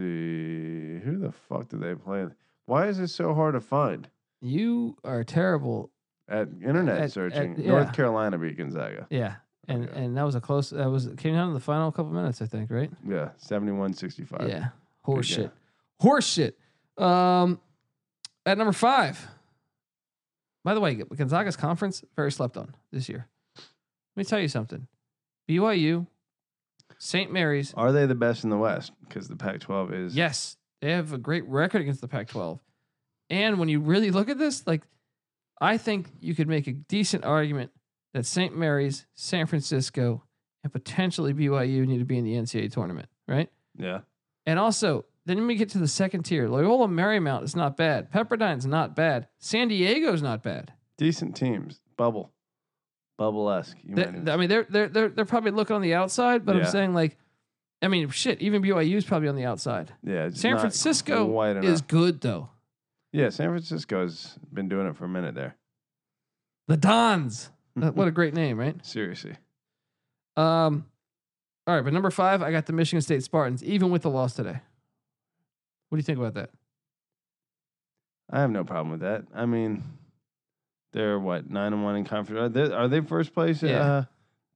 [SPEAKER 2] Who the fuck did they play? Why is it so hard to find
[SPEAKER 1] You are terrible.
[SPEAKER 2] at internet
[SPEAKER 1] At- at-
[SPEAKER 2] searching?
[SPEAKER 1] yeah.
[SPEAKER 2] North Carolina beat Gonzaga.
[SPEAKER 1] Yeah, and
[SPEAKER 2] Okay.
[SPEAKER 1] and that was a close. That was it came down to the final couple minutes, I think, right?
[SPEAKER 2] Yeah, seventy-one sixty-five.
[SPEAKER 1] Yeah, horseshit,
[SPEAKER 2] game.
[SPEAKER 1] horseshit. Um, at number five, By the way, Gonzaga's conference very slept on this year. Let me tell you something. BYU, St. Mary's,
[SPEAKER 2] Are they the best in the West? Because the Pac-12 Oh, is.
[SPEAKER 1] Yes, they have a great record against the Pac-12. And when you really look at this, like I think you could make a decent argument that St. Mary's, San Francisco, and potentially BYU need to be in the NCAA tournament, right?
[SPEAKER 2] Yeah.
[SPEAKER 1] And also, then we get to the second tier. Loyola Marymount is not bad. Pepperdine's not bad. San Diego's not bad.
[SPEAKER 2] Decent teams. Bubble. Bubble-esque. You
[SPEAKER 1] They-
[SPEAKER 2] might
[SPEAKER 1] I mean, they're they're they're they're probably looking on the outside, but
[SPEAKER 2] Yeah.
[SPEAKER 1] I'm saying like, I mean, shit, even BYU is probably on the outside.
[SPEAKER 2] yeah. it's
[SPEAKER 1] San
[SPEAKER 2] not
[SPEAKER 1] Francisco
[SPEAKER 2] quite enough.
[SPEAKER 1] Is good though.
[SPEAKER 2] Yeah, San Francisco's been doing it for a minute there.
[SPEAKER 1] The Dons. Uh, what a great name, right?
[SPEAKER 2] Seriously.
[SPEAKER 1] Um, all right, but number five, I got the Michigan State Spartans, even with the loss today. What do you think about that?
[SPEAKER 2] I have no problem with that. I mean, they're what nine and one in conference. Are they, are they first place?
[SPEAKER 1] Yeah.
[SPEAKER 2] Uh,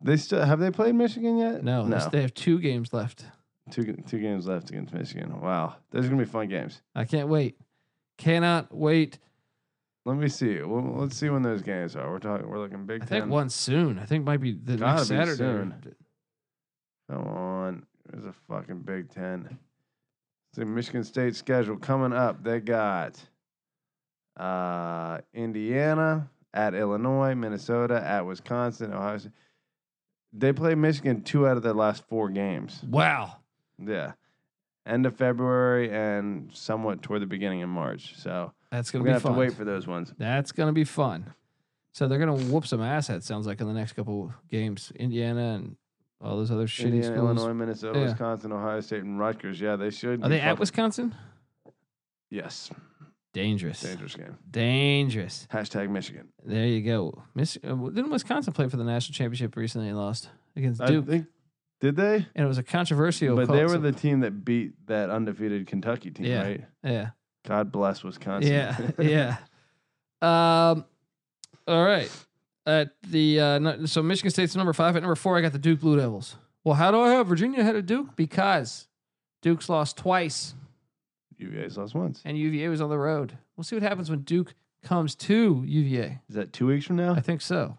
[SPEAKER 2] they still have they played Michigan yet?
[SPEAKER 1] No,
[SPEAKER 2] Uh, no.
[SPEAKER 1] this- they have two games left.
[SPEAKER 2] two two games left against Michigan. Wow, those are gonna be fun games.
[SPEAKER 1] I can't wait. Cannot wait.
[SPEAKER 2] Let me see. Well, let's see when those games are. We're talking. We're looking Big
[SPEAKER 1] I
[SPEAKER 2] Ten.
[SPEAKER 1] think one soon. I think might be the
[SPEAKER 2] Gotta
[SPEAKER 1] next
[SPEAKER 2] be
[SPEAKER 1] Saturday.
[SPEAKER 2] soon. Come on, there's a fucking Big Ten. See Michigan State schedule coming up. They got uh, Indiana at Illinois, Minnesota at Wisconsin, Ohio. State. They play Michigan two out of their last four games.
[SPEAKER 1] Wow.
[SPEAKER 2] Yeah, end of February and somewhat toward the beginning of March. So
[SPEAKER 1] That's
[SPEAKER 2] we're
[SPEAKER 1] gonna
[SPEAKER 2] gonna
[SPEAKER 1] be
[SPEAKER 2] have
[SPEAKER 1] fun.
[SPEAKER 2] to wait for those ones.
[SPEAKER 1] That's gonna be fun. So they're gonna whoop some ass. It sounds like in the next couple games, Indiana and all those other shitty
[SPEAKER 2] Indiana,
[SPEAKER 1] schools.
[SPEAKER 2] Illinois, Minnesota,
[SPEAKER 1] Yeah.
[SPEAKER 2] Wisconsin, Ohio State, and Rutgers. Yeah, they should.
[SPEAKER 1] Are
[SPEAKER 2] be
[SPEAKER 1] they at
[SPEAKER 2] fucking-
[SPEAKER 1] Wisconsin?
[SPEAKER 2] Yes,
[SPEAKER 1] Dangerous.
[SPEAKER 2] dangerous game.
[SPEAKER 1] Dangerous.
[SPEAKER 2] Hashtag Michigan.
[SPEAKER 1] There you go. Miss, uh, didn't Wisconsin play for the national championship recently and lost against Duke?
[SPEAKER 2] I think, did they?
[SPEAKER 1] and it was a controversial.
[SPEAKER 2] But
[SPEAKER 1] call,
[SPEAKER 2] they were
[SPEAKER 1] so-
[SPEAKER 2] the team that beat that undefeated Kentucky team,
[SPEAKER 1] Yeah.
[SPEAKER 2] right?
[SPEAKER 1] yeah,
[SPEAKER 2] God bless Wisconsin.
[SPEAKER 1] yeah, yeah. Um, all right. At the uh, no- so Michigan State's number five. At number four, I got the Duke Blue Devils. Well, how do I have Virginia ahead of Duke? Because Duke's lost twice,
[SPEAKER 2] you guys lost once.
[SPEAKER 1] and UVA was on the road. We'll see what happens when Duke comes to UVA.
[SPEAKER 2] Is that two weeks from now?
[SPEAKER 1] I think so.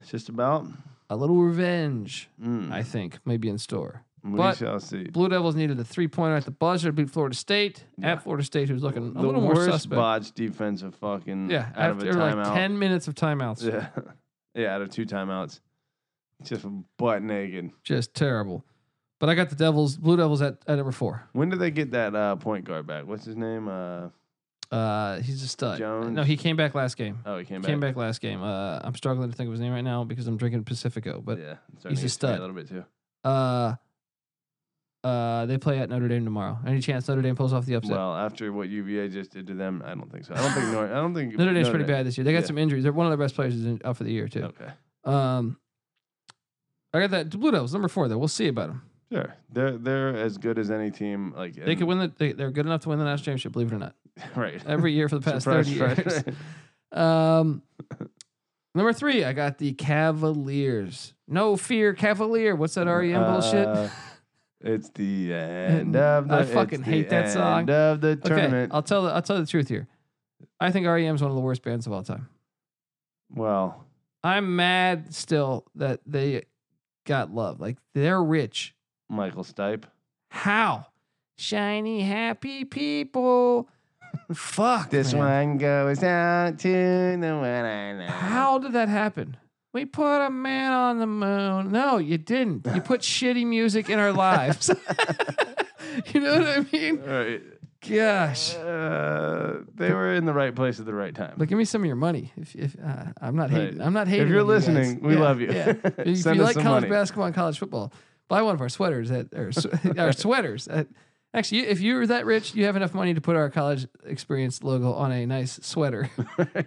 [SPEAKER 2] It's just about.
[SPEAKER 1] A little revenge,
[SPEAKER 2] Mm.
[SPEAKER 1] I think, may be in store.
[SPEAKER 2] we
[SPEAKER 1] but-
[SPEAKER 2] shall see.
[SPEAKER 1] Blue Devils needed a three pointer at the buzzer to beat Florida State.
[SPEAKER 2] Yeah.
[SPEAKER 1] At Florida State, who's looking a
[SPEAKER 2] the
[SPEAKER 1] little more
[SPEAKER 2] worst
[SPEAKER 1] suspect.
[SPEAKER 2] botched defensive fucking
[SPEAKER 1] yeah,
[SPEAKER 2] out
[SPEAKER 1] after
[SPEAKER 2] of a timeout.
[SPEAKER 1] like ten minutes of timeouts,
[SPEAKER 2] yeah. yeah, out of two timeouts. Just butt naked.
[SPEAKER 1] just terrible. But I got the Devils, Blue Devils at, at number four.
[SPEAKER 2] When did they get that uh, point guard back? What's his name? Uh,
[SPEAKER 1] Uh, he's a stud.
[SPEAKER 2] Jones.
[SPEAKER 1] No, he came back last game.
[SPEAKER 2] oh, he came back.
[SPEAKER 1] Came back last game. Uh, I'm struggling to think of his name right now because I'm drinking Pacifico. But
[SPEAKER 2] yeah, it's starting
[SPEAKER 1] he's a
[SPEAKER 2] to get to me
[SPEAKER 1] stud.
[SPEAKER 2] A little bit too.
[SPEAKER 1] uh, uh, they play at Notre Dame tomorrow. Any chance Notre Dame pulls off the upset?
[SPEAKER 2] Well, after what UVA just did to them, I don't think so. I don't think. Nor- I don't think
[SPEAKER 1] Notre Dame's
[SPEAKER 2] Notre
[SPEAKER 1] pretty
[SPEAKER 2] Dame-
[SPEAKER 1] bad this year. They got
[SPEAKER 2] Yeah.
[SPEAKER 1] some injuries. They're one of their best players is in, out for the year too.
[SPEAKER 2] Okay.
[SPEAKER 1] Um, I got that Blue Devils number four. There, we'll see about them.
[SPEAKER 2] Sure, they're they're as good as any team. Like
[SPEAKER 1] They could win the. They, they're good enough to win the national championship. Believe it or not,
[SPEAKER 2] right
[SPEAKER 1] every year for the past
[SPEAKER 2] Surprise,
[SPEAKER 1] thirty
[SPEAKER 2] surprise,
[SPEAKER 1] years.
[SPEAKER 2] right.
[SPEAKER 1] Um, number three, I got the Cavaliers. No fear, Cavalier. What's that REM
[SPEAKER 2] Uh,
[SPEAKER 1] bullshit? Mm,
[SPEAKER 2] It's the end of the.
[SPEAKER 1] I
[SPEAKER 2] it's
[SPEAKER 1] fucking
[SPEAKER 2] the
[SPEAKER 1] hate that song.
[SPEAKER 2] End of the
[SPEAKER 1] Okay,
[SPEAKER 2] tournament.
[SPEAKER 1] I'll tell. The, I'll tell the truth here. I think REM is one of the worst bands of all time.
[SPEAKER 2] well,
[SPEAKER 1] I'm mad still that they got love. Like they're rich.
[SPEAKER 2] Michael Stipe.
[SPEAKER 1] Oh, How? Shiny happy people. Fuck.
[SPEAKER 2] This
[SPEAKER 1] man.
[SPEAKER 2] one goes out to the one I know.
[SPEAKER 1] How did that happen? We put a man on the moon. No, you didn't. You put shitty music in our lives. you know what I mean?
[SPEAKER 2] All right.
[SPEAKER 1] Gosh.
[SPEAKER 2] Uh, they were in the right place at the right time.
[SPEAKER 1] But give me some of your money. If, if uh, I'm not hating,
[SPEAKER 2] Right.
[SPEAKER 1] I'm not hating.
[SPEAKER 2] if you're
[SPEAKER 1] on you guys.
[SPEAKER 2] listening, we
[SPEAKER 1] Yeah,
[SPEAKER 2] love you.
[SPEAKER 1] yeah. if
[SPEAKER 2] Send
[SPEAKER 1] you
[SPEAKER 2] us
[SPEAKER 1] like
[SPEAKER 2] some
[SPEAKER 1] college
[SPEAKER 2] money.
[SPEAKER 1] basketball and college football, buy one of our sweaters at or, s- our sweaters. At, actually, if you're that rich, you have enough money to put our college experience logo on a nice sweater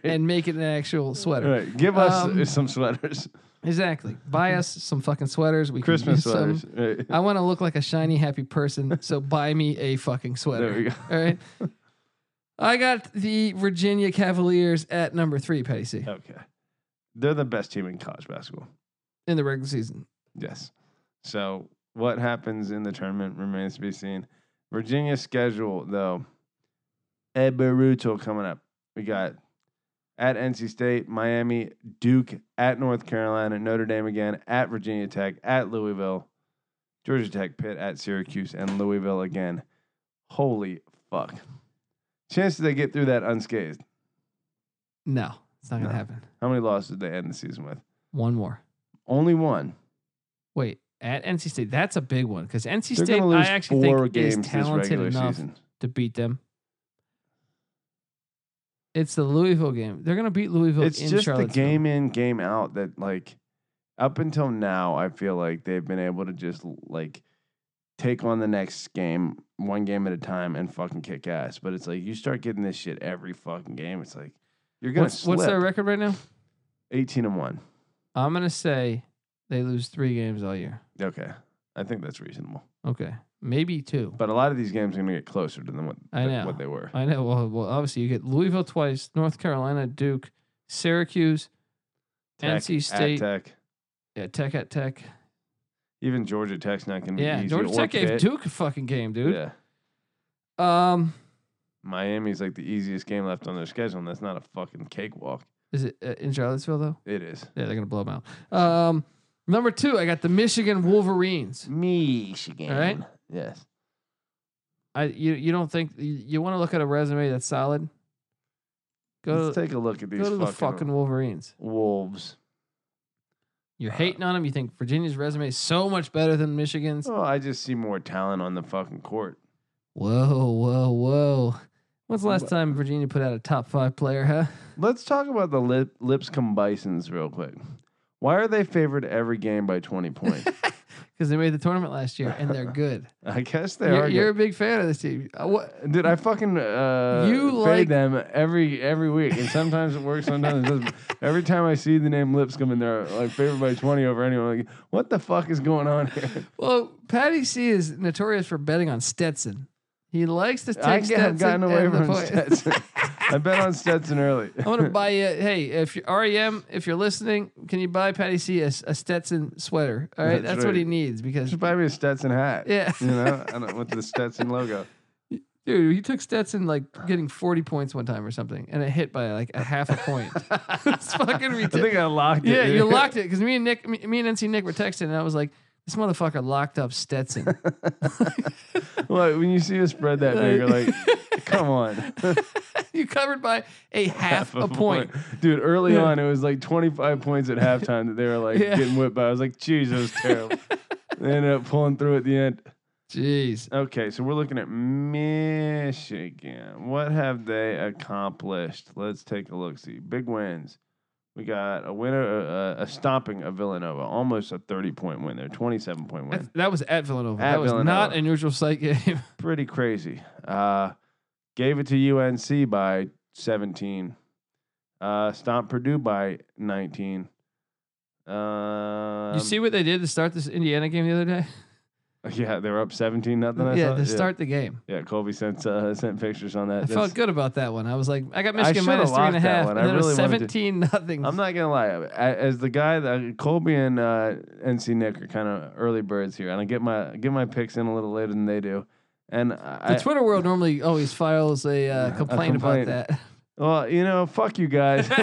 [SPEAKER 1] and make it an actual sweater.
[SPEAKER 2] All right, give us
[SPEAKER 1] Um,
[SPEAKER 2] some sweaters,
[SPEAKER 1] Exactly. Buy us some fucking sweaters. We can
[SPEAKER 2] Christmas
[SPEAKER 1] use some.
[SPEAKER 2] sweaters. Right.
[SPEAKER 1] I want to look like a shiny, happy person. So buy me a fucking sweater.
[SPEAKER 2] There we go.
[SPEAKER 1] All right. I got the Virginia Cavaliers at number three, Petty C,
[SPEAKER 2] Okay, they're the best team in college basketball.
[SPEAKER 1] in the regular season.
[SPEAKER 2] Yes. So what happens in the tournament remains to be seen. Virginia's schedule, though, Ed Brutal coming up. We got at NC State, Miami, Duke, at North Carolina, Notre Dame again, at Virginia Tech, at Louisville, Georgia Tech, Pitt, at Syracuse, and Louisville again. Holy fuck. Chances they get through that unscathed.
[SPEAKER 1] No, it's not gonna
[SPEAKER 2] No.
[SPEAKER 1] happen.
[SPEAKER 2] How many losses did they end the season with?
[SPEAKER 1] One more.
[SPEAKER 2] Only one.
[SPEAKER 1] Wait, at NC State, that's a big one because NC
[SPEAKER 2] They're
[SPEAKER 1] State,
[SPEAKER 2] going to lose
[SPEAKER 1] I actually
[SPEAKER 2] four
[SPEAKER 1] think
[SPEAKER 2] games
[SPEAKER 1] is
[SPEAKER 2] this
[SPEAKER 1] talented
[SPEAKER 2] regular
[SPEAKER 1] enough
[SPEAKER 2] season.
[SPEAKER 1] to beat them. It's the Louisville game. They're gonna beat Louisville.
[SPEAKER 2] It's
[SPEAKER 1] in
[SPEAKER 2] just the
[SPEAKER 1] Charlottesville.
[SPEAKER 2] game in, game out that like up until now, I feel like they've been able to just like take on the next game one game at a time and fucking kick ass. But it's like you start getting this shit every fucking game. It's like you're gonna
[SPEAKER 1] What's,
[SPEAKER 2] slip.
[SPEAKER 1] what's their record right now?
[SPEAKER 2] Eighteen and one.
[SPEAKER 1] I'm gonna say they lose three games all year.
[SPEAKER 2] Okay, I think that's reasonable.
[SPEAKER 1] Okay, maybe two.
[SPEAKER 2] But a lot of these games are gonna get closer than what
[SPEAKER 1] I
[SPEAKER 2] than
[SPEAKER 1] know.
[SPEAKER 2] what they were.
[SPEAKER 1] I know. Well, well, obviously you get Louisville twice, North Carolina, Duke, Syracuse,
[SPEAKER 2] Tech,
[SPEAKER 1] NC
[SPEAKER 2] at
[SPEAKER 1] State,
[SPEAKER 2] Tech,
[SPEAKER 1] yeah, Tech at Tech.
[SPEAKER 2] even Georgia Tech's not gonna be
[SPEAKER 1] Yeah,
[SPEAKER 2] Mm, easy.
[SPEAKER 1] Georgia
[SPEAKER 2] or
[SPEAKER 1] Tech gave
[SPEAKER 2] Pitt.
[SPEAKER 1] Duke a fucking game, dude.
[SPEAKER 2] Yeah,
[SPEAKER 1] Um,
[SPEAKER 2] Miami's like the easiest game left on their schedule, and that's not a fucking cakewalk.
[SPEAKER 1] is it uh, in Charlottesville though?
[SPEAKER 2] It is.
[SPEAKER 1] Yeah, they're gonna blow them out. Um, number two, I got the Michigan Wolverines.
[SPEAKER 2] Michigan.
[SPEAKER 1] All right.
[SPEAKER 2] Yes.
[SPEAKER 1] I you you don't think you, you want to look at a resume that's solid? Go
[SPEAKER 2] Let's
[SPEAKER 1] to,
[SPEAKER 2] take a look at these
[SPEAKER 1] go to
[SPEAKER 2] fucking,
[SPEAKER 1] the fucking Wolverines.
[SPEAKER 2] wolves. Uh,
[SPEAKER 1] You're hating on them. You think Virginia's resume is so much better than Michigan's?
[SPEAKER 2] Oh, I just see more talent on the fucking court.
[SPEAKER 1] Whoa, whoa, whoa. When's the last
[SPEAKER 2] Wha-
[SPEAKER 1] time Virginia put out a top five player, huh?
[SPEAKER 2] Let's talk about the Lip- Lipscomb Bisons real quick. Why are they favored every game by 20 points?
[SPEAKER 1] Because they made the tournament last year and they're good.
[SPEAKER 2] I guess they
[SPEAKER 1] you're,
[SPEAKER 2] are.
[SPEAKER 1] you're a big fan of this team. Uh, what,
[SPEAKER 2] good. Dude, I fucking uh,
[SPEAKER 1] You
[SPEAKER 2] fade
[SPEAKER 1] like-
[SPEAKER 2] them every every week, and sometimes it works, sometimes it doesn't. Every time I see the name Lipscomb and they're like favored by twenty over anyone, I'm like what the fuck is going on here?
[SPEAKER 1] well, Patty C is notorious for betting on Stetson. He likes to take
[SPEAKER 2] I
[SPEAKER 1] Stetson.
[SPEAKER 2] have gotten away
[SPEAKER 1] and the
[SPEAKER 2] from
[SPEAKER 1] points.
[SPEAKER 2] Stetson. I bet on Stetson early.
[SPEAKER 1] I want to buy you. Hey, if you're REM, if you're listening, can you buy Patty C a, a Stetson sweater? All right, that's,
[SPEAKER 2] That's
[SPEAKER 1] what
[SPEAKER 2] right.
[SPEAKER 1] he needs because
[SPEAKER 2] Just buy me a Stetson hat.
[SPEAKER 1] yeah,
[SPEAKER 2] You know, I don't, with the Stetson logo.
[SPEAKER 1] dude, he took Stetson like getting 40 points one time or something, and it hit by like a half a point. it's fucking
[SPEAKER 2] I
[SPEAKER 1] ridiculous.
[SPEAKER 2] think I locked it.
[SPEAKER 1] Yeah, you
[SPEAKER 2] dude.
[SPEAKER 1] locked it because me and Nick, me, me and NC Nick were texting, and I was like, "This motherfucker locked up Stetson."
[SPEAKER 2] Like, when you see us spread that big, you're like, come on.
[SPEAKER 1] you covered by a half, a, point.
[SPEAKER 2] Dude, early
[SPEAKER 1] Yeah.
[SPEAKER 2] on, it was like 25 points at halftime that they were like
[SPEAKER 1] Yeah.
[SPEAKER 2] getting whipped by. I was like, jeez, that was terrible. they ended up pulling through at the end.
[SPEAKER 1] Jeez,
[SPEAKER 2] Okay, so we're looking at Michigan. What have they accomplished? Let's take a look. See, big wins. We got a winner, uh, a stomping of Villanova, almost a 30 point win there, 27 point win.
[SPEAKER 1] that, that was at Villanova.
[SPEAKER 2] At
[SPEAKER 1] that was not
[SPEAKER 2] Villanova.
[SPEAKER 1] a neutral site game.
[SPEAKER 2] pretty crazy. Uh, gave it to UNC by 17. Uh, stomped Purdue by 19. Um,
[SPEAKER 1] you see what they did to start this Indiana game the other day?
[SPEAKER 2] yeah, they were up 17 nothing. I
[SPEAKER 1] yeah,
[SPEAKER 2] saw.
[SPEAKER 1] to start the game.
[SPEAKER 2] Yeah, Colby sent uh, sent pictures on that.
[SPEAKER 1] I felt
[SPEAKER 2] That's-
[SPEAKER 1] good about that one. I was like, I got
[SPEAKER 2] I
[SPEAKER 1] Michigan
[SPEAKER 2] shoulda
[SPEAKER 1] minus three and a
[SPEAKER 2] locked that
[SPEAKER 1] half,
[SPEAKER 2] one.
[SPEAKER 1] and
[SPEAKER 2] I
[SPEAKER 1] then it was
[SPEAKER 2] really wanted to-
[SPEAKER 1] seventeen nothing.
[SPEAKER 2] I'm not gonna lie. a- As the guy that Colby and uh, NC Nick are kind of early birds here, and I get my get my picks in a little later than they do. And
[SPEAKER 1] The
[SPEAKER 2] I,
[SPEAKER 1] Twitter world normally always files a uh,
[SPEAKER 2] A
[SPEAKER 1] complaint about
[SPEAKER 2] complaint.
[SPEAKER 1] that.
[SPEAKER 2] well, you know, fuck you guys.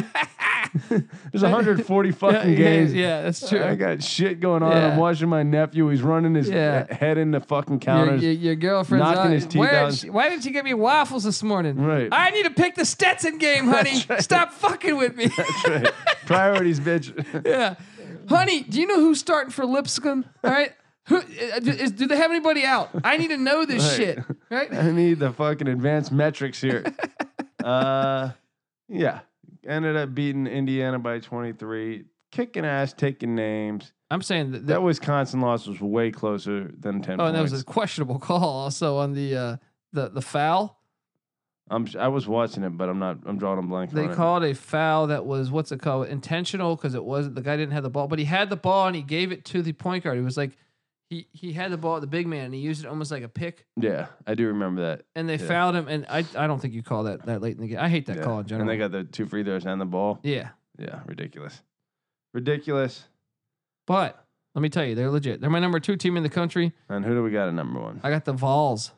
[SPEAKER 2] There's 140 fucking
[SPEAKER 1] yeah,
[SPEAKER 2] games.
[SPEAKER 1] yeah, that's true.
[SPEAKER 2] I got shit going on.
[SPEAKER 1] Yeah.
[SPEAKER 2] I'm watching my nephew. He's running his
[SPEAKER 1] Yeah.
[SPEAKER 2] he- head into fucking
[SPEAKER 1] Your,
[SPEAKER 2] counters.
[SPEAKER 1] your, your girlfriend's
[SPEAKER 2] knocking
[SPEAKER 1] out.
[SPEAKER 2] his teeth
[SPEAKER 1] Where-
[SPEAKER 2] out.
[SPEAKER 1] she- why didn't you get me waffles this morning?
[SPEAKER 2] Right.
[SPEAKER 1] I need to pick the Stetson game, honey.
[SPEAKER 2] That's right.
[SPEAKER 1] Stop fucking with me.
[SPEAKER 2] Right. Priorities, bitch.
[SPEAKER 1] yeah. Honey, do you know who's starting for Lipscomb? All right. Who, uh, do- is, do they have anybody out? I need to know this
[SPEAKER 2] Right.
[SPEAKER 1] shit. Right?
[SPEAKER 2] I need the fucking advanced metrics here. uh, yeah. Ended up beating Indiana by 23. Kicking ass, taking names.
[SPEAKER 1] I'm saying that.
[SPEAKER 2] That Wisconsin loss was way closer than
[SPEAKER 1] oh,
[SPEAKER 2] 10
[SPEAKER 1] and
[SPEAKER 2] points.
[SPEAKER 1] that was a questionable call also on the uh, the, the foul.
[SPEAKER 2] I'm, I was watching it, but I'm not. I'm drawing a blank
[SPEAKER 1] They
[SPEAKER 2] on it.
[SPEAKER 1] called a foul that was what's it called intentional because it wasn't the guy didn't have the ball, but he had the ball and he gave it to the point guard. He was like, he he had the ball at the big man and he used it almost like a pick,
[SPEAKER 2] Yeah, I do remember that.
[SPEAKER 1] and they
[SPEAKER 2] Yeah.
[SPEAKER 1] fouled him. And I I don't think you call that that late in the game. I hate that
[SPEAKER 2] Yeah.
[SPEAKER 1] call in general.
[SPEAKER 2] And they got the two free throws and the ball.
[SPEAKER 1] yeah,
[SPEAKER 2] Yeah, ridiculous. Ridiculous.
[SPEAKER 1] but let me tell you, they're legit. They're my number two team in the country.
[SPEAKER 2] And who do we got at number one?
[SPEAKER 1] I got the Vols.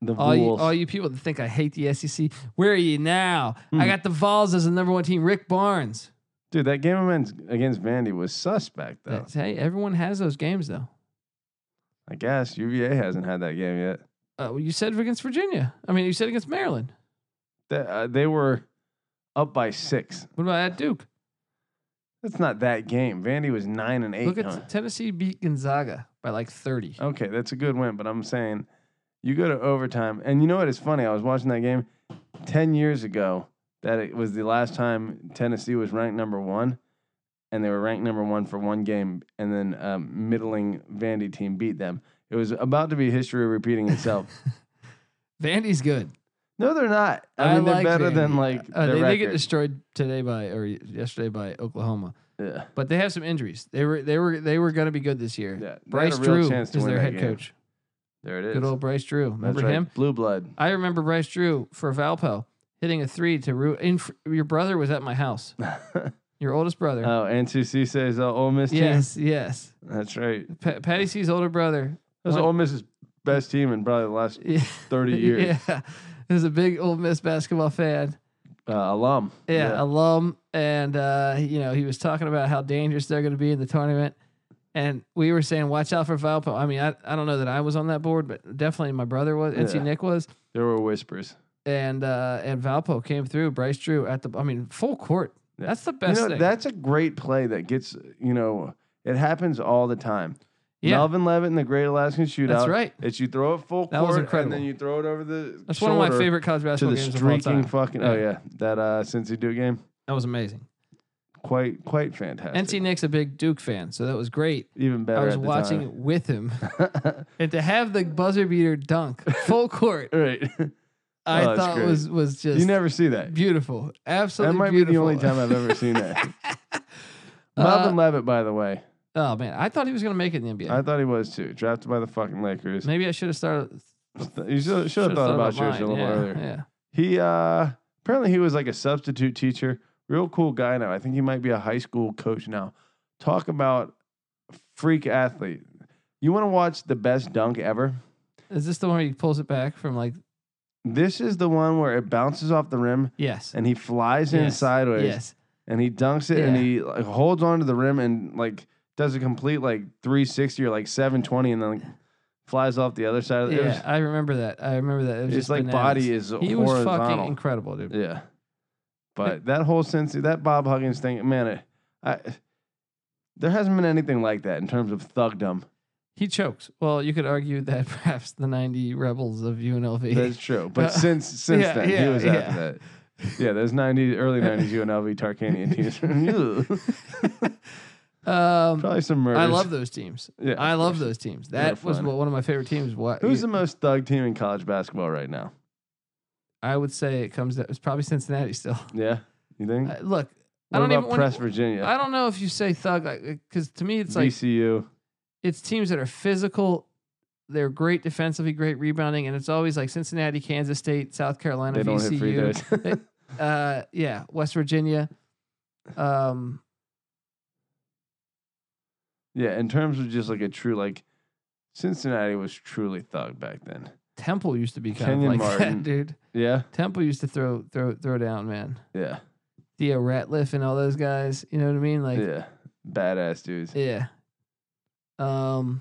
[SPEAKER 2] The
[SPEAKER 1] All you,
[SPEAKER 2] Vols.
[SPEAKER 1] all you people that think I hate the SEC, where are you now? I
[SPEAKER 2] Hmm.
[SPEAKER 1] got the Vols as the number one team. Rick Barnes.
[SPEAKER 2] Dude, that game against, against Vandy was suspect, though.
[SPEAKER 1] That's- hey, everyone has those games though.
[SPEAKER 2] I guess UVA hasn't had that game yet.
[SPEAKER 1] Uh, well, you said against Virginia. I mean, you said against Maryland.
[SPEAKER 2] They, uh, they were up by six.
[SPEAKER 1] What about at Duke?
[SPEAKER 2] That's not that game. Vandy was nine and eight.
[SPEAKER 1] Look at
[SPEAKER 2] huh?
[SPEAKER 1] Tennessee beat Gonzaga by like thirty.
[SPEAKER 2] Okay, that's a good win, but I'm saying you go to overtime, and you know what is funny? I was watching that game ten years ago. That it was the last time Tennessee was ranked number one, and they were ranked number one for one game, and then um, middling Vandy team beat them. It was about to be history repeating itself.
[SPEAKER 1] Vandy's good.
[SPEAKER 2] no, they're not. I, mean, they're
[SPEAKER 1] like
[SPEAKER 2] better
[SPEAKER 1] Vandy.
[SPEAKER 2] than like
[SPEAKER 1] Uh,
[SPEAKER 2] their
[SPEAKER 1] they did get
[SPEAKER 2] record.
[SPEAKER 1] destroyed today by or yesterday by Oklahoma,
[SPEAKER 2] yeah.
[SPEAKER 1] but they have some injuries. They were they were they were going to be good this year.
[SPEAKER 2] Yeah, they had
[SPEAKER 1] Bryce
[SPEAKER 2] a real
[SPEAKER 1] Drew
[SPEAKER 2] chance
[SPEAKER 1] is
[SPEAKER 2] to win
[SPEAKER 1] their
[SPEAKER 2] that
[SPEAKER 1] head
[SPEAKER 2] game.
[SPEAKER 1] coach.
[SPEAKER 2] There it is.
[SPEAKER 1] Good old Bryce Drew.
[SPEAKER 2] That's
[SPEAKER 1] Remember
[SPEAKER 2] right.
[SPEAKER 1] him?
[SPEAKER 2] Blue blood.
[SPEAKER 1] I remember Bryce Drew for Valpo hitting a three to root. In, your brother was at my house. Your oldest brother.
[SPEAKER 2] Oh, N2C says uh, Ole Miss team.
[SPEAKER 1] yes, yes.
[SPEAKER 2] That's right.
[SPEAKER 1] Pa- Patty C's older brother.
[SPEAKER 2] That's
[SPEAKER 1] What?
[SPEAKER 2] Ole Miss's best team in probably the last
[SPEAKER 1] Yeah.
[SPEAKER 2] 30 years.
[SPEAKER 1] Yeah. Is a big Ole Miss basketball fan.
[SPEAKER 2] Uh, alum.
[SPEAKER 1] yeah, alum, and uh, you know he was talking about how dangerous they're going to be in the tournament, and we were saying watch out for Valpo. I mean, I, I don't know that I was on that board, but definitely my brother was, NC
[SPEAKER 2] Yeah.
[SPEAKER 1] Nick was,
[SPEAKER 2] There were whispers.
[SPEAKER 1] and uh, and Valpo came through. Bryce Drew at the, I mean, full court.
[SPEAKER 2] Yeah.
[SPEAKER 1] That's the best
[SPEAKER 2] you know,
[SPEAKER 1] thing.
[SPEAKER 2] that's a great play that gets, you know, it happens all the time.
[SPEAKER 1] yeah,
[SPEAKER 2] Melvin Levitt in the Great Alaskan Shootout.
[SPEAKER 1] that's right.
[SPEAKER 2] It's you throw it full
[SPEAKER 1] That was
[SPEAKER 2] court
[SPEAKER 1] incredible.
[SPEAKER 2] and then you throw it over the
[SPEAKER 1] That's
[SPEAKER 2] shoulder
[SPEAKER 1] one of my favorite college
[SPEAKER 2] to
[SPEAKER 1] basketball
[SPEAKER 2] the
[SPEAKER 1] games of all
[SPEAKER 2] streaking
[SPEAKER 1] time.
[SPEAKER 2] fucking. Oh yeah, that uh Cincy Duke game.
[SPEAKER 1] That was amazing.
[SPEAKER 2] Quite quite fantastic.
[SPEAKER 1] NC Nick's a big Duke fan, so that was great.
[SPEAKER 2] Even better.
[SPEAKER 1] I was
[SPEAKER 2] at the
[SPEAKER 1] watching it with him, and to have the buzzer beater dunk full court,
[SPEAKER 2] time. right.
[SPEAKER 1] I
[SPEAKER 2] Oh, that's
[SPEAKER 1] thought
[SPEAKER 2] great.
[SPEAKER 1] was was just
[SPEAKER 2] you never see that.
[SPEAKER 1] Beautiful. Absolutely
[SPEAKER 2] That might be the
[SPEAKER 1] beautiful.
[SPEAKER 2] only time I've ever seen that.
[SPEAKER 1] Uh,
[SPEAKER 2] Melvin Levitt, by the way,
[SPEAKER 1] Oh man, I thought he was going to make it in the NBA.
[SPEAKER 2] I thought he was too. Drafted by the fucking Lakers.
[SPEAKER 1] Maybe I should have started
[SPEAKER 2] You should, should have
[SPEAKER 1] should've
[SPEAKER 2] thought about yours
[SPEAKER 1] mine.
[SPEAKER 2] a little
[SPEAKER 1] yeah,
[SPEAKER 2] earlier.
[SPEAKER 1] Yeah.
[SPEAKER 2] He uh apparently he was like a substitute teacher. Real cool guy now. I think he might be a high school coach now. Talk about freak athlete. You want to watch the best dunk ever?
[SPEAKER 1] Is this the one where he pulls it back from like
[SPEAKER 2] This is the one where it bounces off the rim
[SPEAKER 1] yes.
[SPEAKER 2] and he flies in
[SPEAKER 1] yes,
[SPEAKER 2] sideways
[SPEAKER 1] Yes.
[SPEAKER 2] and he dunks it and
[SPEAKER 1] Yeah.
[SPEAKER 2] he like, holds onto the rim and like does a complete like 360 or like 720 and then like, flies off the other side of the it was-
[SPEAKER 1] Yeah, I remember that. I remember that. It was
[SPEAKER 2] His
[SPEAKER 1] just
[SPEAKER 2] like
[SPEAKER 1] bananas.
[SPEAKER 2] body is
[SPEAKER 1] He
[SPEAKER 2] horizontal.
[SPEAKER 1] was fucking incredible, dude.
[SPEAKER 2] Yeah. But that whole sense that Bob Huggins thing, man, it, I there hasn't been anything like that in terms of thugdom.
[SPEAKER 1] He chokes. Well, you could argue that perhaps the 90 Rebels of UNLV.
[SPEAKER 2] That's true. But
[SPEAKER 1] Uh,
[SPEAKER 2] since since
[SPEAKER 1] yeah,
[SPEAKER 2] then, he
[SPEAKER 1] yeah,
[SPEAKER 2] was
[SPEAKER 1] yeah.
[SPEAKER 2] after that. Yeah, those ninety early nineties UNLV Tarkanian teams. Ew.
[SPEAKER 1] um,
[SPEAKER 2] Probably some murders.
[SPEAKER 1] I love those teams.
[SPEAKER 2] Yeah, of
[SPEAKER 1] I love
[SPEAKER 2] course.
[SPEAKER 1] those teams.
[SPEAKER 2] They're
[SPEAKER 1] That was
[SPEAKER 2] fun.
[SPEAKER 1] what, one of my favorite teams. What,
[SPEAKER 2] Who's the most thug team in college basketball right now?
[SPEAKER 1] I would say it comes. It's probably Cincinnati still.
[SPEAKER 2] Yeah. You think?
[SPEAKER 1] Uh, look,
[SPEAKER 2] what
[SPEAKER 1] I don't
[SPEAKER 2] about
[SPEAKER 1] even wanna-
[SPEAKER 2] Press Virginia?
[SPEAKER 1] I don't know if you say thug like because to me it's like
[SPEAKER 2] VCU.
[SPEAKER 1] it's teams that are physical. They're great defensively, great rebounding, and it's always like Cincinnati, Kansas State, South Carolina,
[SPEAKER 2] They don't hit free
[SPEAKER 1] VCU,
[SPEAKER 2] throws.
[SPEAKER 1] uh, yeah, West Virginia. Um,
[SPEAKER 2] yeah, in terms of just like a true like Cincinnati was truly thug back then.
[SPEAKER 1] Temple used to be kind
[SPEAKER 2] Kenyon
[SPEAKER 1] of like
[SPEAKER 2] Martin.
[SPEAKER 1] that, dude.
[SPEAKER 2] Yeah.
[SPEAKER 1] Temple used to throw throw throw down, man.
[SPEAKER 2] Yeah.
[SPEAKER 1] Thea Ratliff and all those guys. You know what I mean? Like,
[SPEAKER 2] yeah. Badass dudes.
[SPEAKER 1] yeah. Um,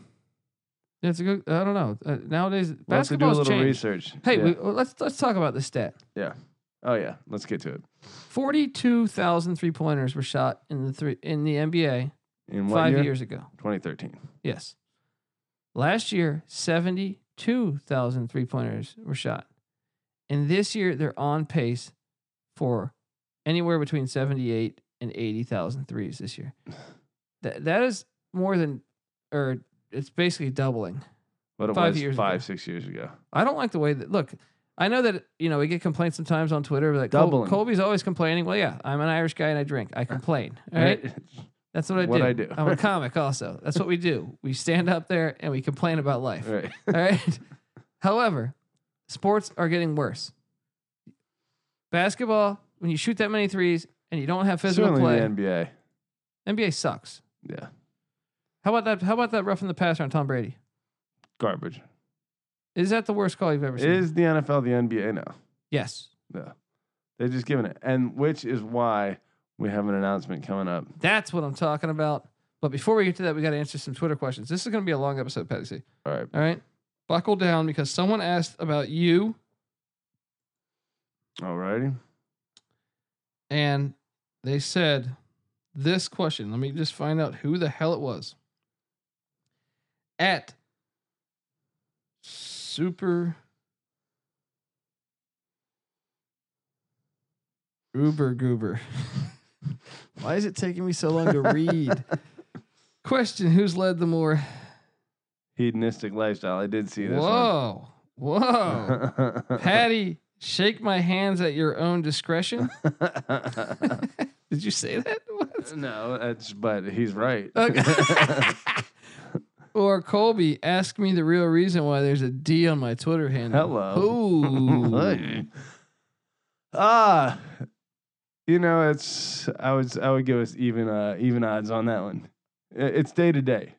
[SPEAKER 1] it's a good. I don't know. Uh, nowadays,
[SPEAKER 2] We'll have to do a
[SPEAKER 1] basketball's
[SPEAKER 2] little
[SPEAKER 1] changed.
[SPEAKER 2] research.
[SPEAKER 1] Hey,
[SPEAKER 2] Yeah.
[SPEAKER 1] we, uh, let's let's talk about the stat.
[SPEAKER 2] oh yeah, let's get to it.
[SPEAKER 1] 42,000 three pointers were shot in the three in the NBA
[SPEAKER 2] In what
[SPEAKER 1] five
[SPEAKER 2] year?
[SPEAKER 1] years ago.
[SPEAKER 2] 2013.
[SPEAKER 1] Yes. Last year, 72,000 three pointers were shot. And this year, they're on pace for anywhere between 78 and 80,000 threes this year. That, that is more than, or it's basically doubling.
[SPEAKER 2] What it
[SPEAKER 1] Five
[SPEAKER 2] was
[SPEAKER 1] years
[SPEAKER 2] five,
[SPEAKER 1] ago.
[SPEAKER 2] six years ago.
[SPEAKER 1] I don't like the way that, look, I know that, you know, we get complaints sometimes on Twitter, like, Col-
[SPEAKER 2] Doubling.
[SPEAKER 1] Colby's always complaining. Well, yeah, I'm an Irish guy and I drink. I complain. All right. That's what I
[SPEAKER 2] What
[SPEAKER 1] do.
[SPEAKER 2] I do.
[SPEAKER 1] I'm a comic also. That's what we do. We stand up there and we complain about life.
[SPEAKER 2] All right.
[SPEAKER 1] All right. However, sports are getting worse. Basketball, when you shoot that many threes and you don't have physical
[SPEAKER 2] Certainly
[SPEAKER 1] play,
[SPEAKER 2] the NBA.
[SPEAKER 1] NBA sucks.
[SPEAKER 2] Yeah.
[SPEAKER 1] How about that? How about that rough in the passer on Tom Brady?
[SPEAKER 2] Garbage.
[SPEAKER 1] Is that the worst call you've ever seen?
[SPEAKER 2] Is the NFL the NBA now?
[SPEAKER 1] yes.
[SPEAKER 2] No. They're just giving it. And which is why we have an announcement coming up.
[SPEAKER 1] That's what I'm talking about. But before we get to that, we got to answer some Twitter questions. This is going to be a long episode, Patty C.
[SPEAKER 2] All right.
[SPEAKER 1] All right. Buckle down because someone asked about you
[SPEAKER 2] All righty.
[SPEAKER 1] and they said this question. Let me just find out who the hell it was. At Super Uber Goober.
[SPEAKER 3] Why is it taking me so long to read?
[SPEAKER 1] Question Who's led the more?
[SPEAKER 2] Hedonistic lifestyle. I did see this.
[SPEAKER 1] Whoa. Whoa.
[SPEAKER 2] one.
[SPEAKER 1] Patty, shake my hands at your own discretion. Did you say that? What?
[SPEAKER 2] no, that's but he's right.
[SPEAKER 1] Oh. Okay. or Colby, ask me the real reason why there's a D on my Twitter handle.
[SPEAKER 2] Hello.
[SPEAKER 1] Ooh.
[SPEAKER 2] ah, you know, it's I was I would give us even uh, even odds on that one. I- It's day to day.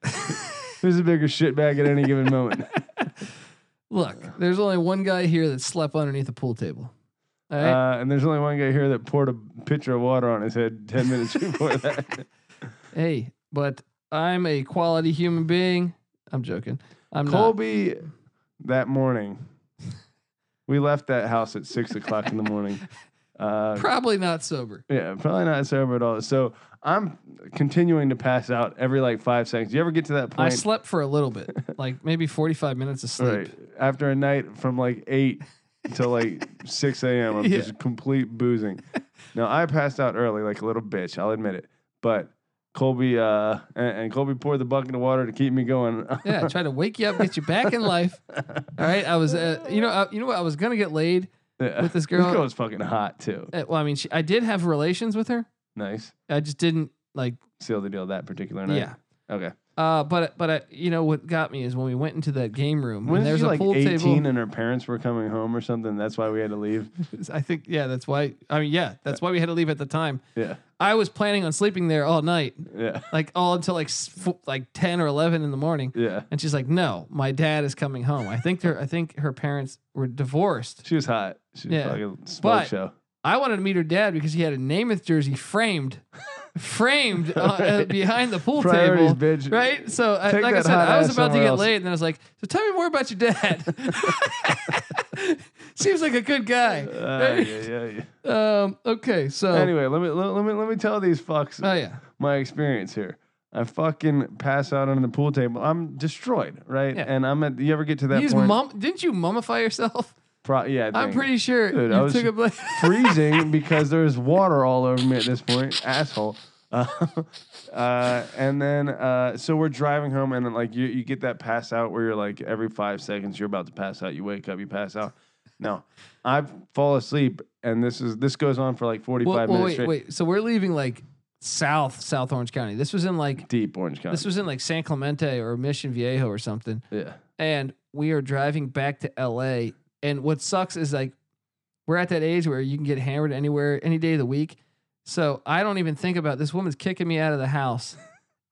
[SPEAKER 2] Who's a bigger shitbag at any given moment?
[SPEAKER 1] Look, there's only one guy here that slept underneath a pool table. All right.
[SPEAKER 2] Uh, and there's only one guy here that poured a pitcher of water on his head ten minutes before that.
[SPEAKER 1] hey, but I'm a quality human being. I'm joking. I'm not.
[SPEAKER 2] Colby, that morning, we left that house at six o'clock in the morning. Uh,
[SPEAKER 1] Probably not sober.
[SPEAKER 2] yeah, probably not sober at all. So I'm continuing to pass out every like five seconds. You ever get to that
[SPEAKER 1] I
[SPEAKER 2] point?
[SPEAKER 1] slept for a little bit, like maybe 45 minutes of sleep.
[SPEAKER 2] Right. After a night from like eight till like six a.m., I'm
[SPEAKER 1] Yeah.
[SPEAKER 2] just complete boozing. Now I passed out early, like a little bitch. I'll admit it. But Colby uh, and, and Colby poured the bucket of water to keep me going.
[SPEAKER 1] Yeah, try to wake you up, get you back in life. All right, I was, uh, you know, I, you know what? I was gonna get laid.
[SPEAKER 2] Yeah.
[SPEAKER 1] With this girl-
[SPEAKER 2] This girl's fucking hot too.
[SPEAKER 1] Uh, well, I mean, she, I did have relations with her.
[SPEAKER 2] Nice.
[SPEAKER 1] I just didn't like.
[SPEAKER 2] Seal the deal that particular night.
[SPEAKER 1] Yeah.
[SPEAKER 2] Okay.
[SPEAKER 1] Uh, but but I, you know what got me is when we went into that game room.
[SPEAKER 2] When
[SPEAKER 1] and
[SPEAKER 2] there's
[SPEAKER 1] there's a
[SPEAKER 2] she like
[SPEAKER 1] pool
[SPEAKER 2] 18
[SPEAKER 1] table.
[SPEAKER 2] and her parents were coming home or something? That's why we had to leave.
[SPEAKER 1] I think yeah, that's why. I mean yeah, that's why we had to leave at the time.
[SPEAKER 2] Yeah.
[SPEAKER 1] I was planning on sleeping there all night,
[SPEAKER 2] Yeah.
[SPEAKER 1] like all until like s- fo- like ten or eleven in the morning.
[SPEAKER 2] Yeah.
[SPEAKER 1] And she's like, "No, my dad is coming home." I think her I think her parents were divorced.
[SPEAKER 2] She was hot. She was
[SPEAKER 1] Yeah.
[SPEAKER 2] fucking smoke
[SPEAKER 1] But-
[SPEAKER 2] show.
[SPEAKER 1] I wanted to meet her dad because he had a Namath jersey framed, framed uh, uh, behind the pool
[SPEAKER 2] Priorities,
[SPEAKER 1] table.
[SPEAKER 2] bitch.
[SPEAKER 1] Right? So, I,
[SPEAKER 2] Take
[SPEAKER 1] like I
[SPEAKER 2] that
[SPEAKER 1] said,
[SPEAKER 2] hot
[SPEAKER 1] I was
[SPEAKER 2] ass
[SPEAKER 1] about to
[SPEAKER 2] somewhere
[SPEAKER 1] get
[SPEAKER 2] else.
[SPEAKER 1] laid, and then I was like, "So tell me more about your dad." Seems like a good guy.
[SPEAKER 2] Uh, yeah, yeah, yeah.
[SPEAKER 1] Um, okay, so
[SPEAKER 2] Anyway, let me let, let me let me tell these fucks
[SPEAKER 1] oh yeah,
[SPEAKER 2] my experience here. I fucking pass out on the pool table. I'm destroyed, right?
[SPEAKER 1] Yeah.
[SPEAKER 2] And I'm at. You ever get to that
[SPEAKER 1] you just
[SPEAKER 2] point?
[SPEAKER 1] mum. Didn't you mummify yourself?
[SPEAKER 2] Pro- yeah, I
[SPEAKER 1] I'm
[SPEAKER 2] think.
[SPEAKER 1] pretty sure
[SPEAKER 2] Dude,
[SPEAKER 1] you
[SPEAKER 2] I was-
[SPEAKER 1] took a bla-
[SPEAKER 2] freezing because there's water all over me at this point. Asshole. Uh, uh, and then, uh, so we're driving home, and then, like you, you get that pass out where you're like every five seconds you're about to pass out. You wake up, you pass out. No, I fall asleep, and this is this goes on for like forty
[SPEAKER 1] Well,
[SPEAKER 2] five
[SPEAKER 1] well,
[SPEAKER 2] minutes
[SPEAKER 1] wait,
[SPEAKER 2] straight.
[SPEAKER 1] wait. So we're leaving like South South Orange County. This was in like
[SPEAKER 2] Deep Orange County.
[SPEAKER 1] this was in like San Clemente or Mission Viejo or something.
[SPEAKER 2] yeah,
[SPEAKER 1] and we are driving back to LA. And what sucks is like we're at that age where you can get hammered anywhere, any day of the week. So I don't even think about this woman's kicking me out of the house.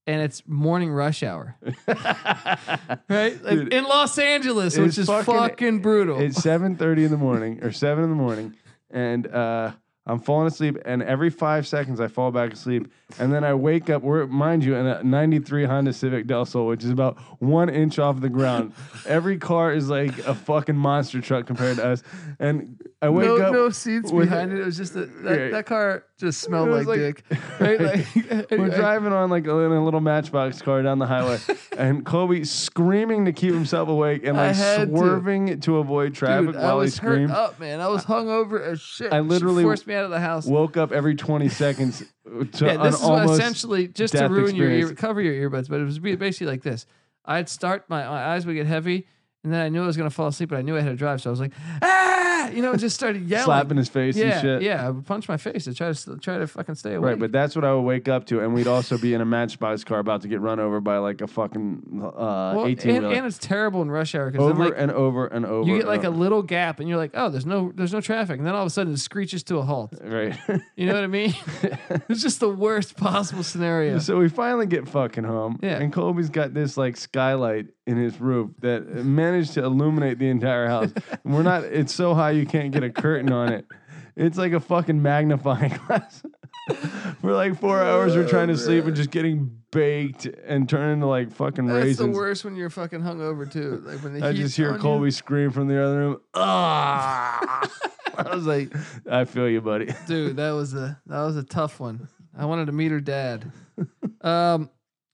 [SPEAKER 1] And it's morning rush hour, right? Like,
[SPEAKER 2] Dude,
[SPEAKER 1] in Los Angeles, which
[SPEAKER 2] it's
[SPEAKER 1] is fucking,
[SPEAKER 2] fucking-
[SPEAKER 1] brutal.
[SPEAKER 2] It's seven thirty in the morning or seven in the morning, and uh, I'm falling asleep. And every five seconds, I fall back asleep, and then I wake up. We're mind you in a '93 Honda Civic Del Sol, which is about one inch off the ground. Every car is like a fucking monster truck compared to us. And I wake
[SPEAKER 1] no,
[SPEAKER 2] up.
[SPEAKER 1] no seats
[SPEAKER 2] with-
[SPEAKER 1] behind it. It was just a, that,
[SPEAKER 2] Yeah.
[SPEAKER 1] that car just smelled like,
[SPEAKER 2] It was
[SPEAKER 1] dick, right? Like,
[SPEAKER 2] We're driving on like a, in a little matchbox car down the highway, and Kobe screaming to keep himself awake and
[SPEAKER 1] I
[SPEAKER 2] like
[SPEAKER 1] had to.
[SPEAKER 2] swerving to. avoid traffic
[SPEAKER 1] Dude, I
[SPEAKER 2] while he
[SPEAKER 1] was hurt
[SPEAKER 2] screamed.
[SPEAKER 1] up, man. I was hungover as shit.
[SPEAKER 2] I
[SPEAKER 1] She
[SPEAKER 2] literally-
[SPEAKER 1] forced me out of the house.
[SPEAKER 2] woke up every 20 seconds to
[SPEAKER 1] yeah,
[SPEAKER 2] an
[SPEAKER 1] this is what
[SPEAKER 2] almost
[SPEAKER 1] essentially just to
[SPEAKER 2] death
[SPEAKER 1] ruin your ear,
[SPEAKER 2] experience.
[SPEAKER 1] cover your earbuds, but it was be- basically like this. I'd start my, my eyes would get heavy, and then I knew I was gonna fall asleep, but I knew I had to drive, so I was like, ah, you know, just started yelling,
[SPEAKER 2] slapping his face
[SPEAKER 1] yeah,
[SPEAKER 2] and shit.
[SPEAKER 1] yeah. I would punch my face to try to s- try to fucking stay awake.
[SPEAKER 2] Right, but that's what I would wake up to, and we'd also be in a Matchbox car about to get run over by like a fucking uh,
[SPEAKER 1] well, and,
[SPEAKER 2] 18 wheeler.
[SPEAKER 1] and it's terrible in rush hour because
[SPEAKER 2] Over
[SPEAKER 1] like
[SPEAKER 2] and over and over. uh,
[SPEAKER 1] you get like a
[SPEAKER 2] and
[SPEAKER 1] little gap, and you're like, oh, there's no there's no traffic, and then all of a sudden it screeches to a halt.
[SPEAKER 2] over. right.
[SPEAKER 1] You know what I mean? it's just the worst possible scenario.
[SPEAKER 2] So we finally get fucking home,
[SPEAKER 1] Yeah.
[SPEAKER 2] and Colby's got this like skylight in his roof that uh, managed to illuminate the entire house. And we're not. It's so high you can't get a curtain on it. It's like a fucking magnifying glass. For like four hours, we're trying
[SPEAKER 1] Oh,
[SPEAKER 2] to sleep and just getting baked and turning into like fucking
[SPEAKER 1] That's the
[SPEAKER 2] raisins.
[SPEAKER 1] worst when you're fucking hungover too. Like when the
[SPEAKER 2] I
[SPEAKER 1] heat's
[SPEAKER 2] just hear
[SPEAKER 1] on
[SPEAKER 2] Colby scream from the other room. Ah! I was like, I feel you, buddy.
[SPEAKER 1] you. Dude, that was a that was a tough one. I wanted to meet her dad. Um,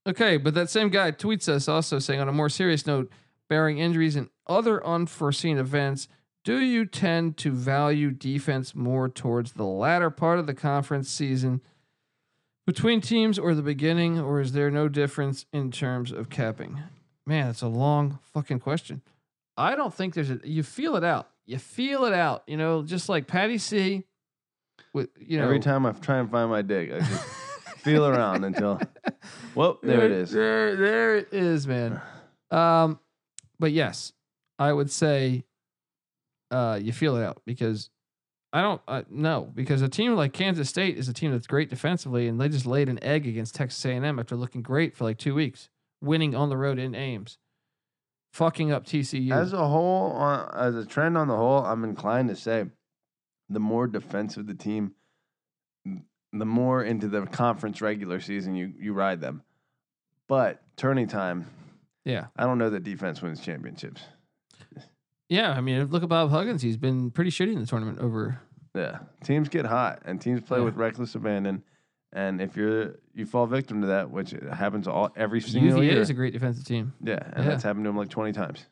[SPEAKER 1] okay, but that same guy tweets us also saying, on a more serious note, bearing injuries and other unforeseen events, do you tend to value defense more towards the latter part of the conference season? Between teams or the beginning, or is there no difference in terms of capping? Man, it's a long fucking question. I don't think there's a. You feel it out. You feel it out. You know, just like Patty C. With you know
[SPEAKER 2] Every time I try and find my dick, I just feel around until, well, there it is.
[SPEAKER 1] There, there it is, man. Um, but yes, I would say, uh, you feel it out because I don't uh, no because a team like Kansas State is a team that's great defensively and they just laid an egg against Texas A&M after looking great for like two weeks, winning on the road in Ames, fucking up TCU.
[SPEAKER 2] As a whole, on, as a trend on the whole, I'm inclined to say the more defensive the team, the more into the conference regular season you, you ride them. But turning time,
[SPEAKER 1] yeah,
[SPEAKER 2] I don't know that defense wins championships.
[SPEAKER 1] yeah. I mean, look at Bob Huggins. He's been pretty shitty in the tournament over.
[SPEAKER 2] Yeah, teams get hot and teams play
[SPEAKER 1] Yeah.
[SPEAKER 2] with reckless abandon, and if you're you fall victim to that, which happens all every single
[SPEAKER 1] UVA
[SPEAKER 2] year.
[SPEAKER 1] is a great defensive team.
[SPEAKER 2] yeah, and
[SPEAKER 1] Yeah.
[SPEAKER 2] that's happened to him like 20 times.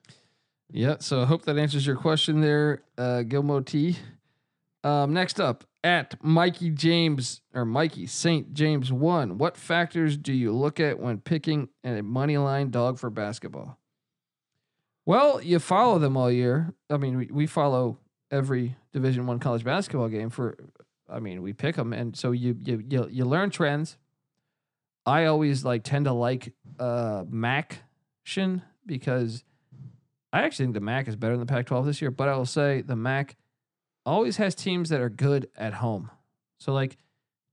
[SPEAKER 1] Yeah, so I hope that answers your question there, uh, Gilmo T. Um, next up, at Mikey James or Mikey St. James one, what factors do you look at when picking a money line dog for basketball? Well, you follow them all year. I mean, we, we follow every Division One college basketball game for. I mean, we pick them, and so you you you, you learn trends. I always like tend to like uh, Maction because I actually think the MAC is better than the Pac-12 this year, but I will say the MAC always has teams that are good at home. So like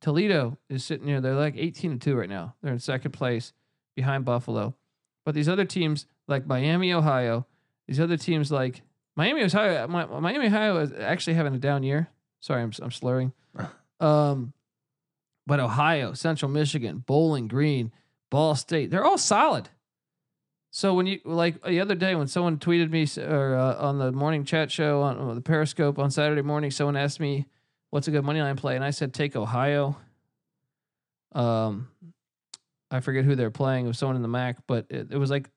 [SPEAKER 1] Toledo is sitting here; they're like eighteen and two right now. They're in second place behind Buffalo, but these other teams like Miami, Ohio, these other teams like Miami, Ohio, Mi- Miami, Ohio is actually having a down year. Sorry, I'm I'm slurring. Um, but Ohio, Central Michigan, Bowling Green, Ball State, they're all solid. So when you like the other day when someone tweeted me s- or uh, on the morning chat show on uh, the Periscope on Saturday morning, someone asked me what's a good money line play, and I said take Ohio. Um, I forget who they're playing. It was someone in the MAC, but it, it was like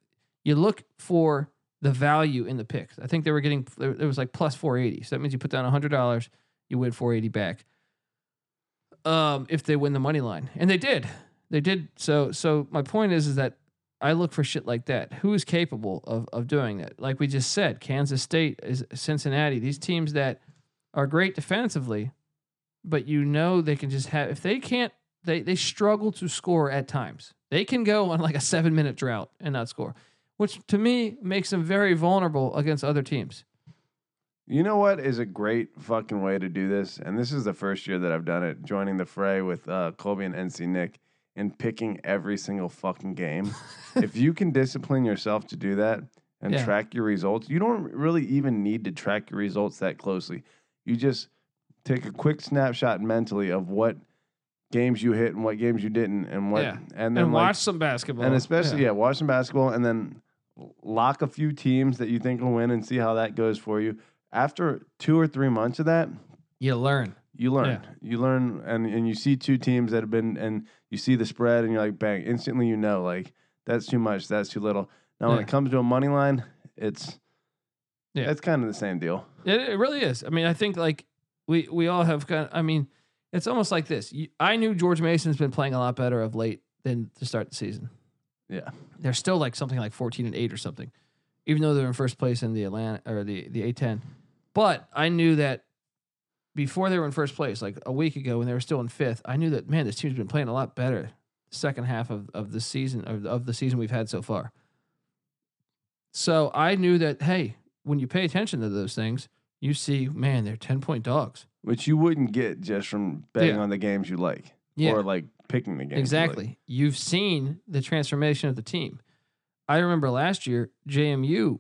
[SPEAKER 1] you look for the value in the picks. I think they were getting it was like plus four eighty. So that means you put down hundred dollars, you win four eighty back. Um, if they win the money line, and they did, they did. So so my point is is that I look for shit like that. Who is capable of of doing that? Like we just said, Kansas State is Cincinnati. These teams that are great defensively, but you know they can just have if they can't they they struggle to score at times. They can go on like a 7 minute drought and not score, which to me makes them very vulnerable against other teams.
[SPEAKER 2] You know what is a great fucking way to do this? And this is the first year that I've done it, joining the fray with uh, Colby and NC Nick and picking every single fucking game. if you can discipline yourself to do that and
[SPEAKER 1] Yeah.
[SPEAKER 2] track your results, you don't really even need to track your results that closely. You just take a quick snapshot mentally of what games you hit and what games you didn't and what
[SPEAKER 1] Yeah.
[SPEAKER 2] and
[SPEAKER 1] And,
[SPEAKER 2] then like,
[SPEAKER 1] watch some basketball.
[SPEAKER 2] and especially yeah. watch some basketball and then lock a few teams that you think will win and see how that goes for you. After two or three months of that,
[SPEAKER 1] you learn.
[SPEAKER 2] you learn. You learn and, and you see two teams that have been and you see the spread and you're like, bang, instantly you know like that's too much, that's too little. Now when
[SPEAKER 1] Yeah.
[SPEAKER 2] it comes to a money line, it's
[SPEAKER 1] Yeah.
[SPEAKER 2] it's kind of the same deal.
[SPEAKER 1] It, it really is. I mean, I think like we we all have kind. Of, I mean, it's almost like this. You, I knew George Mason's been playing a lot better of late than to start the season.
[SPEAKER 2] Yeah.
[SPEAKER 1] they're still like something like fourteen and eight or something, even though they're in first place in the Atlanta or the the A ten. But I knew that before they were in first place, like a week ago when they were still in fifth, I knew that man, this team's been playing a lot better the second half of of the season of of the season we've had so far. So I knew that hey, when you pay attention to those things, you see, man, they're ten point dogs.
[SPEAKER 2] Which you wouldn't get just from betting
[SPEAKER 1] Yeah.
[SPEAKER 2] on the games you like. Or like picking the games. you like.
[SPEAKER 1] exactly. You've seen the transformation of the team. I remember last year JMU.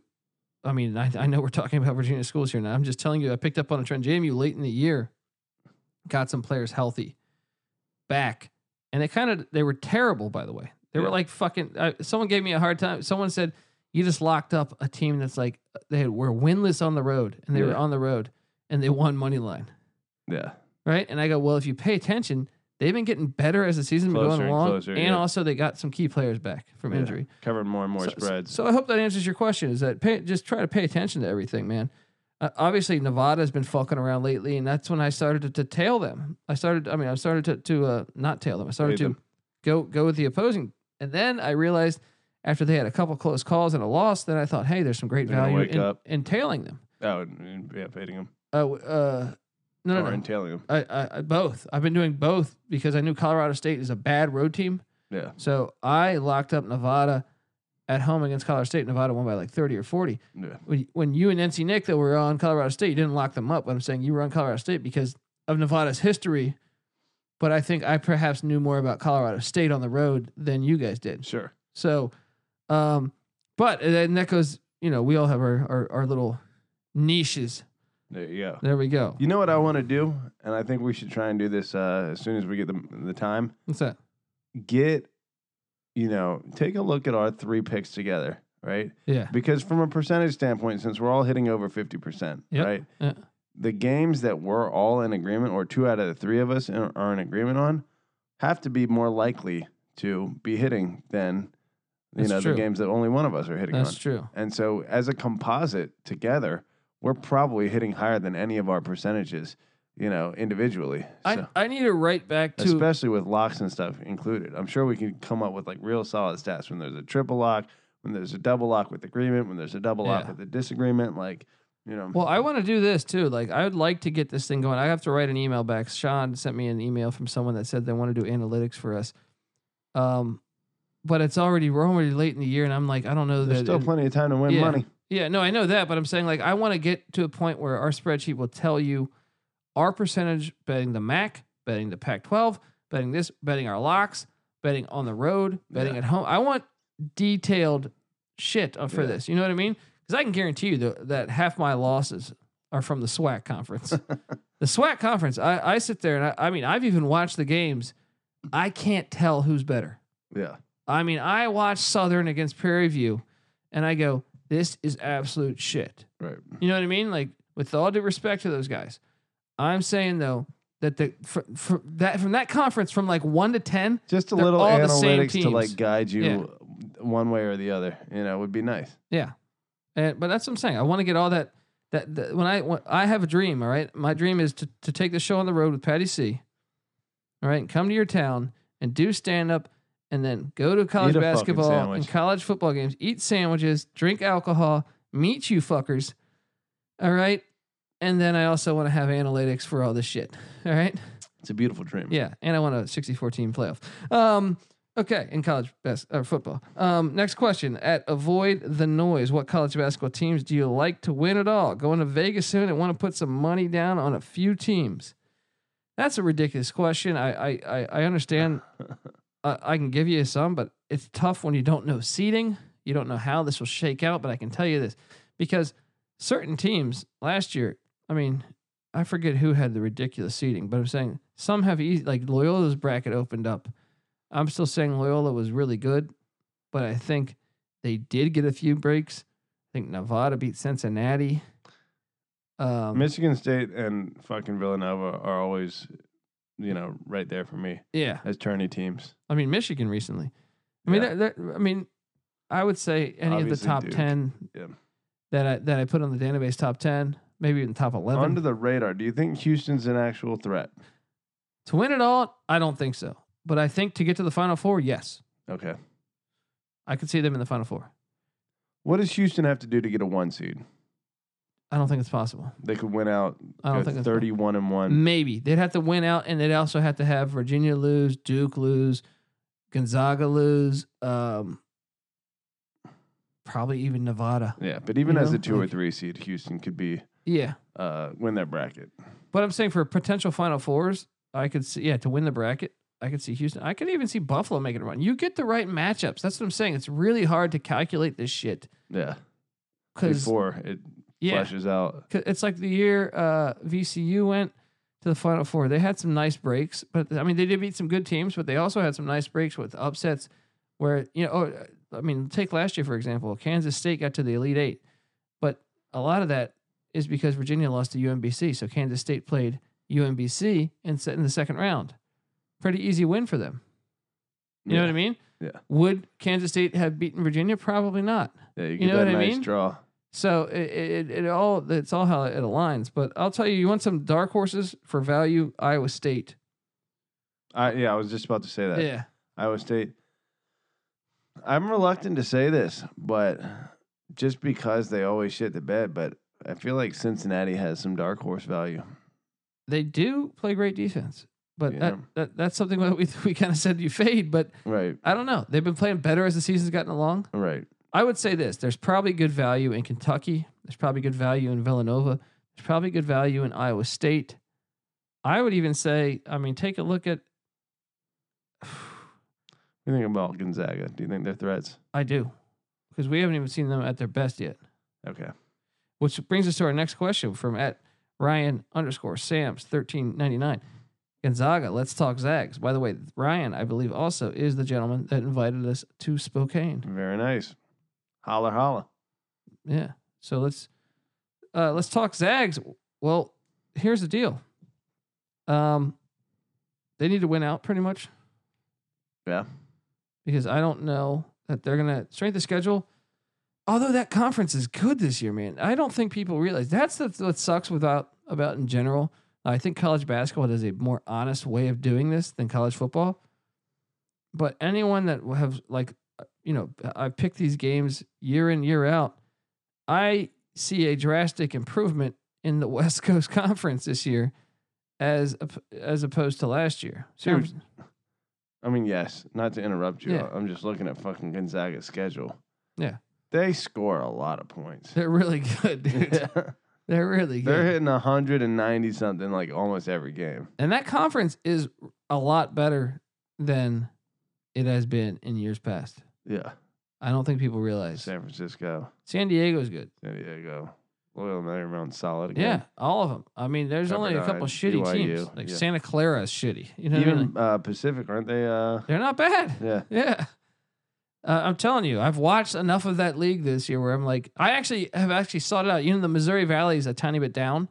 [SPEAKER 1] I mean, I, I know we're talking about Virginia schools here now. I'm just telling you, I picked up on a trend. JMU late in the year got some players healthy back, and they kind of they were terrible. By the way, they were
[SPEAKER 2] Yeah.
[SPEAKER 1] like fucking. I, someone gave me a hard time. Someone said you just locked up a team that's like they had, were winless on the road, and they were
[SPEAKER 2] Yeah.
[SPEAKER 1] on the road, and they won money line
[SPEAKER 2] Yeah.
[SPEAKER 1] right? And I go, well, if you pay attention, they've been getting better as the season's been
[SPEAKER 2] Closer
[SPEAKER 1] going
[SPEAKER 2] and
[SPEAKER 1] along, and,
[SPEAKER 2] closer, yeah.
[SPEAKER 1] also they got some key players back from
[SPEAKER 2] Yeah.
[SPEAKER 1] injury.
[SPEAKER 2] Covered more and more
[SPEAKER 1] So-
[SPEAKER 2] spreads.
[SPEAKER 1] So, I hope that answers your question. Is that pay, just try to pay attention to everything, man. Uh, obviously, Nevada's been fucking around lately, and that's when I started to, to tail them. I started, I mean, I started to to uh, not tail them. I started
[SPEAKER 2] Fade
[SPEAKER 1] to
[SPEAKER 2] them.
[SPEAKER 1] go go with the opposing, and then I realized after they had a couple close calls and a loss, then I thought, hey, there's some great
[SPEAKER 2] They're gonna
[SPEAKER 1] value
[SPEAKER 2] wake
[SPEAKER 1] in,
[SPEAKER 2] up.
[SPEAKER 1] in tailing them.
[SPEAKER 2] oh, and- yeah, fading them
[SPEAKER 1] Uh, w- uh, no, no,
[SPEAKER 2] or
[SPEAKER 1] no.
[SPEAKER 2] entailing them.
[SPEAKER 1] I, I, I both. I've been doing both because I knew Colorado State is a bad road team.
[SPEAKER 2] Yeah.
[SPEAKER 1] So I locked up Nevada at home against Colorado State. Nevada won by like 30 or 40.
[SPEAKER 2] Yeah.
[SPEAKER 1] When when you and NC Nick that were on Colorado State, you didn't lock them up. But I'm saying you were on Colorado State because of Nevada's history. But I think I perhaps knew more about Colorado State on the road than you guys did.
[SPEAKER 2] Sure.
[SPEAKER 1] So, um, but and then that goes, you know, we all have our, our, our little niches.
[SPEAKER 2] There you go.
[SPEAKER 1] There we go.
[SPEAKER 2] You know what I want to do, and I think we should try and do this uh, as soon as we get the the time.
[SPEAKER 1] What's that?
[SPEAKER 2] Get, you know, take a look at our three picks together, right?
[SPEAKER 1] Yeah.
[SPEAKER 2] Because from a percentage standpoint, since we're all hitting over fifty percent,
[SPEAKER 1] Yep.
[SPEAKER 2] right?
[SPEAKER 1] Yeah.
[SPEAKER 2] The games that we're all in agreement, or two out of the three of us in- are in agreement on, have to be more likely to be hitting than, you
[SPEAKER 1] That's
[SPEAKER 2] know,
[SPEAKER 1] true.
[SPEAKER 2] the games that only one of us are hitting on.
[SPEAKER 1] That's true.
[SPEAKER 2] And so, as a composite together, we're probably hitting higher than any of our percentages, you know, individually.
[SPEAKER 1] I,
[SPEAKER 2] So,
[SPEAKER 1] I need to write back to
[SPEAKER 2] especially with locks and stuff included. I'm sure we can come up with like real solid stats when there's a triple lock, when there's a double lock with agreement, when there's a double lock
[SPEAKER 1] Yeah.
[SPEAKER 2] with a disagreement. Like, you know,
[SPEAKER 1] well I want to do this too like I would like to get this thing going I have to write an email back Sean sent me an email from someone that said they want to do analytics for us um but it's already we're already late in the year and I'm like I don't know
[SPEAKER 2] there's
[SPEAKER 1] that
[SPEAKER 2] still
[SPEAKER 1] it-
[SPEAKER 2] plenty of time to win
[SPEAKER 1] Yeah.
[SPEAKER 2] money.
[SPEAKER 1] yeah no I know that but I'm saying like I want to get to a point where our spreadsheet will tell you our percentage betting the MAC betting the Pac-12 betting this betting our locks betting on the road betting at
[SPEAKER 2] Yeah.
[SPEAKER 1] home I want detailed shit uh, for
[SPEAKER 2] Yeah.
[SPEAKER 1] this. You know what I mean? Because I can guarantee you tho- that half my losses are from the SWAC conference. the SWAC conference, I, I sit there and I, I mean, I've even watched the games. I can't tell who's better.
[SPEAKER 2] Yeah.
[SPEAKER 1] I mean, I watch Southern against Prairie View and I go, this is absolute shit.
[SPEAKER 2] Right.
[SPEAKER 1] You know what I mean? Like, with all due respect to those guys, I'm saying though that the fr- fr- that from that conference from like one to ten,
[SPEAKER 2] Just a
[SPEAKER 1] They're
[SPEAKER 2] little
[SPEAKER 1] all the same
[SPEAKER 2] analytics to
[SPEAKER 1] teams.
[SPEAKER 2] like guide you
[SPEAKER 1] Yeah.
[SPEAKER 2] one way or the other, you know, would be nice.
[SPEAKER 1] Yeah, and, but that's what I'm saying. I want to get all that. That, that when I when, I have a dream. All right, my dream is to to take the show on the road with Patty C. All right, and come to your town and do stand up, and then go to college
[SPEAKER 2] Eat a fucking
[SPEAKER 1] basketball
[SPEAKER 2] sandwich.
[SPEAKER 1] and college football games. Eat sandwiches, drink alcohol, meet you fuckers. All right, and then I also want to have analytics for all this shit. All right.
[SPEAKER 2] It's a beautiful dream.
[SPEAKER 1] Yeah, and I want a 64 team playoff. Um, okay, in college best or football. Um, next question at avoid the noise. What college basketball teams do you like to win at all? Going to Vegas soon and want to put some money down on a few teams. That's a ridiculous question. I I I, I understand. I, I can give you some, but it's tough when you don't know seating. You don't know how this will shake out. But I can tell you this because certain teams last year. I mean, I forget who had the ridiculous seating, but I'm saying some have easy, like Loyola's bracket opened up. I'm still saying Loyola was really good, but I think they did get a few breaks. I think Nevada beat Cincinnati. Um,
[SPEAKER 2] Michigan State and fucking Villanova are always, you know, right there for me
[SPEAKER 1] yeah,
[SPEAKER 2] as tourney teams.
[SPEAKER 1] I mean Michigan recently. I mean,
[SPEAKER 2] Yeah.
[SPEAKER 1] they're- they're- I mean, I would say any of the
[SPEAKER 2] Obviously
[SPEAKER 1] top
[SPEAKER 2] Duke.
[SPEAKER 1] ten
[SPEAKER 2] Yeah.
[SPEAKER 1] that I that I put on the database, top ten, maybe even top eleven.
[SPEAKER 2] Under the radar, do you think Houston's an actual threat?
[SPEAKER 1] to win it all, I don't think so, but I think to get to the Final Four, yes,
[SPEAKER 2] Okay.
[SPEAKER 1] I could see them in the Final Four.
[SPEAKER 2] What does Houston have to do to get a one seed?
[SPEAKER 1] I don't think it's possible.
[SPEAKER 2] They could win out
[SPEAKER 1] I don't
[SPEAKER 2] go
[SPEAKER 1] think Mm. it's possible.
[SPEAKER 2] 31 and 1.
[SPEAKER 1] Maybe they'd have to win out, and they'd also have to have Virginia lose, Duke lose, Gonzaga lose, um, probably even Nevada.
[SPEAKER 2] Yeah, but even
[SPEAKER 1] You
[SPEAKER 2] as
[SPEAKER 1] know,
[SPEAKER 2] a 2 or
[SPEAKER 1] like-
[SPEAKER 2] 3 seed, Houston could be
[SPEAKER 1] Yeah,
[SPEAKER 2] uh win their bracket.
[SPEAKER 1] but I'm saying for potential Final Fours, I could see yeah to win the bracket, I could see Houston. I could even see Buffalo making a run. You get the right matchups. That's what I'm saying. It's really hard to calculate this shit
[SPEAKER 2] Yeah.
[SPEAKER 1] because
[SPEAKER 2] Before it
[SPEAKER 1] yeah,
[SPEAKER 2] flushes out.
[SPEAKER 1] 'Cause it's like the year uh, VCU went to the Final Four. They had some nice breaks, but I mean, they did beat some good teams, but they also had some nice breaks with upsets where, you know, oh, I mean, take last year, for example, Kansas State got to the Elite Eight, but a lot of that is because Virginia lost to UMBC. So Kansas State played UMBC and set in the second round. Pretty easy win for them. You know what I mean?
[SPEAKER 2] Yeah.
[SPEAKER 1] Would Kansas State have beaten Virginia? Probably not.
[SPEAKER 2] Yeah, you
[SPEAKER 1] You
[SPEAKER 2] get
[SPEAKER 1] know
[SPEAKER 2] that
[SPEAKER 1] what I
[SPEAKER 2] nice
[SPEAKER 1] mean?
[SPEAKER 2] draw.
[SPEAKER 1] So it, it, it all it's all how it aligns. But I'll tell you, you want some dark horses for value? Iowa State.
[SPEAKER 2] I, yeah, I was just about to say that.
[SPEAKER 1] Yeah,
[SPEAKER 2] Iowa State. I'm reluctant to say this, but just because they always shit the bed, but I feel like Cincinnati has some dark horse value.
[SPEAKER 1] they do play great defense, but that,
[SPEAKER 2] Yeah.
[SPEAKER 1] that that's something that we we kind of said you fade. But
[SPEAKER 2] Right,
[SPEAKER 1] I don't know. They've been playing better as the season's gotten along.
[SPEAKER 2] right.
[SPEAKER 1] I would say this: there's probably good value in Kentucky. There's probably good value in Villanova. There's probably good value in Iowa State. I would even say, I mean, take a look at.
[SPEAKER 2] What do you think about Gonzaga? Do you think they're threats?
[SPEAKER 1] I do, because we haven't even seen them at their best yet.
[SPEAKER 2] Okay.
[SPEAKER 1] Which brings us to our next question from at Ryan underscore Sams thirteen ninety nine. Gonzaga, let's talk Zags. By the way, Ryan, I believe, also is the gentleman that invited us to Spokane.
[SPEAKER 2] Very nice. Holler, holler.
[SPEAKER 1] Yeah. So let's uh, let's talk Zags. Well, here's the deal. Um, they need to win out pretty much
[SPEAKER 2] Yeah.
[SPEAKER 1] because I don't know that they're gonna strength the schedule. Although that conference is good this year, man, I don't think people realize that's the, what sucks without about in general. I think college basketball does a more honest way of doing this than college football. But anyone that will have like, uh, you know, I pick these games year in year out. I see a drastic improvement in the West Coast Conference this year, as op- as opposed to last year.
[SPEAKER 2] Dude, I mean, yes, not to interrupt you.
[SPEAKER 1] Um, Yeah.
[SPEAKER 2] I'm just looking at fucking Gonzaga's schedule.
[SPEAKER 1] Yeah.
[SPEAKER 2] They score a lot of points.
[SPEAKER 1] they're really good, dude. They're really good.
[SPEAKER 2] They're hitting 190 something like almost every game.
[SPEAKER 1] and that conference is a lot better than it has been in years past.
[SPEAKER 2] Yeah.
[SPEAKER 1] I don't think people realize
[SPEAKER 2] San Francisco,
[SPEAKER 1] San Diego's good.
[SPEAKER 2] San Diego. Loyal Mary Mountain solid
[SPEAKER 1] Yeah,
[SPEAKER 2] again.
[SPEAKER 1] all of them. I mean, there's only a couple
[SPEAKER 2] Pepperdine,
[SPEAKER 1] shitty teams.
[SPEAKER 2] BYU,
[SPEAKER 1] Like
[SPEAKER 2] yeah.
[SPEAKER 1] Santa Clara is shitty. You know, what I mean?
[SPEAKER 2] Even uh, Pacific, aren't they? Uh,
[SPEAKER 1] they're not bad.
[SPEAKER 2] yeah.
[SPEAKER 1] Yeah. Uh, I'm telling you, I've watched enough of that league this year where I'm like, I actually have actually sought it out. You know, the Missouri Valley is a tiny bit down.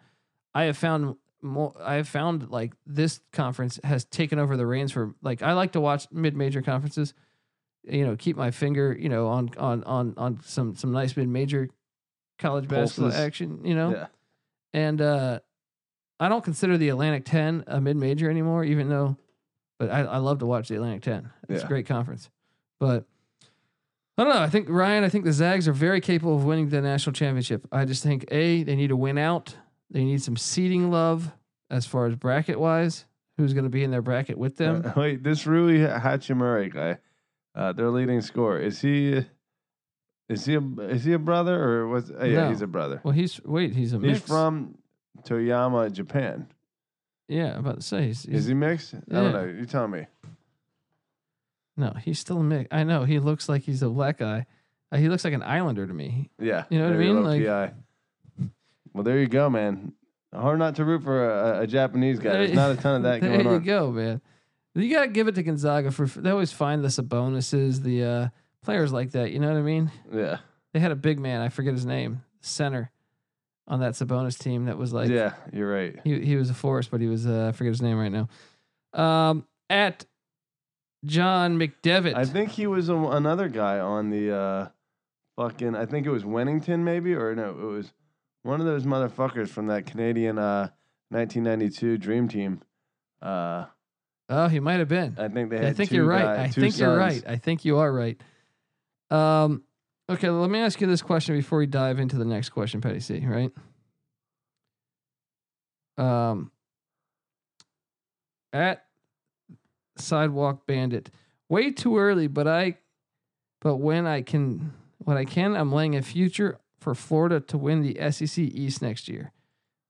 [SPEAKER 1] I have found more. I have found like this conference has taken over the reins for like I like to watch mid-major conferences. You know, keep my finger, you know, on on on on some some nice mid-major college basketball
[SPEAKER 2] Pulses.
[SPEAKER 1] action. You know,
[SPEAKER 2] Yeah.
[SPEAKER 1] and uh, I don't consider the Atlantic 10 a mid major anymore, even though, but I, I love to watch the Atlantic 10. It's
[SPEAKER 2] Yeah.
[SPEAKER 1] a great conference. But I don't know. I think, Ryan, I think the Zags are very capable of winning the national championship. I just think, A, they need to win out. They need some seeding love as far as bracket wise, who's going to be in their bracket with them.
[SPEAKER 2] Uh, wait, this Rui Hachimura guy, uh, their leading scorer, is he? Is he a is he a brother or was? Uh, yeah,
[SPEAKER 1] No.
[SPEAKER 2] he's a brother.
[SPEAKER 1] well, he's, wait, he's a
[SPEAKER 2] He's
[SPEAKER 1] mix.
[SPEAKER 2] from Toyama, Japan.
[SPEAKER 1] yeah, I'm about to say, he's,
[SPEAKER 2] Is
[SPEAKER 1] he's
[SPEAKER 2] he mixed? I
[SPEAKER 1] Yeah.
[SPEAKER 2] don't know. You tell me.
[SPEAKER 1] no, he's still a mix. I know. He looks like he's a black guy. Uh, he looks like an Islander to me.
[SPEAKER 2] Yeah,
[SPEAKER 1] You know what I
[SPEAKER 2] maybe a
[SPEAKER 1] mean?
[SPEAKER 2] little
[SPEAKER 1] Like-
[SPEAKER 2] PI. Well, there you go, man. Hard not to root for a, a- a Japanese guy. There's
[SPEAKER 1] There-
[SPEAKER 2] not a ton of that
[SPEAKER 1] there
[SPEAKER 2] going
[SPEAKER 1] you
[SPEAKER 2] on.
[SPEAKER 1] go, man. You gotta give it to Gonzaga for they always find the Sabonuses, the uh, players like that. You know what I mean?
[SPEAKER 2] Yeah,
[SPEAKER 1] They had a big man, I forget his name, center on that Sabonis team that was like
[SPEAKER 2] yeah, you're right.
[SPEAKER 1] he he was a force, but he was uh, I forget his name right now. Um, at John McDevitt.
[SPEAKER 2] I think he was a, another guy on the uh, fucking. I think it was Wennington, maybe, or no, it was one of those motherfuckers from that Canadian uh, 1992 Dream Team. Uh,
[SPEAKER 1] oh, he might have been.
[SPEAKER 2] I think they had.
[SPEAKER 1] I think
[SPEAKER 2] two
[SPEAKER 1] you're right.
[SPEAKER 2] guy-
[SPEAKER 1] I
[SPEAKER 2] two
[SPEAKER 1] think you're
[SPEAKER 2] sons.
[SPEAKER 1] right. I think you are right. Um, okay, let me ask you this question before we dive into the next question, Petty C. Right? Um, at sidewalk bandit, way too early, but I, but when I can, when I can, I'm laying a future for Florida to win the SEC East next year.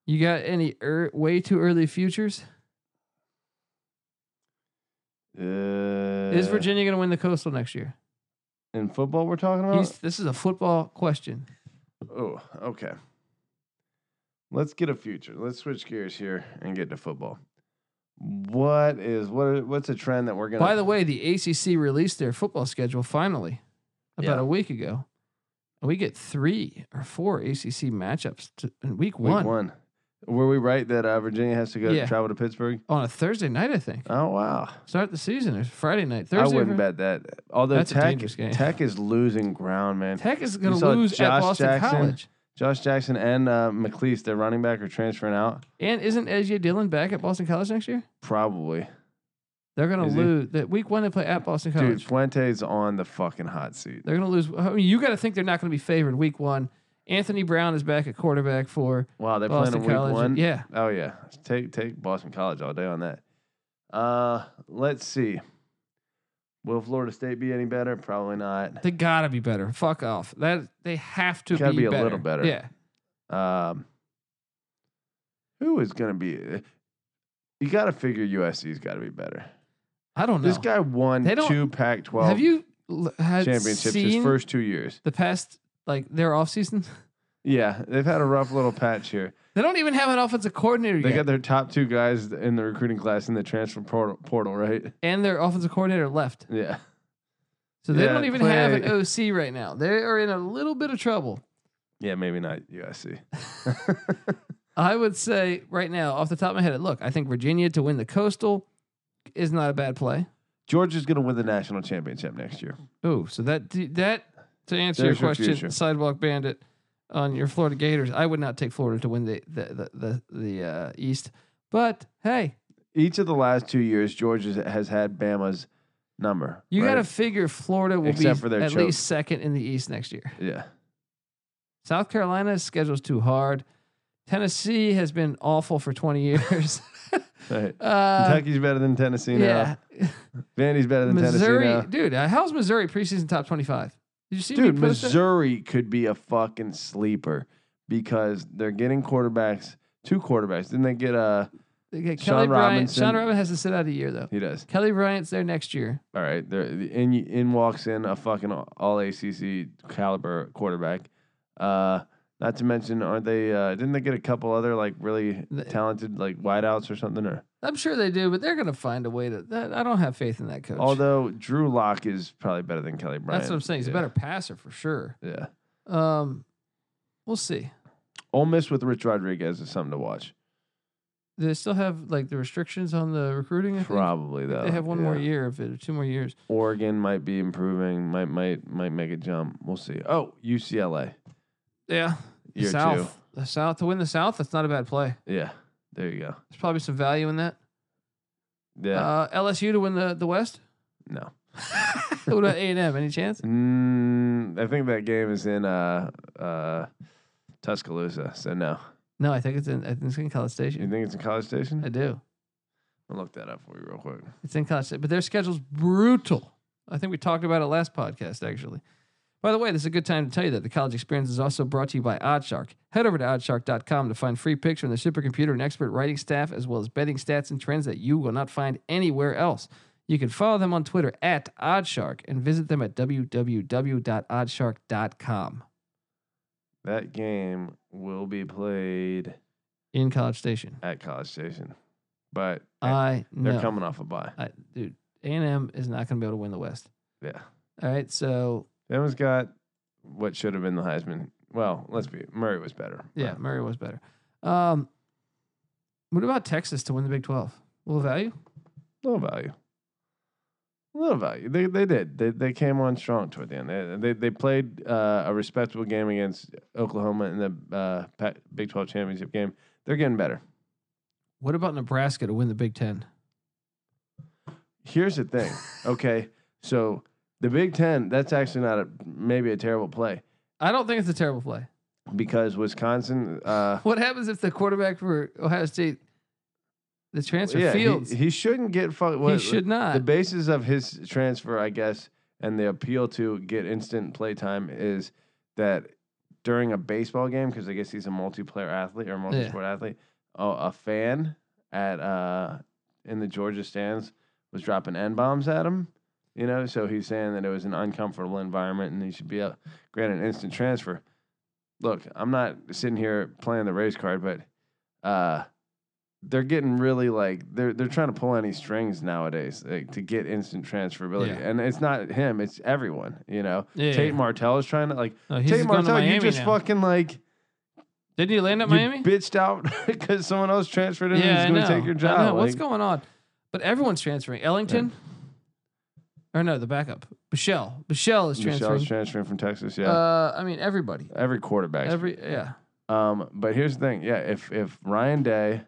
[SPEAKER 1] You got any er, way too early futures?
[SPEAKER 2] Uh,
[SPEAKER 1] Is Virginia going to win the Coastal next year?
[SPEAKER 2] in football we're talking about?
[SPEAKER 1] He's, this is a football question.
[SPEAKER 2] Oh, okay. Let's get a future. Let's switch gears here and get to football. What is what? are- What's a trend that we're gonna?
[SPEAKER 1] By the way, the ACC released their football schedule finally about
[SPEAKER 2] Yeah.
[SPEAKER 1] a week ago. And we get three or four ACC matchups to, in week,
[SPEAKER 2] week
[SPEAKER 1] one,
[SPEAKER 2] one. Were we right that uh, Virginia has to go
[SPEAKER 1] Yeah.
[SPEAKER 2] travel to Pittsburgh?
[SPEAKER 1] on a Thursday night, I think.
[SPEAKER 2] Oh wow!
[SPEAKER 1] Start the season. It's Friday night. Thursday.
[SPEAKER 2] I
[SPEAKER 1] Fri-
[SPEAKER 2] wouldn't bet that. Although
[SPEAKER 1] That's a
[SPEAKER 2] Tech,
[SPEAKER 1] dangerous game.
[SPEAKER 2] Tech is losing ground, man.
[SPEAKER 1] Tech is going
[SPEAKER 2] You
[SPEAKER 1] to
[SPEAKER 2] saw
[SPEAKER 1] lose at
[SPEAKER 2] Josh
[SPEAKER 1] Boston
[SPEAKER 2] Jackson?
[SPEAKER 1] College.
[SPEAKER 2] Josh Jackson and uh, McLeese, their running back, are transferring out.
[SPEAKER 1] And isn't Edge Dillon back at Boston College next year?
[SPEAKER 2] Probably,
[SPEAKER 1] They're going
[SPEAKER 2] Is
[SPEAKER 1] to
[SPEAKER 2] he?
[SPEAKER 1] lose. That week one, they play at Boston College.
[SPEAKER 2] dude. Fuente's on the fucking hot seat.
[SPEAKER 1] They're going to lose. I mean, you got to think they're not going to be favored week one. Anthony Brown is back at quarterback for
[SPEAKER 2] Wow, they're playing in
[SPEAKER 1] Boston
[SPEAKER 2] week
[SPEAKER 1] College.
[SPEAKER 2] one.
[SPEAKER 1] Yeah.
[SPEAKER 2] Oh yeah, take take Boston College all day on that. Uh, let's see. Will Florida State be any better? Probably not.
[SPEAKER 1] They gotta be better. Fuck off. That they have to
[SPEAKER 2] Gotta
[SPEAKER 1] be,
[SPEAKER 2] be a
[SPEAKER 1] better.
[SPEAKER 2] little better.
[SPEAKER 1] Yeah.
[SPEAKER 2] Um, who is going to be? uh, You got to figure USC's got to be better.
[SPEAKER 1] I don't know.
[SPEAKER 2] This guy won
[SPEAKER 1] They don't-
[SPEAKER 2] two Pac-12
[SPEAKER 1] have you l- had
[SPEAKER 2] championships his
[SPEAKER 1] seen
[SPEAKER 2] first two years.
[SPEAKER 1] the past like their off season?
[SPEAKER 2] Yeah, they've had a rough little patch here.
[SPEAKER 1] They don't even have an offensive coordinator
[SPEAKER 2] They
[SPEAKER 1] yet,
[SPEAKER 2] got their top two guys in the recruiting class in the transfer portal, portal right?
[SPEAKER 1] and their offensive coordinator left.
[SPEAKER 2] Yeah.
[SPEAKER 1] So they
[SPEAKER 2] Yeah,
[SPEAKER 1] don't even
[SPEAKER 2] play-
[SPEAKER 1] have an OC right now. They are in a little bit of trouble.
[SPEAKER 2] Yeah, maybe not USC.
[SPEAKER 1] I would say right now, off the top of my head, look, I think Virginia to win the Coastal is not a bad play.
[SPEAKER 2] Georgia's going to win the national championship next year.
[SPEAKER 1] Oh, so that that to answer
[SPEAKER 2] There's
[SPEAKER 1] your
[SPEAKER 2] your
[SPEAKER 1] question,
[SPEAKER 2] future.
[SPEAKER 1] sidewalk bandit on your Florida Gators. I would not take Florida to win the the the the, the uh, East, but hey,
[SPEAKER 2] Each of the last two years, Georgia has had Bama's number.
[SPEAKER 1] you got to
[SPEAKER 2] right?
[SPEAKER 1] figure Florida will
[SPEAKER 2] Except
[SPEAKER 1] be
[SPEAKER 2] for their
[SPEAKER 1] at
[SPEAKER 2] choke.
[SPEAKER 1] least second in the East next year.
[SPEAKER 2] yeah.
[SPEAKER 1] South Carolina's schedule's too hard. Tennessee has been awful for twenty years.
[SPEAKER 2] Right.
[SPEAKER 1] uh,
[SPEAKER 2] Kentucky's better than Tennessee now.
[SPEAKER 1] yeah,
[SPEAKER 2] Vandy's better than
[SPEAKER 1] Missouri,
[SPEAKER 2] Tennessee now.
[SPEAKER 1] dude. uh, How's Missouri preseason top twenty-five? Did you see
[SPEAKER 2] Dude,
[SPEAKER 1] me post that?
[SPEAKER 2] Missouri could be a fucking sleeper because they're getting quarterbacks, two quarterbacks. Didn't they get a?
[SPEAKER 1] They get
[SPEAKER 2] Sean
[SPEAKER 1] Kelly Bryant.
[SPEAKER 2] Robinson.
[SPEAKER 1] Sean Robinson has to sit out a year though.
[SPEAKER 2] He does.
[SPEAKER 1] Kelly Bryant's there next year.
[SPEAKER 2] All right. They're, in in walks in a fucking all ACC caliber quarterback. Uh, not to mention, aren't they? Uh, didn't they get a couple other like really
[SPEAKER 1] The-
[SPEAKER 2] talented like wideouts or something? Or
[SPEAKER 1] I'm sure they do, but they're going to find a way to. That, I don't have faith in that coach.
[SPEAKER 2] although Drew Lock is probably better than Kelly Bryant.
[SPEAKER 1] that's what I'm saying. He's
[SPEAKER 2] Oh, yeah.
[SPEAKER 1] a better passer for sure.
[SPEAKER 2] Yeah.
[SPEAKER 1] Um, we'll see.
[SPEAKER 2] Ole Miss with Rich Rodriguez is something to watch.
[SPEAKER 1] Do they still have like the restrictions on the recruiting? I think?
[SPEAKER 2] Probably though.
[SPEAKER 1] They have one more
[SPEAKER 2] yeah.
[SPEAKER 1] year of it, or two more years.
[SPEAKER 2] Oregon might be improving. Might might might make a jump. We'll see. Oh, UCLA
[SPEAKER 1] Yeah, the
[SPEAKER 2] year
[SPEAKER 1] South, the South to win the South. That's not a bad play.
[SPEAKER 2] two. Yeah. There you go.
[SPEAKER 1] There's probably some value in that.
[SPEAKER 2] Yeah.
[SPEAKER 1] Uh, LSU to win the the West.
[SPEAKER 2] no.
[SPEAKER 1] what about A and M? Any chance?
[SPEAKER 2] Mm, I think that game is in uh uh Tuscaloosa. So no.
[SPEAKER 1] No, I think it's in. I think it's in College
[SPEAKER 2] You
[SPEAKER 1] Station.
[SPEAKER 2] think it's in College Station?
[SPEAKER 1] I do.
[SPEAKER 2] I'll look that up for you real quick.
[SPEAKER 1] It's in constant, but their schedule's brutal. I think we talked about it last podcast, actually. By the way, this is a good time to tell you that the college experience is also brought to you by Oddshark. Head over to oddshark.com to find free picks from the supercomputer and expert writing staff, as well as betting stats and trends that you will not find anywhere else. You can follow them on Twitter at Oddshark and visit them at www.oddshark.com
[SPEAKER 2] That game will be played
[SPEAKER 1] in College Station.
[SPEAKER 2] at College Station, but
[SPEAKER 1] I
[SPEAKER 2] they're
[SPEAKER 1] know.
[SPEAKER 2] coming off a bye.
[SPEAKER 1] I, dude, A&M is not going to be able to win the West.
[SPEAKER 2] Yeah.
[SPEAKER 1] All right, so
[SPEAKER 2] Emma's got what should have been the Heisman. Well, let's be Murray was better. but-
[SPEAKER 1] Yeah, Murray was better. Um, what about Texas to win the Big Twelve? Little value.
[SPEAKER 2] little value. Little value. They they did. They they came on strong toward the end. They they, they played uh, a respectable game against Oklahoma in the uh, Pa- Big Twelve championship game. They're getting better.
[SPEAKER 1] What about Nebraska to win the Big Ten?
[SPEAKER 2] Here's the thing. Okay, so the Big Ten. That's actually not a maybe a terrible play
[SPEAKER 1] I don't think it's a terrible play.
[SPEAKER 2] because Wisconsin. Uh,
[SPEAKER 1] What happens if the quarterback for Ohio State, the transfer
[SPEAKER 2] yeah, he-
[SPEAKER 1] Fields,
[SPEAKER 2] He,
[SPEAKER 1] he,
[SPEAKER 2] shouldn't get fucked. what-
[SPEAKER 1] should not.
[SPEAKER 2] The basis of his transfer, I guess, and the appeal to get instant playtime is that during a baseball game, because I guess he's a multiplayer athlete or multi-sport athlete, a, a fan at uh, in the Georgia stands was dropping n bombs at him. You know, so he's saying that it was an uncomfortable environment and he should be out, granted an instant transfer. Look, I'm not sitting here playing the race card, but uh, they're getting really like they're they're trying to pull any strings nowadays like, to get instant transferability,
[SPEAKER 1] Yeah.
[SPEAKER 2] and it's not him, it's everyone. You know,
[SPEAKER 1] Yeah,
[SPEAKER 2] Tate
[SPEAKER 1] yeah.
[SPEAKER 2] Martell is trying to like
[SPEAKER 1] Oh, he's
[SPEAKER 2] Tate
[SPEAKER 1] just going to
[SPEAKER 2] Martell. You
[SPEAKER 1] Miami
[SPEAKER 2] just
[SPEAKER 1] now.
[SPEAKER 2] fucking like
[SPEAKER 1] Didn't he land at
[SPEAKER 2] you
[SPEAKER 1] Miami?
[SPEAKER 2] bitched out because someone else transferred in
[SPEAKER 1] yeah, I
[SPEAKER 2] and was
[SPEAKER 1] know.
[SPEAKER 2] going to take your
[SPEAKER 1] I
[SPEAKER 2] job.
[SPEAKER 1] know. What's
[SPEAKER 2] like-
[SPEAKER 1] going on? But everyone's transferring. Ellington, or no, the backup, Michelle. Michelle is transferring.
[SPEAKER 2] Michelle's transferring from Texas. Yeah,
[SPEAKER 1] Uh, I mean everybody.
[SPEAKER 2] every quarterback.
[SPEAKER 1] Every yeah.
[SPEAKER 2] um, but here's the thing. Yeah, if if Ryan Day,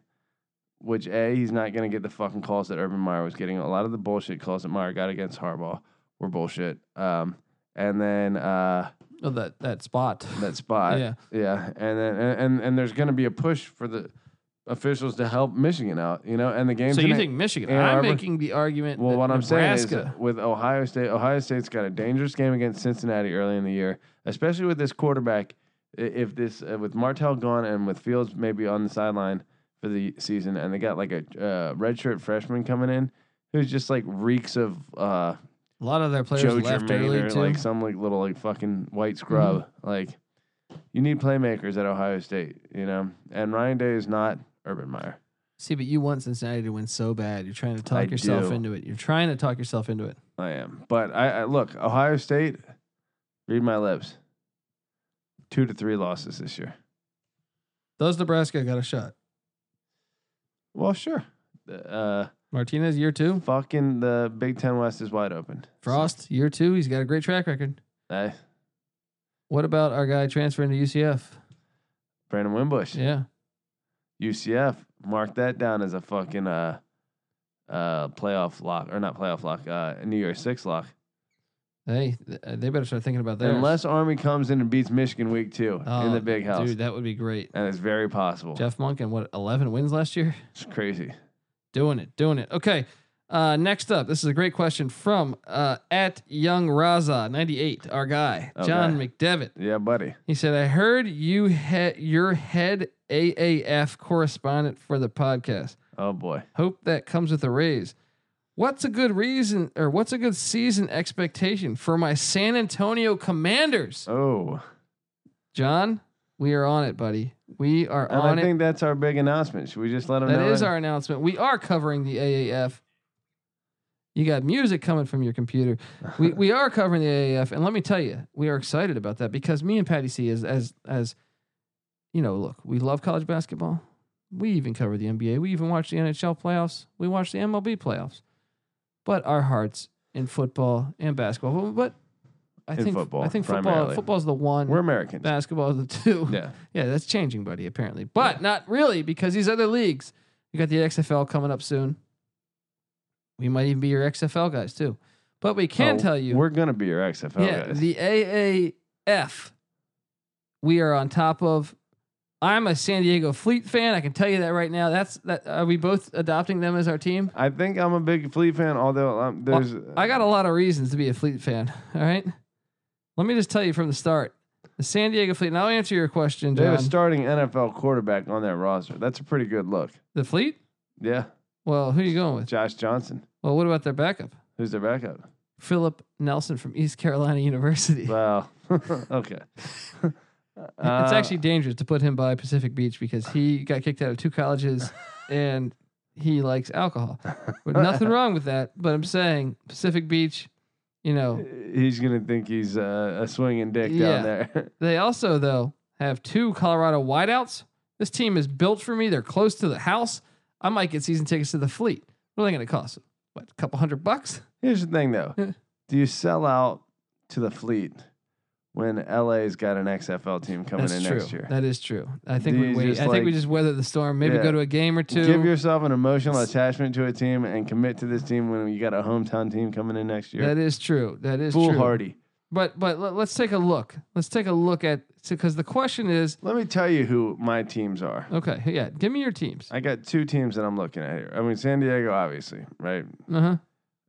[SPEAKER 2] which a he's not going to get the fucking calls that Urban Meyer was getting. A lot of the bullshit calls that Meyer got against Harbaugh were bullshit. Um, and then uh,
[SPEAKER 1] Oh, that that spot.
[SPEAKER 2] that spot.
[SPEAKER 1] yeah.
[SPEAKER 2] Yeah, and then and and, and there's going to be a push for the officials to help Michigan out. You know, and the game's
[SPEAKER 1] So you
[SPEAKER 2] gonna-
[SPEAKER 1] think Michigan?
[SPEAKER 2] Ann
[SPEAKER 1] I'm
[SPEAKER 2] Arbor?
[SPEAKER 1] making the argument.
[SPEAKER 2] Well,
[SPEAKER 1] that
[SPEAKER 2] what I'm
[SPEAKER 1] Nebraska,
[SPEAKER 2] saying is with Ohio State, Ohio State's got a dangerous game against Cincinnati early in the year, especially with this quarterback. i- If this uh, with Martell gone and with Fields maybe on the sideline for the season, and they got like a uh, redshirt freshman coming in who's just like reeks of uh,
[SPEAKER 1] a lot of their players
[SPEAKER 2] Joe
[SPEAKER 1] left early
[SPEAKER 2] Germain or
[SPEAKER 1] too. Mm-hmm.
[SPEAKER 2] like some like little like fucking white scrub. Like you need playmakers at Ohio State, you know. And Ryan Day is not Urban Meyer.
[SPEAKER 1] See, but you want Cincinnati to win so bad. You're trying to talk
[SPEAKER 2] I
[SPEAKER 1] yourself
[SPEAKER 2] do.
[SPEAKER 1] into it. You're trying to talk yourself into it.
[SPEAKER 2] I am. But I, I look, Ohio State, read my lips. Two to three losses this year.
[SPEAKER 1] Does Nebraska got a shot?
[SPEAKER 2] Well, sure. Uh,
[SPEAKER 1] Martinez year two.
[SPEAKER 2] fucking the Big Ten West is wide open.
[SPEAKER 1] Frost year two. He's got a great track record.
[SPEAKER 2] Hey,
[SPEAKER 1] What about our guy transferring to UCF?
[SPEAKER 2] Brandon Wimbush,
[SPEAKER 1] Yeah.
[SPEAKER 2] UCF. Mark that down as a fucking uh, uh, playoff lock or not playoff lock. Uh, New Year's Six lock.
[SPEAKER 1] Hey, th- they better start thinking about that.
[SPEAKER 2] Unless Army comes in and beats Michigan week two in the Big House,
[SPEAKER 1] Oh, Dude, that would be great.
[SPEAKER 2] and it's very possible.
[SPEAKER 1] Jeff Monk and what, 11 wins last year?
[SPEAKER 2] It's crazy.
[SPEAKER 1] Doing it, doing it. Okay. Uh, next up, this is a great question from uh, at Young Raza 98, our guy,
[SPEAKER 2] Okay.
[SPEAKER 1] John McDevitt.
[SPEAKER 2] Yeah, buddy.
[SPEAKER 1] He said, I heard you had your head AAF correspondent for the podcast.
[SPEAKER 2] Oh boy.
[SPEAKER 1] Hope that comes with a raise. What's a good reason or what's a good season expectation for my San Antonio Commanders?
[SPEAKER 2] Oh.
[SPEAKER 1] John, we are on it, buddy. We are
[SPEAKER 2] And
[SPEAKER 1] on
[SPEAKER 2] I
[SPEAKER 1] it.
[SPEAKER 2] think that's our big announcement. Should we just let them know?
[SPEAKER 1] That is our announcement. We are covering the AAF. You got music coming from your computer. We we are covering the AAF, and let me tell you, we are excited about that because me and Patty C is as as you know, look, we love college basketball. We even cover the NBA. We even watch the NHL playoffs. We watch the MLB playoffs. But our hearts in football and basketball. But I
[SPEAKER 2] In
[SPEAKER 1] think
[SPEAKER 2] football,
[SPEAKER 1] I think football
[SPEAKER 2] primarily.
[SPEAKER 1] football's the one.
[SPEAKER 2] We're Americans.
[SPEAKER 1] basketball is the two.
[SPEAKER 2] yeah.
[SPEAKER 1] Yeah, that's changing, buddy, apparently. But not really, because these other leagues, you got the XFL coming up soon. We might even be your XFL guys, too. But we can
[SPEAKER 2] Oh,
[SPEAKER 1] tell you,
[SPEAKER 2] We're gonna be your XFL
[SPEAKER 1] yeah,
[SPEAKER 2] guys.
[SPEAKER 1] the AAF, we are on top of. I'm a San Diego Fleet fan. I can tell you that right now. That's that. Are we both adopting them as our team?
[SPEAKER 2] I think I'm a big Fleet fan, although um, there's
[SPEAKER 1] I got a lot of reasons to be a Fleet fan. All right, let me just tell you from the start. The San Diego Fleet. And I'll answer your question,
[SPEAKER 2] they have
[SPEAKER 1] John.
[SPEAKER 2] a starting NFL quarterback on that roster. That's a pretty good look.
[SPEAKER 1] the Fleet.
[SPEAKER 2] Yeah,
[SPEAKER 1] Well, who are you going with?
[SPEAKER 2] Josh Johnson,
[SPEAKER 1] Well, what about their backup?
[SPEAKER 2] who's their backup?
[SPEAKER 1] Philip Nelson from East Carolina University.
[SPEAKER 2] Wow. okay. uh,
[SPEAKER 1] it's actually dangerous to put him by Pacific Beach because he got kicked out of two colleges and he likes alcohol. But nothing wrong with that. But I'm saying Pacific Beach, you know,
[SPEAKER 2] Uh, he's gonna think he's uh, a swinging dick
[SPEAKER 1] Yeah.
[SPEAKER 2] down there.
[SPEAKER 1] they also, though, have two Colorado wideouts. This team is built for me. They're close to the house. I might get season tickets to the fleet. What are they going to cost? What, a couple hundred bucks?
[SPEAKER 2] Here's the thing, though.
[SPEAKER 1] Yeah.
[SPEAKER 2] Do you sell out to the Fleet when LA's got an XFL team coming
[SPEAKER 1] That's
[SPEAKER 2] in
[SPEAKER 1] true.
[SPEAKER 2] next year?
[SPEAKER 1] That is true. I think
[SPEAKER 2] Do
[SPEAKER 1] we
[SPEAKER 2] you
[SPEAKER 1] wait.
[SPEAKER 2] just,
[SPEAKER 1] I think we
[SPEAKER 2] like-
[SPEAKER 1] just weather the storm. Maybe
[SPEAKER 2] Yeah.
[SPEAKER 1] go to a game or two.
[SPEAKER 2] Give yourself an emotional attachment to a team and commit to this team when you got a hometown team coming in next year.
[SPEAKER 1] That is true. That is true.
[SPEAKER 2] Foolhardy.
[SPEAKER 1] But but let- let's take a look. Let's take a look at because the question is
[SPEAKER 2] Let me tell you who my teams are.
[SPEAKER 1] okay. Yeah, give me your teams.
[SPEAKER 2] I got two teams that I'm looking at here. I mean, San Diego, obviously, right?
[SPEAKER 1] Uh huh.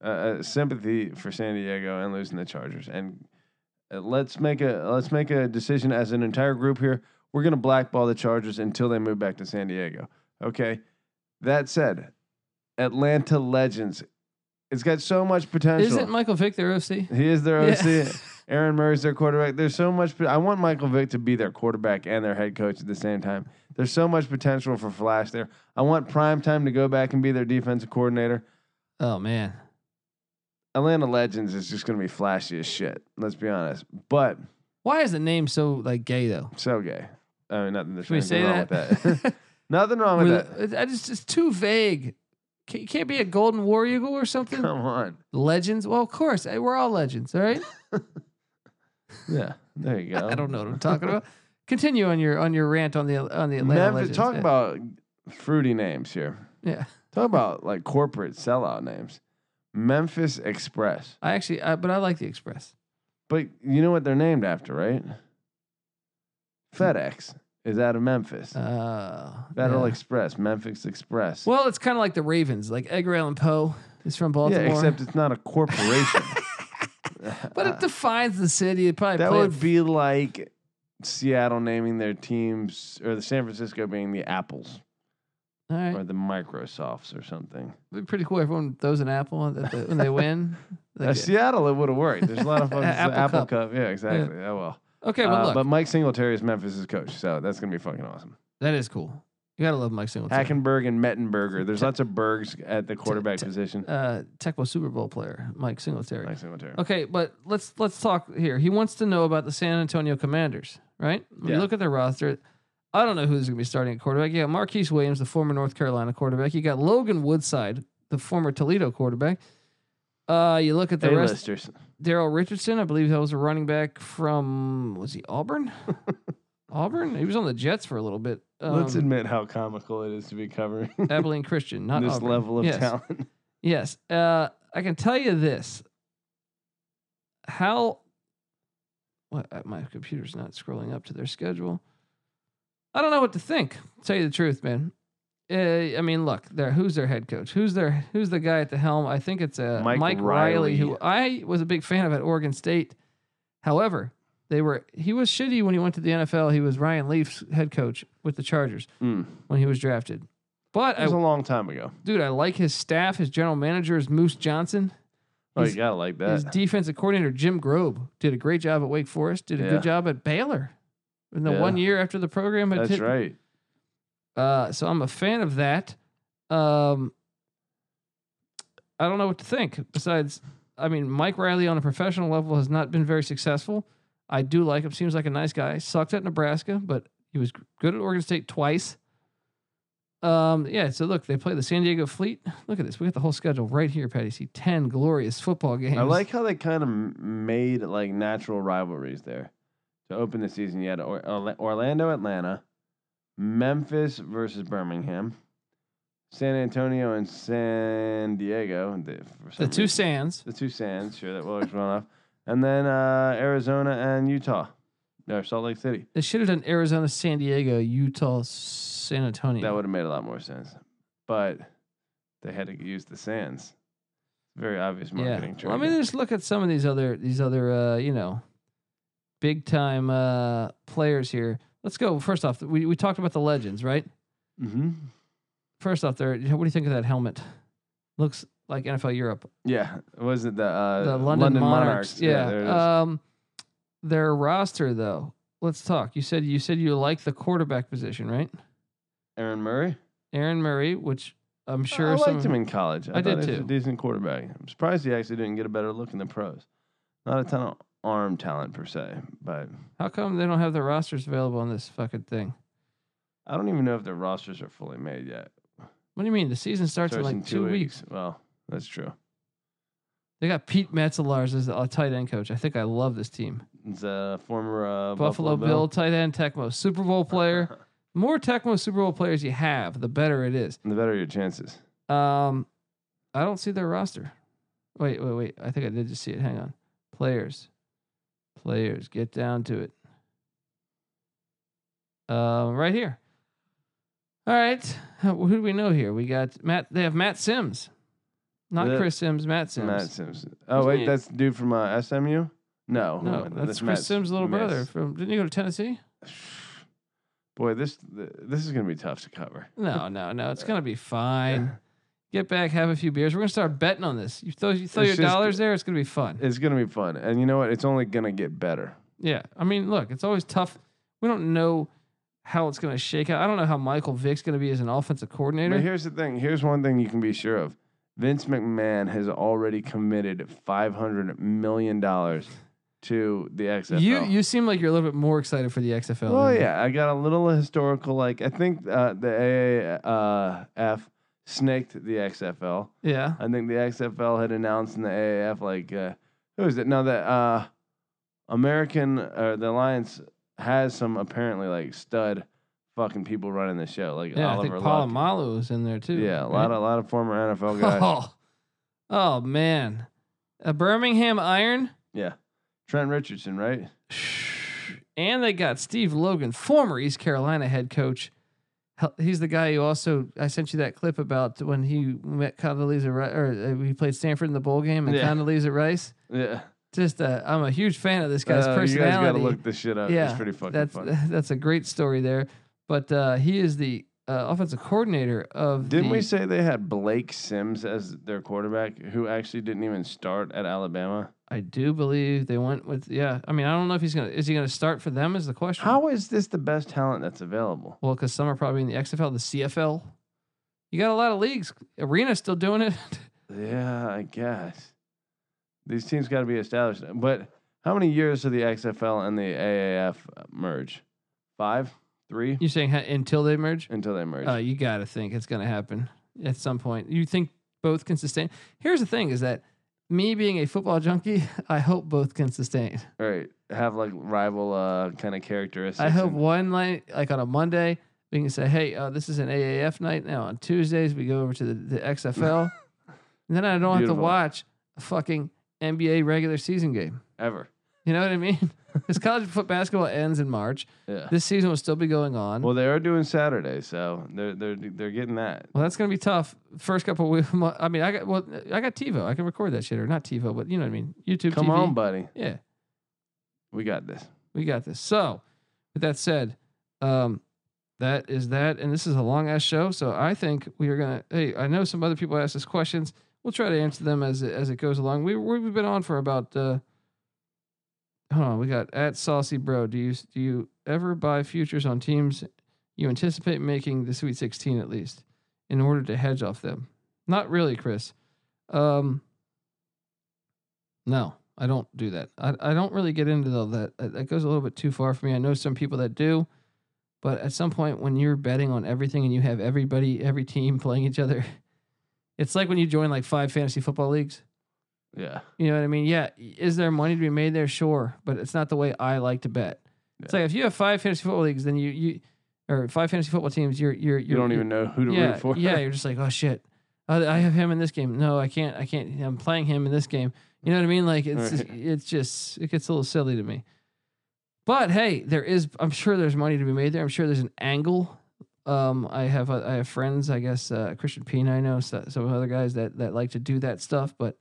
[SPEAKER 2] Uh, uh, sympathy for San Diego and losing the Chargers. And uh, let's make a let's make a decision as an entire group here. We're gonna blackball the Chargers until they move back to San Diego. Okay. That said, Atlanta Legends It's got so much potential.
[SPEAKER 1] Isn't Michael Vick their OC?
[SPEAKER 2] He is their OC.
[SPEAKER 1] Yeah.
[SPEAKER 2] Aaron Murray's their quarterback. There's so much. I want Michael Vick to be their quarterback and their head coach at the same time. There's so much potential for Flash there. I want Prime Time to go back and be their defensive coordinator.
[SPEAKER 1] Oh man,
[SPEAKER 2] Atlanta Legends is just going to be flashy as shit. Let's be honest. But
[SPEAKER 1] why is the name so like gay though?
[SPEAKER 2] so gay. I mean, nothing. There's
[SPEAKER 1] Should we say
[SPEAKER 2] anything wrong
[SPEAKER 1] that?
[SPEAKER 2] with that. nothing wrong with
[SPEAKER 1] With-
[SPEAKER 2] that.
[SPEAKER 1] it- I just it's too vague. Can, you can't be a golden war eagle or something.
[SPEAKER 2] Come on.
[SPEAKER 1] Legends? Well, of course. eh, We're all legends, all right?
[SPEAKER 2] Yeah. There you go.
[SPEAKER 1] I don't know what I'm talking about. Continue on your on your rant on the on the Atlanta
[SPEAKER 2] Memphis,
[SPEAKER 1] legends.
[SPEAKER 2] talk
[SPEAKER 1] Yeah.
[SPEAKER 2] about fruity names here.
[SPEAKER 1] yeah.
[SPEAKER 2] Talk about like corporate sellout names. Memphis Express.
[SPEAKER 1] I actually, I, but I like the Express.
[SPEAKER 2] But you know what they're named after, right? FedEx is out of Memphis.
[SPEAKER 1] Hmm. Uh,
[SPEAKER 2] Federal
[SPEAKER 1] yeah.
[SPEAKER 2] Express, Memphis Express.
[SPEAKER 1] Well, it's kind of like the Ravens. Like Edgar Allan Poe is from
[SPEAKER 2] yeah,
[SPEAKER 1] Baltimore.
[SPEAKER 2] except it's not a corporation.
[SPEAKER 1] but it defines the city. It probably
[SPEAKER 2] that
[SPEAKER 1] played-
[SPEAKER 2] would be like Seattle naming their teams, or the San Francisco being the Apples
[SPEAKER 1] all right.
[SPEAKER 2] or the Microsofts or something.
[SPEAKER 1] It'd be pretty cool. Everyone throws an apple at the, when they win. Like,
[SPEAKER 2] Uh, Seattle, it would have worked. There's a lot of fucking
[SPEAKER 1] Apple
[SPEAKER 2] Apple,
[SPEAKER 1] Cup.
[SPEAKER 2] Cup. Yeah, exactly. Oh well.
[SPEAKER 1] okay,
[SPEAKER 2] Uh,
[SPEAKER 1] but look,
[SPEAKER 2] but Mike Singletary is Memphis's coach, so that's gonna be fucking awesome.
[SPEAKER 1] that is cool. You gotta love Mike Singletary.
[SPEAKER 2] Hackenberg and Mettenberger. There's
[SPEAKER 1] Te-
[SPEAKER 2] lots of Bergs at the quarterback
[SPEAKER 1] te-
[SPEAKER 2] position.
[SPEAKER 1] uh, Tech was Super Bowl player Mike Singletary.
[SPEAKER 2] Mike Singletary.
[SPEAKER 1] Okay, but let's let's talk here. He wants to know about the San Antonio Commanders, right? When you
[SPEAKER 2] Yeah.
[SPEAKER 1] look at their roster. I don't know who's going to be starting at quarterback. You got Marquise Williams, the former North Carolina quarterback. You got Logan Woodside, the former Toledo quarterback. Uh, you look at the rest.
[SPEAKER 2] A-listers.
[SPEAKER 1] Daryl Richardson, I believe that was a running back from was he Auburn? Auburn. He was on the Jets for a little bit.
[SPEAKER 2] Let's
[SPEAKER 1] Um,
[SPEAKER 2] admit how comical it is to be covering
[SPEAKER 1] Abilene Christian, not
[SPEAKER 2] this
[SPEAKER 1] Auburn.
[SPEAKER 2] level of
[SPEAKER 1] Yes.
[SPEAKER 2] talent.
[SPEAKER 1] Yes. Uh, I can tell you this. How. What, uh, my computer's not scrolling up to their schedule. I don't know what to think. Tell you the truth, man. Uh, I mean, look, there. Who's their head coach? Who's their Who's the guy at the helm? I think it's uh, Mike,
[SPEAKER 2] Mike
[SPEAKER 1] Riley,
[SPEAKER 2] Riley.
[SPEAKER 1] who I was a big fan of at Oregon State. However, they were he was shitty when he went to the NFL. He was Ryan Leaf's head coach with the Chargers
[SPEAKER 2] Mm.
[SPEAKER 1] when he was drafted. But
[SPEAKER 2] It
[SPEAKER 1] I
[SPEAKER 2] was a long time ago.
[SPEAKER 1] dude, I like his staff. His general manager is Moose Johnson.
[SPEAKER 2] Oh,
[SPEAKER 1] He's-
[SPEAKER 2] you gotta like
[SPEAKER 1] His
[SPEAKER 2] that.
[SPEAKER 1] defensive coordinator Jim Grobe did a great job at Wake Forest. Did a
[SPEAKER 2] Yeah.
[SPEAKER 1] good job at Baylor in the
[SPEAKER 2] Yeah.
[SPEAKER 1] one year after the program. Had
[SPEAKER 2] That's
[SPEAKER 1] hit-
[SPEAKER 2] right.
[SPEAKER 1] Uh, so I'm a fan of that. Um, I don't know what to think. Besides, I mean, Mike Riley on a professional level has not been very successful. I do like him. Seems like a nice guy. Sucked at Nebraska, but he was good at Oregon State twice. Um, yeah. So look, they play the San Diego Fleet. Look at this. We got the whole schedule right here, Patty. See, ten glorious football games.
[SPEAKER 2] I like how they kind of made like natural rivalries there. To open the season, you had or- Orla- Orlando, Atlanta, Memphis versus Birmingham, San Antonio and San Diego. and the- for
[SPEAKER 1] the
[SPEAKER 2] some
[SPEAKER 1] two
[SPEAKER 2] reason-
[SPEAKER 1] Sands.
[SPEAKER 2] the two Sands. Sure, that works well enough. And then uh, Arizona and Utah, or Salt Lake City.
[SPEAKER 1] They should have done Arizona, San Diego, Utah, San Antonio.
[SPEAKER 2] That would have made a lot more sense. But they had to use the Sands. Very obvious marketing
[SPEAKER 1] Well, I mean,
[SPEAKER 2] trick.
[SPEAKER 1] just look at some of these other these other uh, you know, big time uh, players here. Let's go. First off, we, we talked about the legends, right?
[SPEAKER 2] Mhm.
[SPEAKER 1] First off, there. What do you think of that helmet? Looks like NFL Europe.
[SPEAKER 2] Yeah, was it the uh,
[SPEAKER 1] the London, Monarchs. Yeah.
[SPEAKER 2] there it is.
[SPEAKER 1] um, their roster though. Let's talk. You said you said you like the quarterback position, right?
[SPEAKER 2] Aaron Murray.
[SPEAKER 1] Aaron Murray, which I'm sure
[SPEAKER 2] I
[SPEAKER 1] some
[SPEAKER 2] liked him in college.
[SPEAKER 1] I
[SPEAKER 2] thought
[SPEAKER 1] did
[SPEAKER 2] he was
[SPEAKER 1] too.
[SPEAKER 2] A decent quarterback. I'm surprised he actually didn't get a better look in the pros. Not a ton of arm talent per se, but
[SPEAKER 1] How come they don't have their rosters available on this fucking thing?
[SPEAKER 2] I don't even know if their rosters are fully made yet.
[SPEAKER 1] What do you mean? The season starts, in
[SPEAKER 2] Starts
[SPEAKER 1] like two weeks.
[SPEAKER 2] Well, that's true.
[SPEAKER 1] They got Pete Metzelars as a tight end coach. I think I love this team.
[SPEAKER 2] It's a former uh,
[SPEAKER 1] Buffalo, Bill, tight end, Tecmo, Super Bowl player. More Tecmo Super Bowl players you have, the better it is.
[SPEAKER 2] the better your chances.
[SPEAKER 1] Um, I don't see their roster. Wait, wait, wait. I think I did just see it. Hang on. Players, players, get down to it. Um, right here. All right. Who do we know here? We got Matt. They have Matt Sims, not
[SPEAKER 2] The-
[SPEAKER 1] Chris Sims. Matt Sims.
[SPEAKER 2] Matt Sims. Oh
[SPEAKER 1] Who's
[SPEAKER 2] wait,
[SPEAKER 1] he?
[SPEAKER 2] that's the dude from uh, SMU. No, who
[SPEAKER 1] No,
[SPEAKER 2] am I-
[SPEAKER 1] that's Chris
[SPEAKER 2] Matt
[SPEAKER 1] Sims' little
[SPEAKER 2] Miss.
[SPEAKER 1] brother. From didn't he go to Tennessee?
[SPEAKER 2] Boy, this th- this is gonna be tough to cover.
[SPEAKER 1] No, no, no. It's gonna be fine. Get back, have a few beers. We're gonna start betting on this. You throw, you throw
[SPEAKER 2] It's
[SPEAKER 1] your
[SPEAKER 2] just-
[SPEAKER 1] dollars there. It's gonna be fun.
[SPEAKER 2] It's gonna be fun, and you know what? It's only gonna get better.
[SPEAKER 1] Yeah. I mean, look, it's always tough. We don't know how it's going to shake out. I don't know how Michael Vick's going to be as an offensive coordinator.
[SPEAKER 2] But here's the thing. Here's one thing you can be sure of. Vince McMahon has already committed five hundred million dollars to the XFL.
[SPEAKER 1] you you seem like you're a little bit more excited for the XFL.
[SPEAKER 2] Well,
[SPEAKER 1] than-
[SPEAKER 2] yeah, I got a little historical. Like I think uh, the AAF snaked the XFL.
[SPEAKER 1] Yeah.
[SPEAKER 2] I think the XFL had announced in the AAF like uh, who is it? No, the uh, American uh, the Alliance has some apparently like stud fucking people running the show. Like
[SPEAKER 1] Yeah,
[SPEAKER 2] Oliver
[SPEAKER 1] I think
[SPEAKER 2] Luck.
[SPEAKER 1] Palomalu is in there too.
[SPEAKER 2] Yeah, a lot
[SPEAKER 1] right?
[SPEAKER 2] of a lot of former NFL guys.
[SPEAKER 1] Oh, oh man, a Birmingham Iron,
[SPEAKER 2] Yeah. Trent Richardson, right?
[SPEAKER 1] and they got Steve Logan, former East Carolina head coach. Hel- He's the guy who also I sent you that clip about when he met Condoleezza Rice, or uh, he played Stanford in the bowl game, and
[SPEAKER 2] Yeah.
[SPEAKER 1] Condoleezza Rice.
[SPEAKER 2] Yeah.
[SPEAKER 1] just uh, I'm a huge fan of this guy's
[SPEAKER 2] Uh, you guys gotta
[SPEAKER 1] personality.
[SPEAKER 2] look this shit up.
[SPEAKER 1] Yeah,
[SPEAKER 2] it's pretty fucking
[SPEAKER 1] that's
[SPEAKER 2] funny.
[SPEAKER 1] that's a great story there. But uh, he is the uh, offensive coordinator of. the,
[SPEAKER 2] Didn't we say they had Blake Sims as their quarterback, who actually didn't even start at Alabama?
[SPEAKER 1] I do believe they went with yeah. I mean, I don't know if he's gonna is he gonna start for them is the question.
[SPEAKER 2] How is this the best talent that's available?
[SPEAKER 1] Well, because some are probably in the XFL, the CFL. You got a lot of leagues. Arena's still doing it.
[SPEAKER 2] Yeah, I guess these teams got to be established. But how many years did the XFL and the AAF merge? Five, three,
[SPEAKER 1] You're saying ha- until they merge?
[SPEAKER 2] until they merge.
[SPEAKER 1] Oh, you got to think it's going to happen at some point. You think both can sustain? Here's the thing: is that me being a football junkie, I hope both can sustain.
[SPEAKER 2] All right, have like rival uh, kind of characteristics.
[SPEAKER 1] I hope
[SPEAKER 2] and-
[SPEAKER 1] one night, like on a Monday, we can say, "Hey, uh, this is an AAF night now." On Tuesdays, we go over to the, the XFL, and then I don't have to
[SPEAKER 2] Beautiful.
[SPEAKER 1] watch a fucking NBA regular season game.
[SPEAKER 2] ever.
[SPEAKER 1] You know what I mean? Because college foot basketball ends in March.
[SPEAKER 2] Yeah.
[SPEAKER 1] This season will still be going on.
[SPEAKER 2] Well, they are doing Saturday, so they're they're they're getting that.
[SPEAKER 1] Well, that's gonna be tough. First couple weeks. I mean, I got well, I got TiVo. I can record that shit, or not TiVo, but you know what I mean. YouTube.
[SPEAKER 2] Come
[SPEAKER 1] TV.
[SPEAKER 2] on, buddy,
[SPEAKER 1] Yeah,
[SPEAKER 2] we got this.
[SPEAKER 1] we got this. So, with that said, um, that is that, and this is a long ass show. So I think we are gonna. Hey, I know some other people asked us questions. We'll try to answer them as it, as it goes along. We we've been on for about. Uh, hold on, we got at saucy bro. Do you do you ever buy futures on teams you anticipate making the Sweet Sixteen at least in order to hedge off them? Not really, Chris. Um, no, I don't do that. I, I don't really get into all that. That that goes a little bit too far for me. I know some people that do, but at some point when you're betting on everything and you have everybody, every team playing each other, it's like when you join like five fantasy football leagues.
[SPEAKER 2] Yeah,
[SPEAKER 1] You know what I mean? Yeah. Is there money to be made there? Sure, but it's not the way I like to bet. It's
[SPEAKER 2] Yeah.
[SPEAKER 1] like if you have five fantasy football leagues, then you you or five fantasy football teams, you're you're, you're
[SPEAKER 2] you don't even know who to
[SPEAKER 1] yeah,
[SPEAKER 2] root for.
[SPEAKER 1] Yeah, you're just like, oh shit, I, I have him in this game. No, I can't. I can't. I'm playing him in this game. You know what I mean? Like it's just,
[SPEAKER 2] Right.
[SPEAKER 1] it's just it gets a little silly to me. But hey, there is. I'm sure there's money to be made there. I'm sure there's an angle. Um, I have uh, I have friends. I guess uh, Christian Pina. I know so, some other guys that that like to do that stuff, but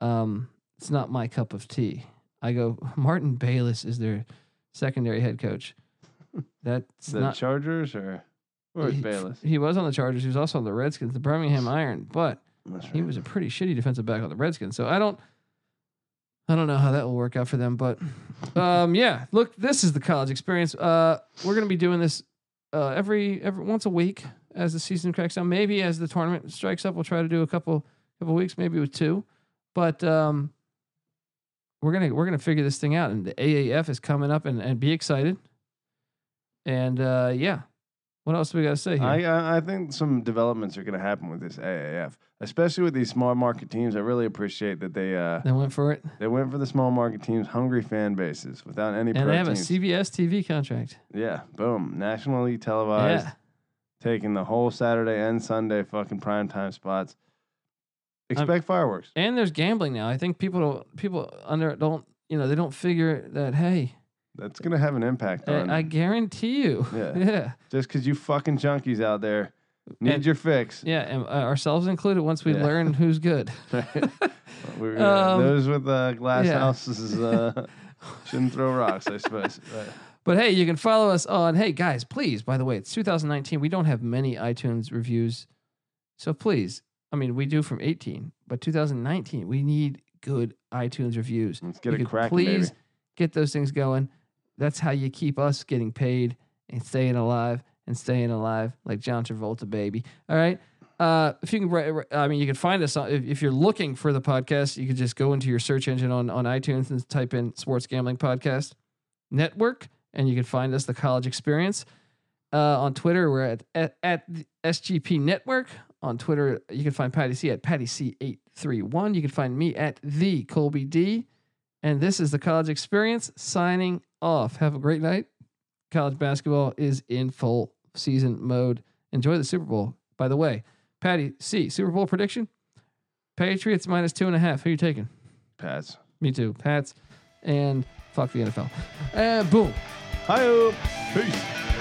[SPEAKER 1] um, it's not my cup of tea. I go. Martin Bayless is their secondary head coach. That's
[SPEAKER 2] the
[SPEAKER 1] not
[SPEAKER 2] Chargers or or is
[SPEAKER 1] he-
[SPEAKER 2] Bayless?
[SPEAKER 1] He was on the Chargers. He was also on the Redskins, the Birmingham Iron, but
[SPEAKER 2] That's right.
[SPEAKER 1] he was a pretty shitty defensive back on the Redskins. So I don't, I don't know how that will work out for them. But um, yeah, look, this is the college experience. Uh, we're gonna be doing this uh, every every once a week as the season cracks down. Maybe as the tournament strikes up, we'll try to do a couple couple weeks, maybe with two. But um, we're gonna we're gonna figure this thing out, and the AAF is coming up, and and be excited. And uh, yeah, what else do we gotta say here?
[SPEAKER 2] I, I I think some developments are going to happen with this AAF, especially with these small market teams. I really appreciate that they uh,
[SPEAKER 1] they went for it,
[SPEAKER 2] they went for the small market teams, hungry fan bases, without any.
[SPEAKER 1] and
[SPEAKER 2] pro
[SPEAKER 1] they have a
[SPEAKER 2] teams.
[SPEAKER 1] CBS TV contract.
[SPEAKER 2] Yeah, boom, nationally televised,
[SPEAKER 1] yeah.
[SPEAKER 2] taking the whole Saturday and Sunday fucking prime time spots. Expect fireworks.
[SPEAKER 1] and there's gambling now. I think people don't people under don't you know they don't figure that hey,
[SPEAKER 2] That's going to have an impact on
[SPEAKER 1] I, I guarantee you,
[SPEAKER 2] Um, Yeah.
[SPEAKER 1] yeah,
[SPEAKER 2] just because you fucking junkies out there need
[SPEAKER 1] And-
[SPEAKER 2] your fix.
[SPEAKER 1] yeah, and uh, ourselves included. Once we
[SPEAKER 2] Yeah.
[SPEAKER 1] learn who's good,
[SPEAKER 2] We were gonna-
[SPEAKER 1] Um,
[SPEAKER 2] those with uh, glass
[SPEAKER 1] yeah.
[SPEAKER 2] houses uh, shouldn't throw rocks, I suppose. But
[SPEAKER 1] but hey, you can follow us on. Hey guys, please. By the way, it's 2019. We don't have many iTunes reviews, so please. I mean, we do from 18, but 2019, we need good iTunes reviews.
[SPEAKER 2] Let's get
[SPEAKER 1] If you
[SPEAKER 2] it
[SPEAKER 1] could
[SPEAKER 2] cracking,
[SPEAKER 1] please
[SPEAKER 2] baby.
[SPEAKER 1] get those things going. That's how you keep us getting paid and staying alive and staying alive like John Travolta, baby. All right. Uh, if you can, write- write- I mean, you can find us on, if, if you're looking for the podcast, you could just go into your search engine on, on iTunes and type in sports gambling podcast network. And you can find us the college experience, uh, on Twitter. We're at, at, at the SGP network on Twitter. You can find Patty C at Patty C eight three one. You can find me at the Colby D. And this is the college experience signing off. Have a great night. College basketball is in full season mode. Enjoy the Super Bowl. By the way, Patty C, Super Bowl prediction? Patriots minus two and a half. Who you taking?
[SPEAKER 2] Pass.
[SPEAKER 1] Me too. Pats and fuck the NFL. Uh, boom.
[SPEAKER 2] Hi, peace.